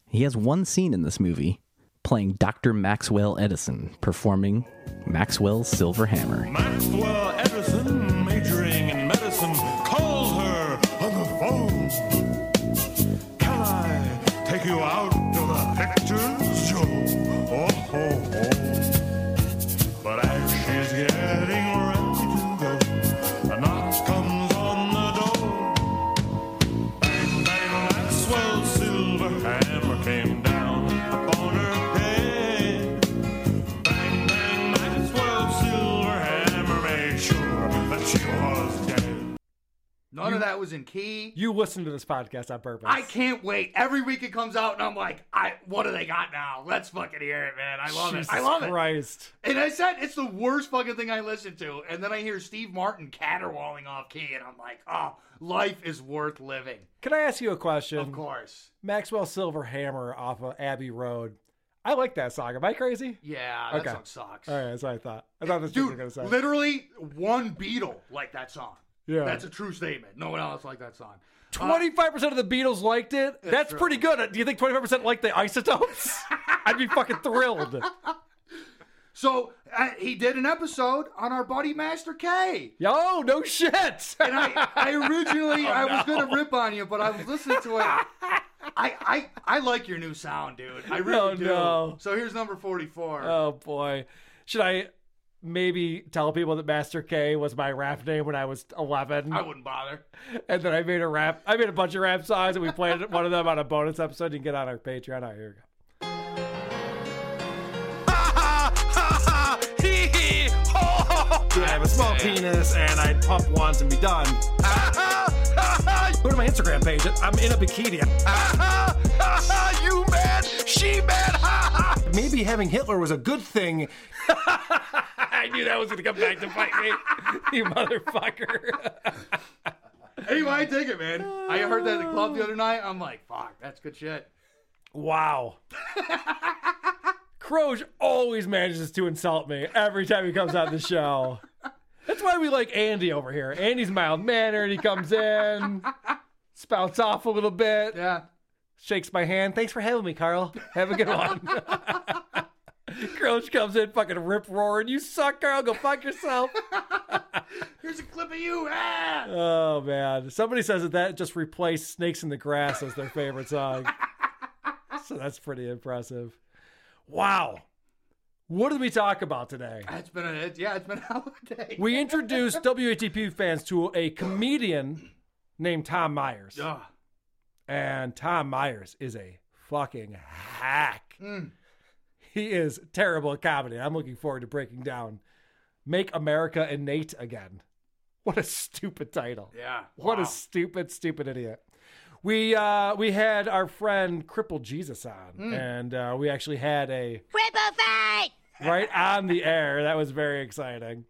He has one scene in this movie playing Dr. Maxwell Edison performing Maxwell's Silver Hammer.
Maxwell Edison, majoring in medicine, calls her on the phone. Can I take you out to the pictures, Joe? Oh, oh, oh. But as she's getting ready to go, a knock comes on the door. Bang, bang, Maxwell's silver hammer came down upon her head. Maxwell Silverhammer made sure that she was dead.
None of that was in key.
You listened to this podcast on purpose.
I can't wait. Every week it comes out and I'm like, I what do they got now? Let's fucking hear it, man. I love
Jesus
it. I love it.
Christ.
And I said it's the worst fucking thing I listen to. And then I hear Steve Martin caterwauling off key, and I'm like, oh, life is worth living.
Can I ask you a question?
Of course.
Maxwell Silver Hammer off of Abbey Road. I like that song. Am I crazy?
Yeah, that song sucks.
All right, that's what I thought. I thought this was going to say.
Literally uh, one Beatle like that song.
Yeah.
That's a true statement. No one else liked that song.
Twenty-five percent of the Beatles liked it.
It's
That's
true.
pretty good. Do you think twenty-five percent like the Isotopes?
[laughs]
I'd be fucking thrilled.
So uh, he did an episode on our buddy Master K.
Yo, no shit.
and I, I originally
[laughs] Oh,
I was
no.
gonna rip on you, but I was listening to it. I, I I like your new sound, dude. I really
Oh,
do.
no.
So here's number forty-four.
Oh boy, should I maybe tell people that Master K was my rap name when I was eleven?
I wouldn't bother.
And then I made a rap. I made a bunch of rap songs, and we played [laughs] one of them on a bonus episode. You can get on our Patreon. All right, here we go.
Hee hee! Ho ho ho!
I have a small penis and I pump once and be done. Go to my Instagram page. I'm in a bikini.
you mad? She mad?
Maybe having Hitler was a good thing.
[laughs] I knew that was going to come back to bite
[laughs]
me, you motherfucker.
Anyway, I dig it, man. I heard that at the club the
[laughs]
other night. I'm like, fuck, that's good shit.
Wow. Croge always manages to insult me every time he comes on the show. That's why we like Andy over here. Andy's mild mannered. He comes in, spouts off a little bit.
Yeah.
Shakes my hand. Thanks for having me, Carl. Have a good
[laughs]
one. Croge comes in, fucking rip roaring. You suck, Carl. Go fuck yourself.
Here's a clip of you. Ah!
Oh man! Somebody says that that just replaced "Snakes in the Grass" as their favorite song. [laughs] so that's pretty impressive. Wow! What did we talk about today?
It's been a it, yeah, it's been a [laughs] hell of a day.
We
[laughs]
introduced [laughs] WATP fans to a comedian named Tom Myers,
Ugh.
and Tom Myers is a fucking hack. He is terrible at comedy. I'm looking forward to breaking down "Make America Innate Again." What a stupid title!
Yeah.
What a stupid, stupid idiot. We uh, we had our friend Crippled Jesus on,
Mm.
and uh, we actually had a
Cripple fight!
right on the air. That was very exciting.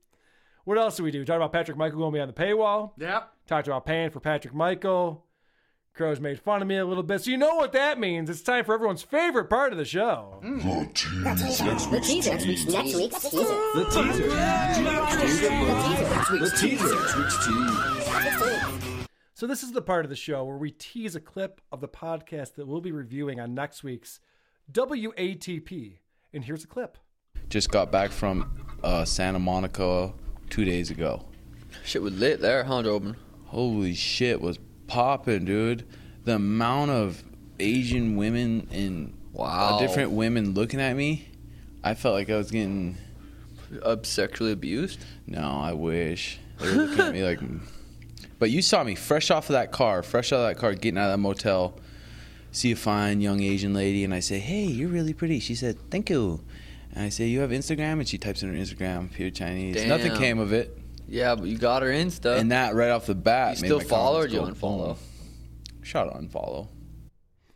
What else did we do? Talked about Patrick Michael going behind the paywall.
Yep.
Talked about paying for Patrick Michael. Crows made fun of me a little bit. So you know what that means. It's time for everyone's favorite part of the show.
The teaser. Next week's teaser.
The teaser.
The
So this is the part of the show where we tease a clip of the podcast that we'll be reviewing on next week's WATP. And here's a clip.
Just got back from uh, Santa Monica two days ago. Shit was lit there, huh, Jobin? Holy shit was popping, dude. The amount of Asian women and uh,
Wow.
different women looking at me, I felt like I was getting sexually abused. No, I wish they were looking at me [laughs] like. But you saw me fresh off of that car, fresh out of that car, getting out of that motel. See a fine young Asian lady, and I say, "Hey, you're really pretty." She said, "Thank you." And I say, "You have Instagram?" And she types in her Instagram, pure Chinese. Nothing
Damn.
came of it.
Yeah, but you got her Insta.
And that right off the bat,
You
made
still
my
follow or
confidence
do you
go boom. Shout out unfollow.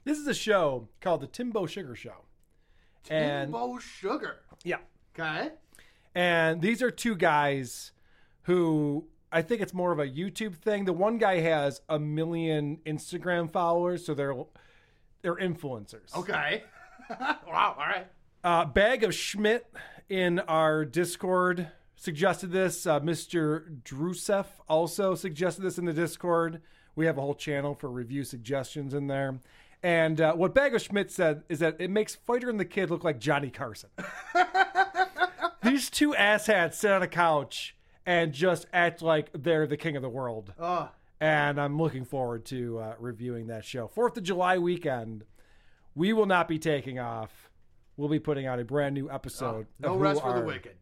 This is a show called the Timbo Sugar Show. And
Timbo Sugar.
Yeah.
Okay.
And these are two guys who I think it's more of a YouTube thing. The one guy has a million Instagram followers, so they're they're influencers.
Okay. [laughs] wow. All right.
Uh, Bag of Schmidt in our Discord suggested this. Uh, Mr. Drusef also suggested this in the Discord. We have a whole channel for review suggestions in there. And uh, what Bag of Schmidt said is that it makes Fighter and the Kid look like Johnny Carson. [laughs] These two asshats sit on a couch and just act like they're the king of the world.
Ugh.
And I'm looking forward to uh, reviewing that show. Fourth of July weekend, we will not be taking off. We'll be putting out a brand new episode.
Oh, no
of Who
rest for the
Are-
wicked.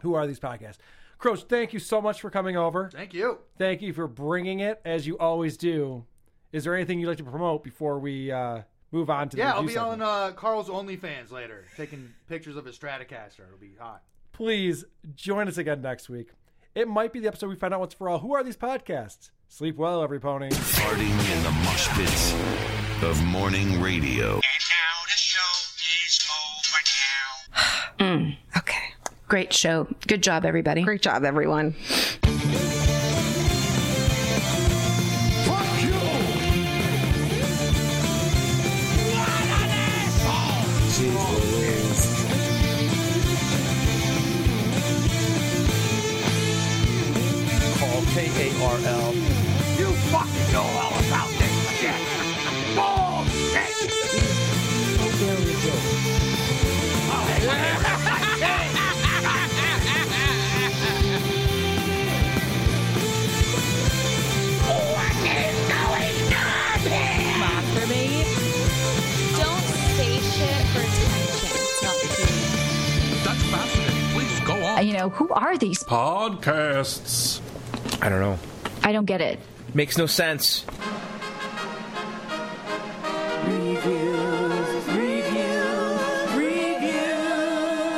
Who are these podcasts? Croach, thank you so much for coming over.
Thank you.
Thank you for bringing it as you always do. Is there anything you'd like to promote before we uh, move on to the
Yeah, I'll
review
be
segment?
on uh, Carl's OnlyFans later, taking pictures of his Stratocaster. It'll be hot.
please join us again next week. It might be the episode we find out once for all. Who are these podcasts? Sleep well, every pony.
Farting in the mosh pits of morning radio.
Mm, okay. Great show. Good job, everybody. Great job, everyone.
Call K A R L. You fucking know all about this shit.
for me. Don't say shit for attention. It's not cute.
That's fascinating. Please go
Uh,
on.
You know, who are these?
Podcasts. I don't know.
I don't get it.
Makes no sense.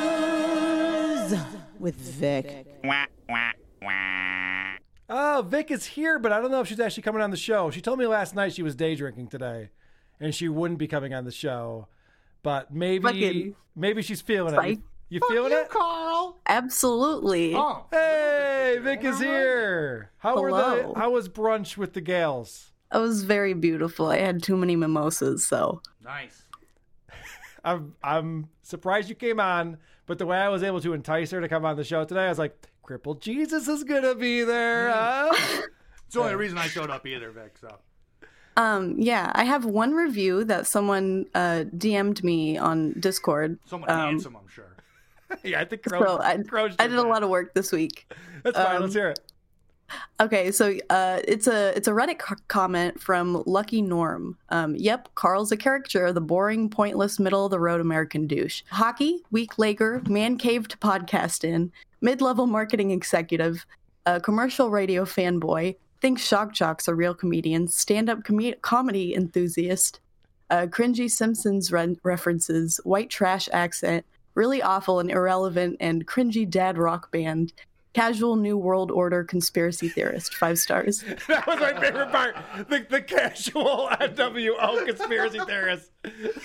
Reviews with Vic.
Oh, Vic is here, but I don't know if she's actually coming on the show. She told me last night she was day drinking today, and she wouldn't be coming on the show. But maybe,
Fucking-
maybe she's feeling it.
Psych.
You, feeling it?
Carl.
Absolutely.
Oh, hey, Vic is here. How were
Hello.
the? How was brunch with the gals?
It was very beautiful. I had too many mimosas, so.
Nice.
I'm I'm surprised you came on, but the way I was able to entice her to come on the show today, I was like, "Crippled Jesus is gonna be there." huh?"
[laughs] It's the only reason I showed
[laughs]
up either, Vic. So
Um, yeah, I have one review that someone uh, DM'd me on Discord.
someone
um,
handsome, I'm sure.
[laughs] yeah, I think
so I, I did a lot of work this week. Um,
That's
fine.
let's hear it.
Okay, so uh, it's a it's a Reddit co- comment from Lucky Norm. Um, yep, Carl's a caricature, of the boring, pointless, middle of the road American douche. Hockey, weak lager, man cave to podcast in, mid level marketing executive, a commercial radio fanboy, thinks shock jocks are real comedians, stand up com- comedy enthusiast, uh, cringy Simpsons re- references, white trash accent, really awful and irrelevant, and cringy dad rock band, casual New World Order conspiracy theorist, five stars.
[laughs] that was my favorite part. The, the casual [laughs] NWO conspiracy theorist.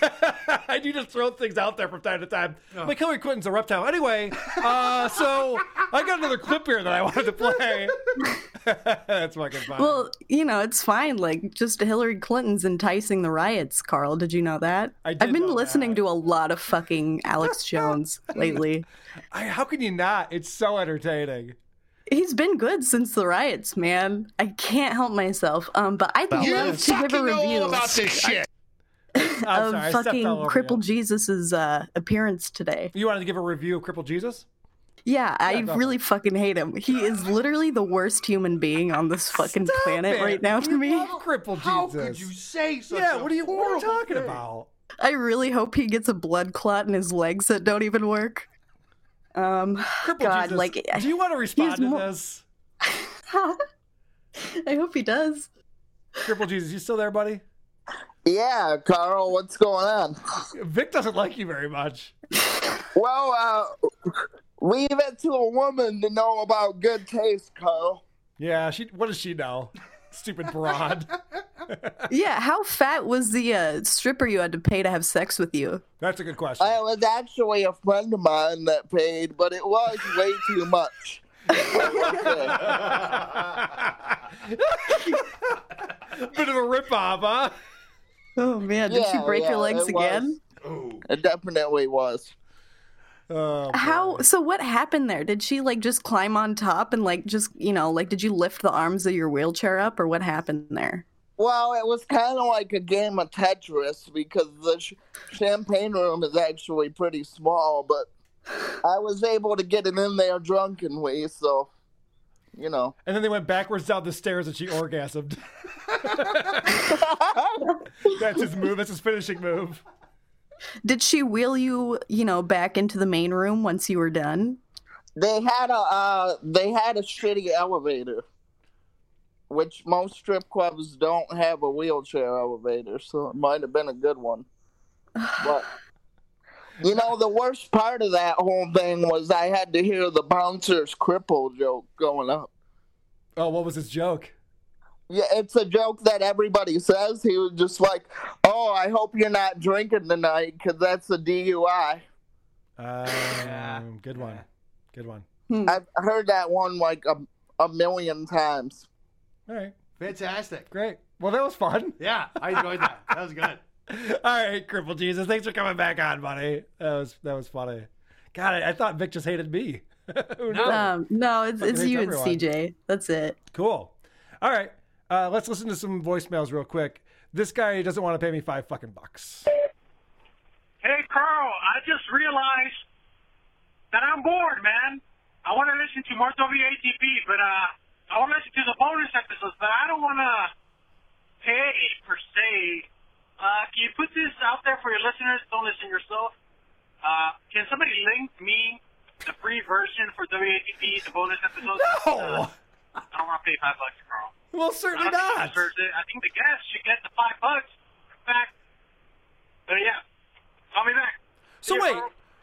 [laughs] I do just throw things out there from time to time. Like Hillary Clinton's a reptile. Anyway, uh, so I got another clip here that I wanted to play. [laughs] That's fucking fun.
Well, you know, it's fine. Like, just Hillary Clinton's enticing the riots, Carl. Did you know that?
I
have been listening to a lot of fucking Alex Jones lately.
I, how can you not? It's so entertaining.
He's been good since the riots, man. I can't help myself. Um, but I'd
About
love
this.
to give a review [laughs]
I'm
of
sorry, I stepped all over
fucking
you.
Cripple Jesus's uh, appearance today.
You wanted to give a review of Crippled Jesus?
Yeah, I
go for
really fucking hate him. He is literally the worst human being on this fucking planet
it.
right now to me.
Crippled
How
Jesus.
could you
say such
Yeah,
a
what are you, what are you
horrible
talking
thing?
about?
I really hope he gets a blood clot in his legs that don't even work. Um, God,
Jesus,
like,
do you want to respond to
[laughs]
this?
I hope he does.
Crippled Jesus, you still there, buddy?
Yeah, Carl, what's going on?
Vic doesn't like you very much.
Well, uh, leave it to a woman to know about good taste, Carl.
Yeah, she. What does she know? Stupid broad.
yeah, how fat was the uh, stripper you had to pay to have sex with you?
That's a good question.
I was actually a friend of mine that paid, but it was way too much.
[laughs] Bit of a ripoff, huh?
Oh man, did you break your legs again?
It definitely was.
Oh.
How so what happened there? Did she like just climb on top and like just, you know, like did you lift the arms of your wheelchair up or what happened there?
Well, it was kind of like a game of Tetris because the sh- champagne room is actually pretty small, but I was able to get it in there drunkenly, so, you know.
And then they went backwards down the stairs and she
[laughs]
orgasmed. That's his move. That's his finishing move.
Did she wheel you, you know, back into the main room once you were done?
They had a uh, they had a shitty elevator, which most strip clubs don't have a wheelchair elevator, so it might have been a good one.
[sighs]
But you know, the worst part of that whole thing was I had to hear the bouncer's cripple joke going up.
Oh, what was his joke?
Yeah, it's a joke that everybody says. He was just like, "Oh, I hope you're not drinking tonight, because that's a DUI."
Um, good one. Good one.
I've heard that one like a, a million times.
All right.
Fantastic.
Great. Well, that was fun. [laughs]
Yeah, I enjoyed that. That was good.
All right, Cripple Jesus. Thanks for coming back on, buddy. That was that was funny. God, I, I thought Vic just hated me. [laughs] Who knew?
Um, no, it's,
Oh, Fucking
it's
hates
you
everyone.
and CJ. That's it.
Cool. All right. Uh, let's listen to some voicemails real quick. This guy doesn't want to pay me five fucking bucks.
Hey, Carl, I just realized that I'm bored, man. I want to listen to Muerto VATP, but uh, I want to listen to the bonus episodes, but I don't want to pay per se. Uh, can you put this out there for your listeners? Don't listen yourself. Uh, can somebody link me the free version for WATP, the bonus episodes? No! I don't want to pay five bucks, Carl.
Well, certainly
I don't think
not.
he deserves it. I think the guest should get the five bucks back. But yeah, call me back.
So wait,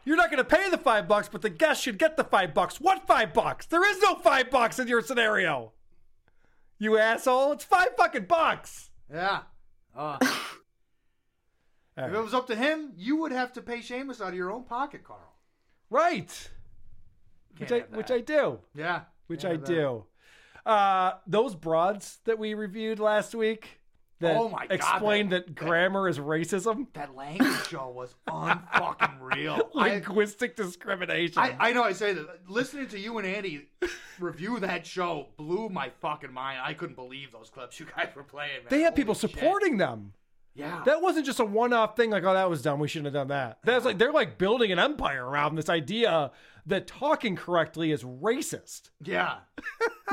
you're not going to pay the five bucks, but the guest should get the five bucks. What five bucks? There is no five bucks in your scenario. You asshole! It's five fucking bucks.
Yeah. Uh, If it was up to him, you would have to pay Seamus out of your own pocket, Carl.
Right. Which I, which I do.
Yeah.
Which
Yeah,
I
that-
do. Uh, those broads that we reviewed last week that
Oh my God,
explained that, grammar is racism.
That language show was [laughs] unfucking
[laughs]
real.
Linguistic discrimination.
I, I know I say that. Listening to you and Andy review that show blew my fucking mind. I couldn't believe those clips you guys were playing. Man.
they had
Holy
people
shit.
supporting them.
Yeah.
That wasn't just a one-off thing like, oh, that was dumb. We shouldn't have done that. That's like they're like building an empire around this idea that talking correctly is racist.
Yeah.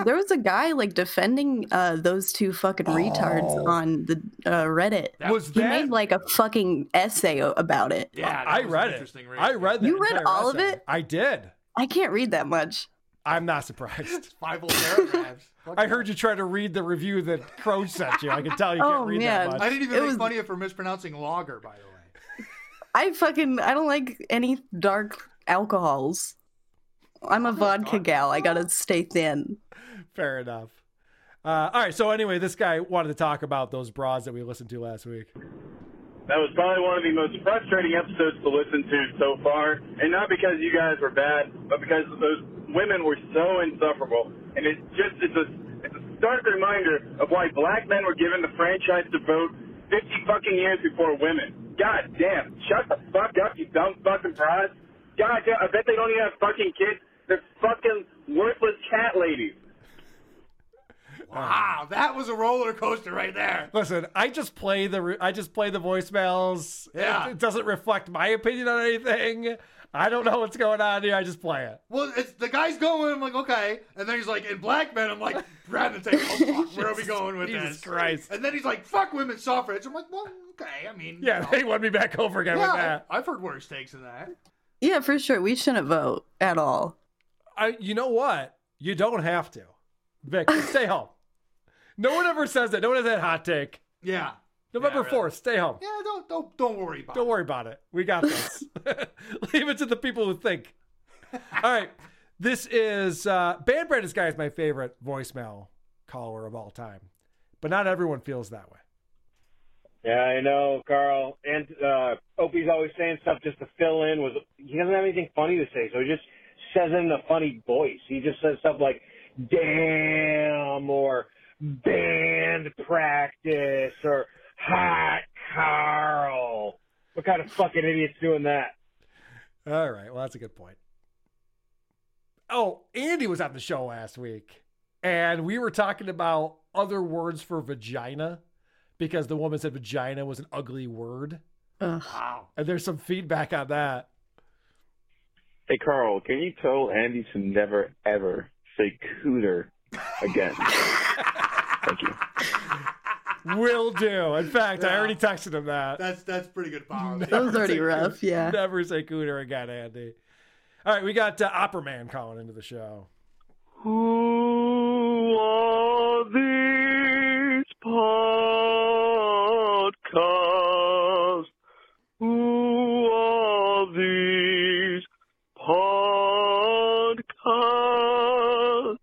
there was a guy like defending uh, those two fucking
Oh.
retards on the uh, Reddit.
Was
he made like a fucking essay o- about it?
Yeah, I read it. I read that.
You read
entire
all of
essay.
it?
I did.
I can't read that much.
I'm not surprised.
[laughs] Five whole paragraphs.
[laughs] I heard you try to read the review that Crow sent you. I can tell you can't read that much.
I didn't even make fun of you for mispronouncing lager, by the way.
I fucking I don't like any dark alcohols. I'm a vodka gal. I gotta stay thin.
[laughs] Fair enough. Uh, all right. So anyway, this guy wanted to talk about those broads that we listened to last week.
That was probably one of the most frustrating episodes to listen to so far, and not because you guys were bad, but because those women were so insufferable. And it just it's a, it's a stark reminder of why black men were given the franchise to vote 50 fucking years before women. God damn! Shut the fuck up, you dumb fucking prize. God damn! I bet they don't even have fucking kids. They're fucking worthless cat ladies.
Wow, that was a roller coaster right there.
Listen, I just play the re- I just play the voicemails.
Yeah.
It, it doesn't reflect my opinion on anything. I don't know what's going on here. I just play it.
Well, it's the guy's going. I'm like, okay, and then he's like, in black men. I'm like, grab the table. Oh, fuck, where are we going with
[laughs] Jesus
this?
Christ.
And then he's like, fuck women's suffrage. I'm like, well, okay. I mean,
Yeah, [laughs] they won me back over again with
yeah,
that.
I- I've heard worse takes than that.
Yeah, for sure. We shouldn't vote at all.
I, you know what? You don't have to. [laughs] Vic, stay home. No one ever says that. No one has that hot take.
Yeah.
November fourth, stay home.
Yeah, don't don't don't worry about
Don't worry about it. We got [laughs] this. Leave it to the people who think. All right. This is uh Band Brand. This guy is my favorite voicemail caller of all time. But not everyone feels that way.
Yeah, I know, Carl. And uh, Opie's always saying stuff just to fill in. Was he doesn't have anything funny to say, so he just says it in a funny voice. He just says stuff like "damn" or "band practice" or "hot Carl." What kind of fucking idiot's doing that?
All right. Well, that's a good point. Oh, Andy was on the show last week, and we were talking about other words for vagina because the woman said vagina was an ugly word. Wow. And there's some feedback on that.
Hey, Carl, can you tell Andy to never, ever say cooter again? Thank you.
Will do. In fact, I already texted him that.
That's that's pretty good power.
Never
there.
say cooter.
yeah.
Never say cooter again, Andy. All right, we got uh, Opera Man calling into the show.
Who are these podcasts? Who are these podcasts?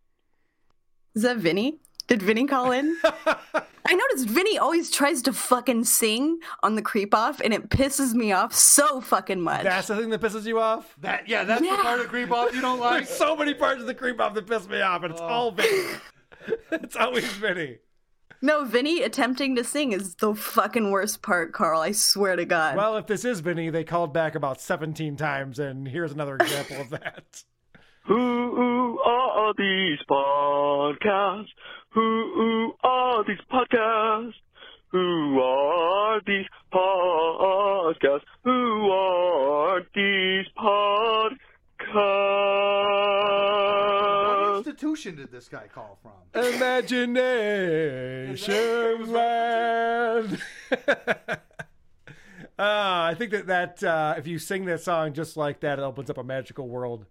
Is that Vinny? Did Vinny call
[laughs]
in? I noticed Vinny always tries to fucking sing on the creep off, and it pisses me off so fucking much.
That's the thing that pisses you off?
That yeah, that's
Yeah.
the part of the creep off you don't like. Oh.
There's so many parts of the creep off that piss me off, and it's all Vinny. [laughs] it's always Vinny.
No, Vinny attempting to sing is the fucking worst part, Carl. I swear to God.
Well, if this is Vinny, they called back about 17 times, and here's another example
[laughs]
of that.
Who are these podcasts? Who are these podcasts? Who are these podcasts? Who are these podcasts?
What institution did this guy call from?
Imagination land. [laughs] Ah, I think that that uh, if you sing that song just like that, it opens up a magical world.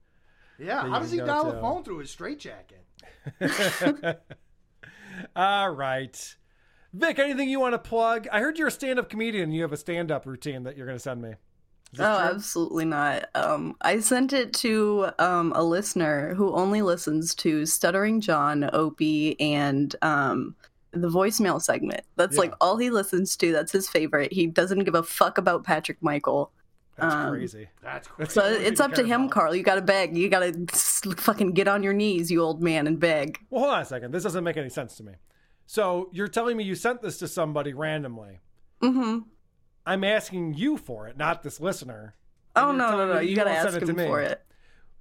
Yeah,
that you
how does
can
he
go
dial a
to.
phone through his straitjacket?
All right, Vic. Anything you want to plug? I heard you're a stand-up comedian. You have a stand-up routine that you're going to send me.
Oh, absolutely not. Um, I sent it to um, a listener who only listens to Stuttering John, Opie, and um, the voicemail segment. That's
Yeah.
like all he listens to. That's his favorite. He doesn't give a fuck about Patrick Michael.
That's
Um,
crazy. [laughs] That's crazy.
So it's up to him, Carl. You gotta beg. You gotta s- fucking get on your knees, you old man, and beg.
Well, hold on a second. This doesn't make any sense to me. So you're telling me you sent this to somebody randomly.
Mm-hmm.
I'm asking you for it, not this listener.
Oh
And you're
no, no,
telling
no!
me
You gotta
won't send
ask
it to
him
me.
for it.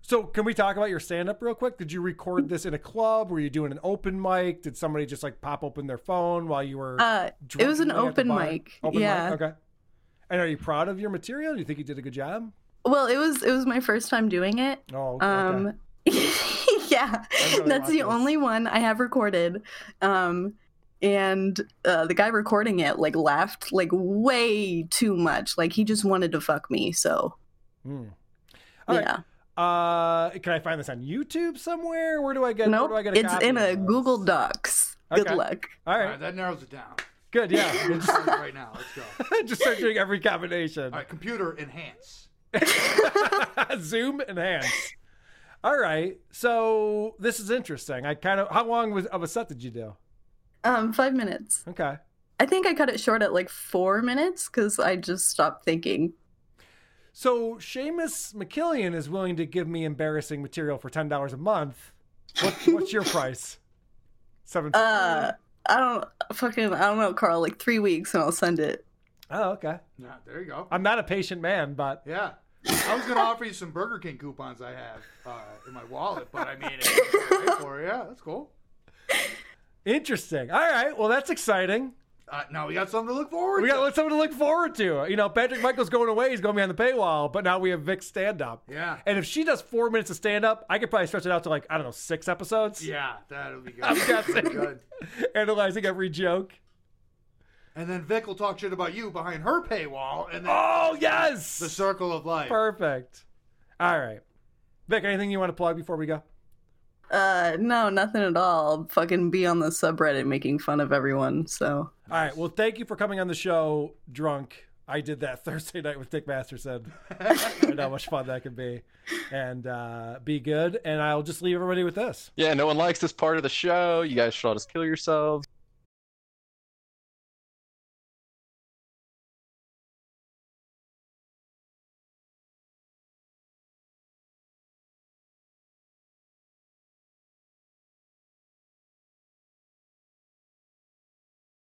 So, can we talk about your stand up real quick? Did you record this in a club? Were you doing an open mic? Did somebody just like pop open their phone while you were?
Uh, it was an
drinking at the
open
bar?
mic,
Open
yeah.
Mic? Okay. And are you proud of your material? Do you think you did a good job?
Well, it was it was my first time doing it. Um,
Oh, okay. okay.
[laughs] yeah, that's the only one I have recorded. Um, and uh, the guy recording it like laughed like way too much. Like he just wanted to fuck me. So
Hmm. All right.
yeah,
Uh, can I find this on YouTube somewhere? Where do I get?
nope.
Where do I get a
it's
copy
in
of
a
this?
Google Docs. Good
Okay.
luck.
All
All
right.
right, that narrows it down.
Good.
[laughs]
Yeah.
Let's
Just-
start it right now. Let's go.
[laughs] just start doing every combination.
All right, computer enhance.
[laughs] Zoom and hands. All right. So this is interesting. I kind of how long was of a set did you do?
Um, five minutes.
Okay.
I think I cut it short at like four minutes because I just stopped thinking.
So Seamus McKillian is willing to give me embarrassing material for ten dollars a month. What, what's your price? Seven.
Uh, I don't fucking I don't know, Carl. Like three weeks and I'll send it.
oh, okay.
Yeah, there you go.
I'm not a patient man, but
Yeah. I was gonna offer you some Burger King coupons I have uh, in my wallet, but I mean, it's all right for you. yeah, that's cool.
interesting. All right. Well, that's exciting.
Uh, now we got something to look forward.
We
to.
got something to look forward to. You know, Patrick Michael's going away. He's going to be on the paywall, but now we have Vic's stand up.
Yeah.
And if she does four minutes of stand up, I could probably stretch it out to like, I don't know, six episodes.
Yeah, that'll be good.
I'm
That'll be
guessing.
good.
[laughs] Analyzing every joke.
And then Vic will talk shit about you behind her paywall, and then
Oh, yes.
the circle of life.
Perfect. All right. Vic, anything you want to plug before we go?
Uh, no, nothing at all. Fucking be on the subreddit making fun of everyone. So
All right. Well, thank you for coming on the show drunk. I did that [laughs] Thursday night with Dick Masterson. I know how much fun that could be. And uh, be good. And I'll just leave everybody with this.
Yeah, no one likes this part of the show. You guys should all just kill yourselves.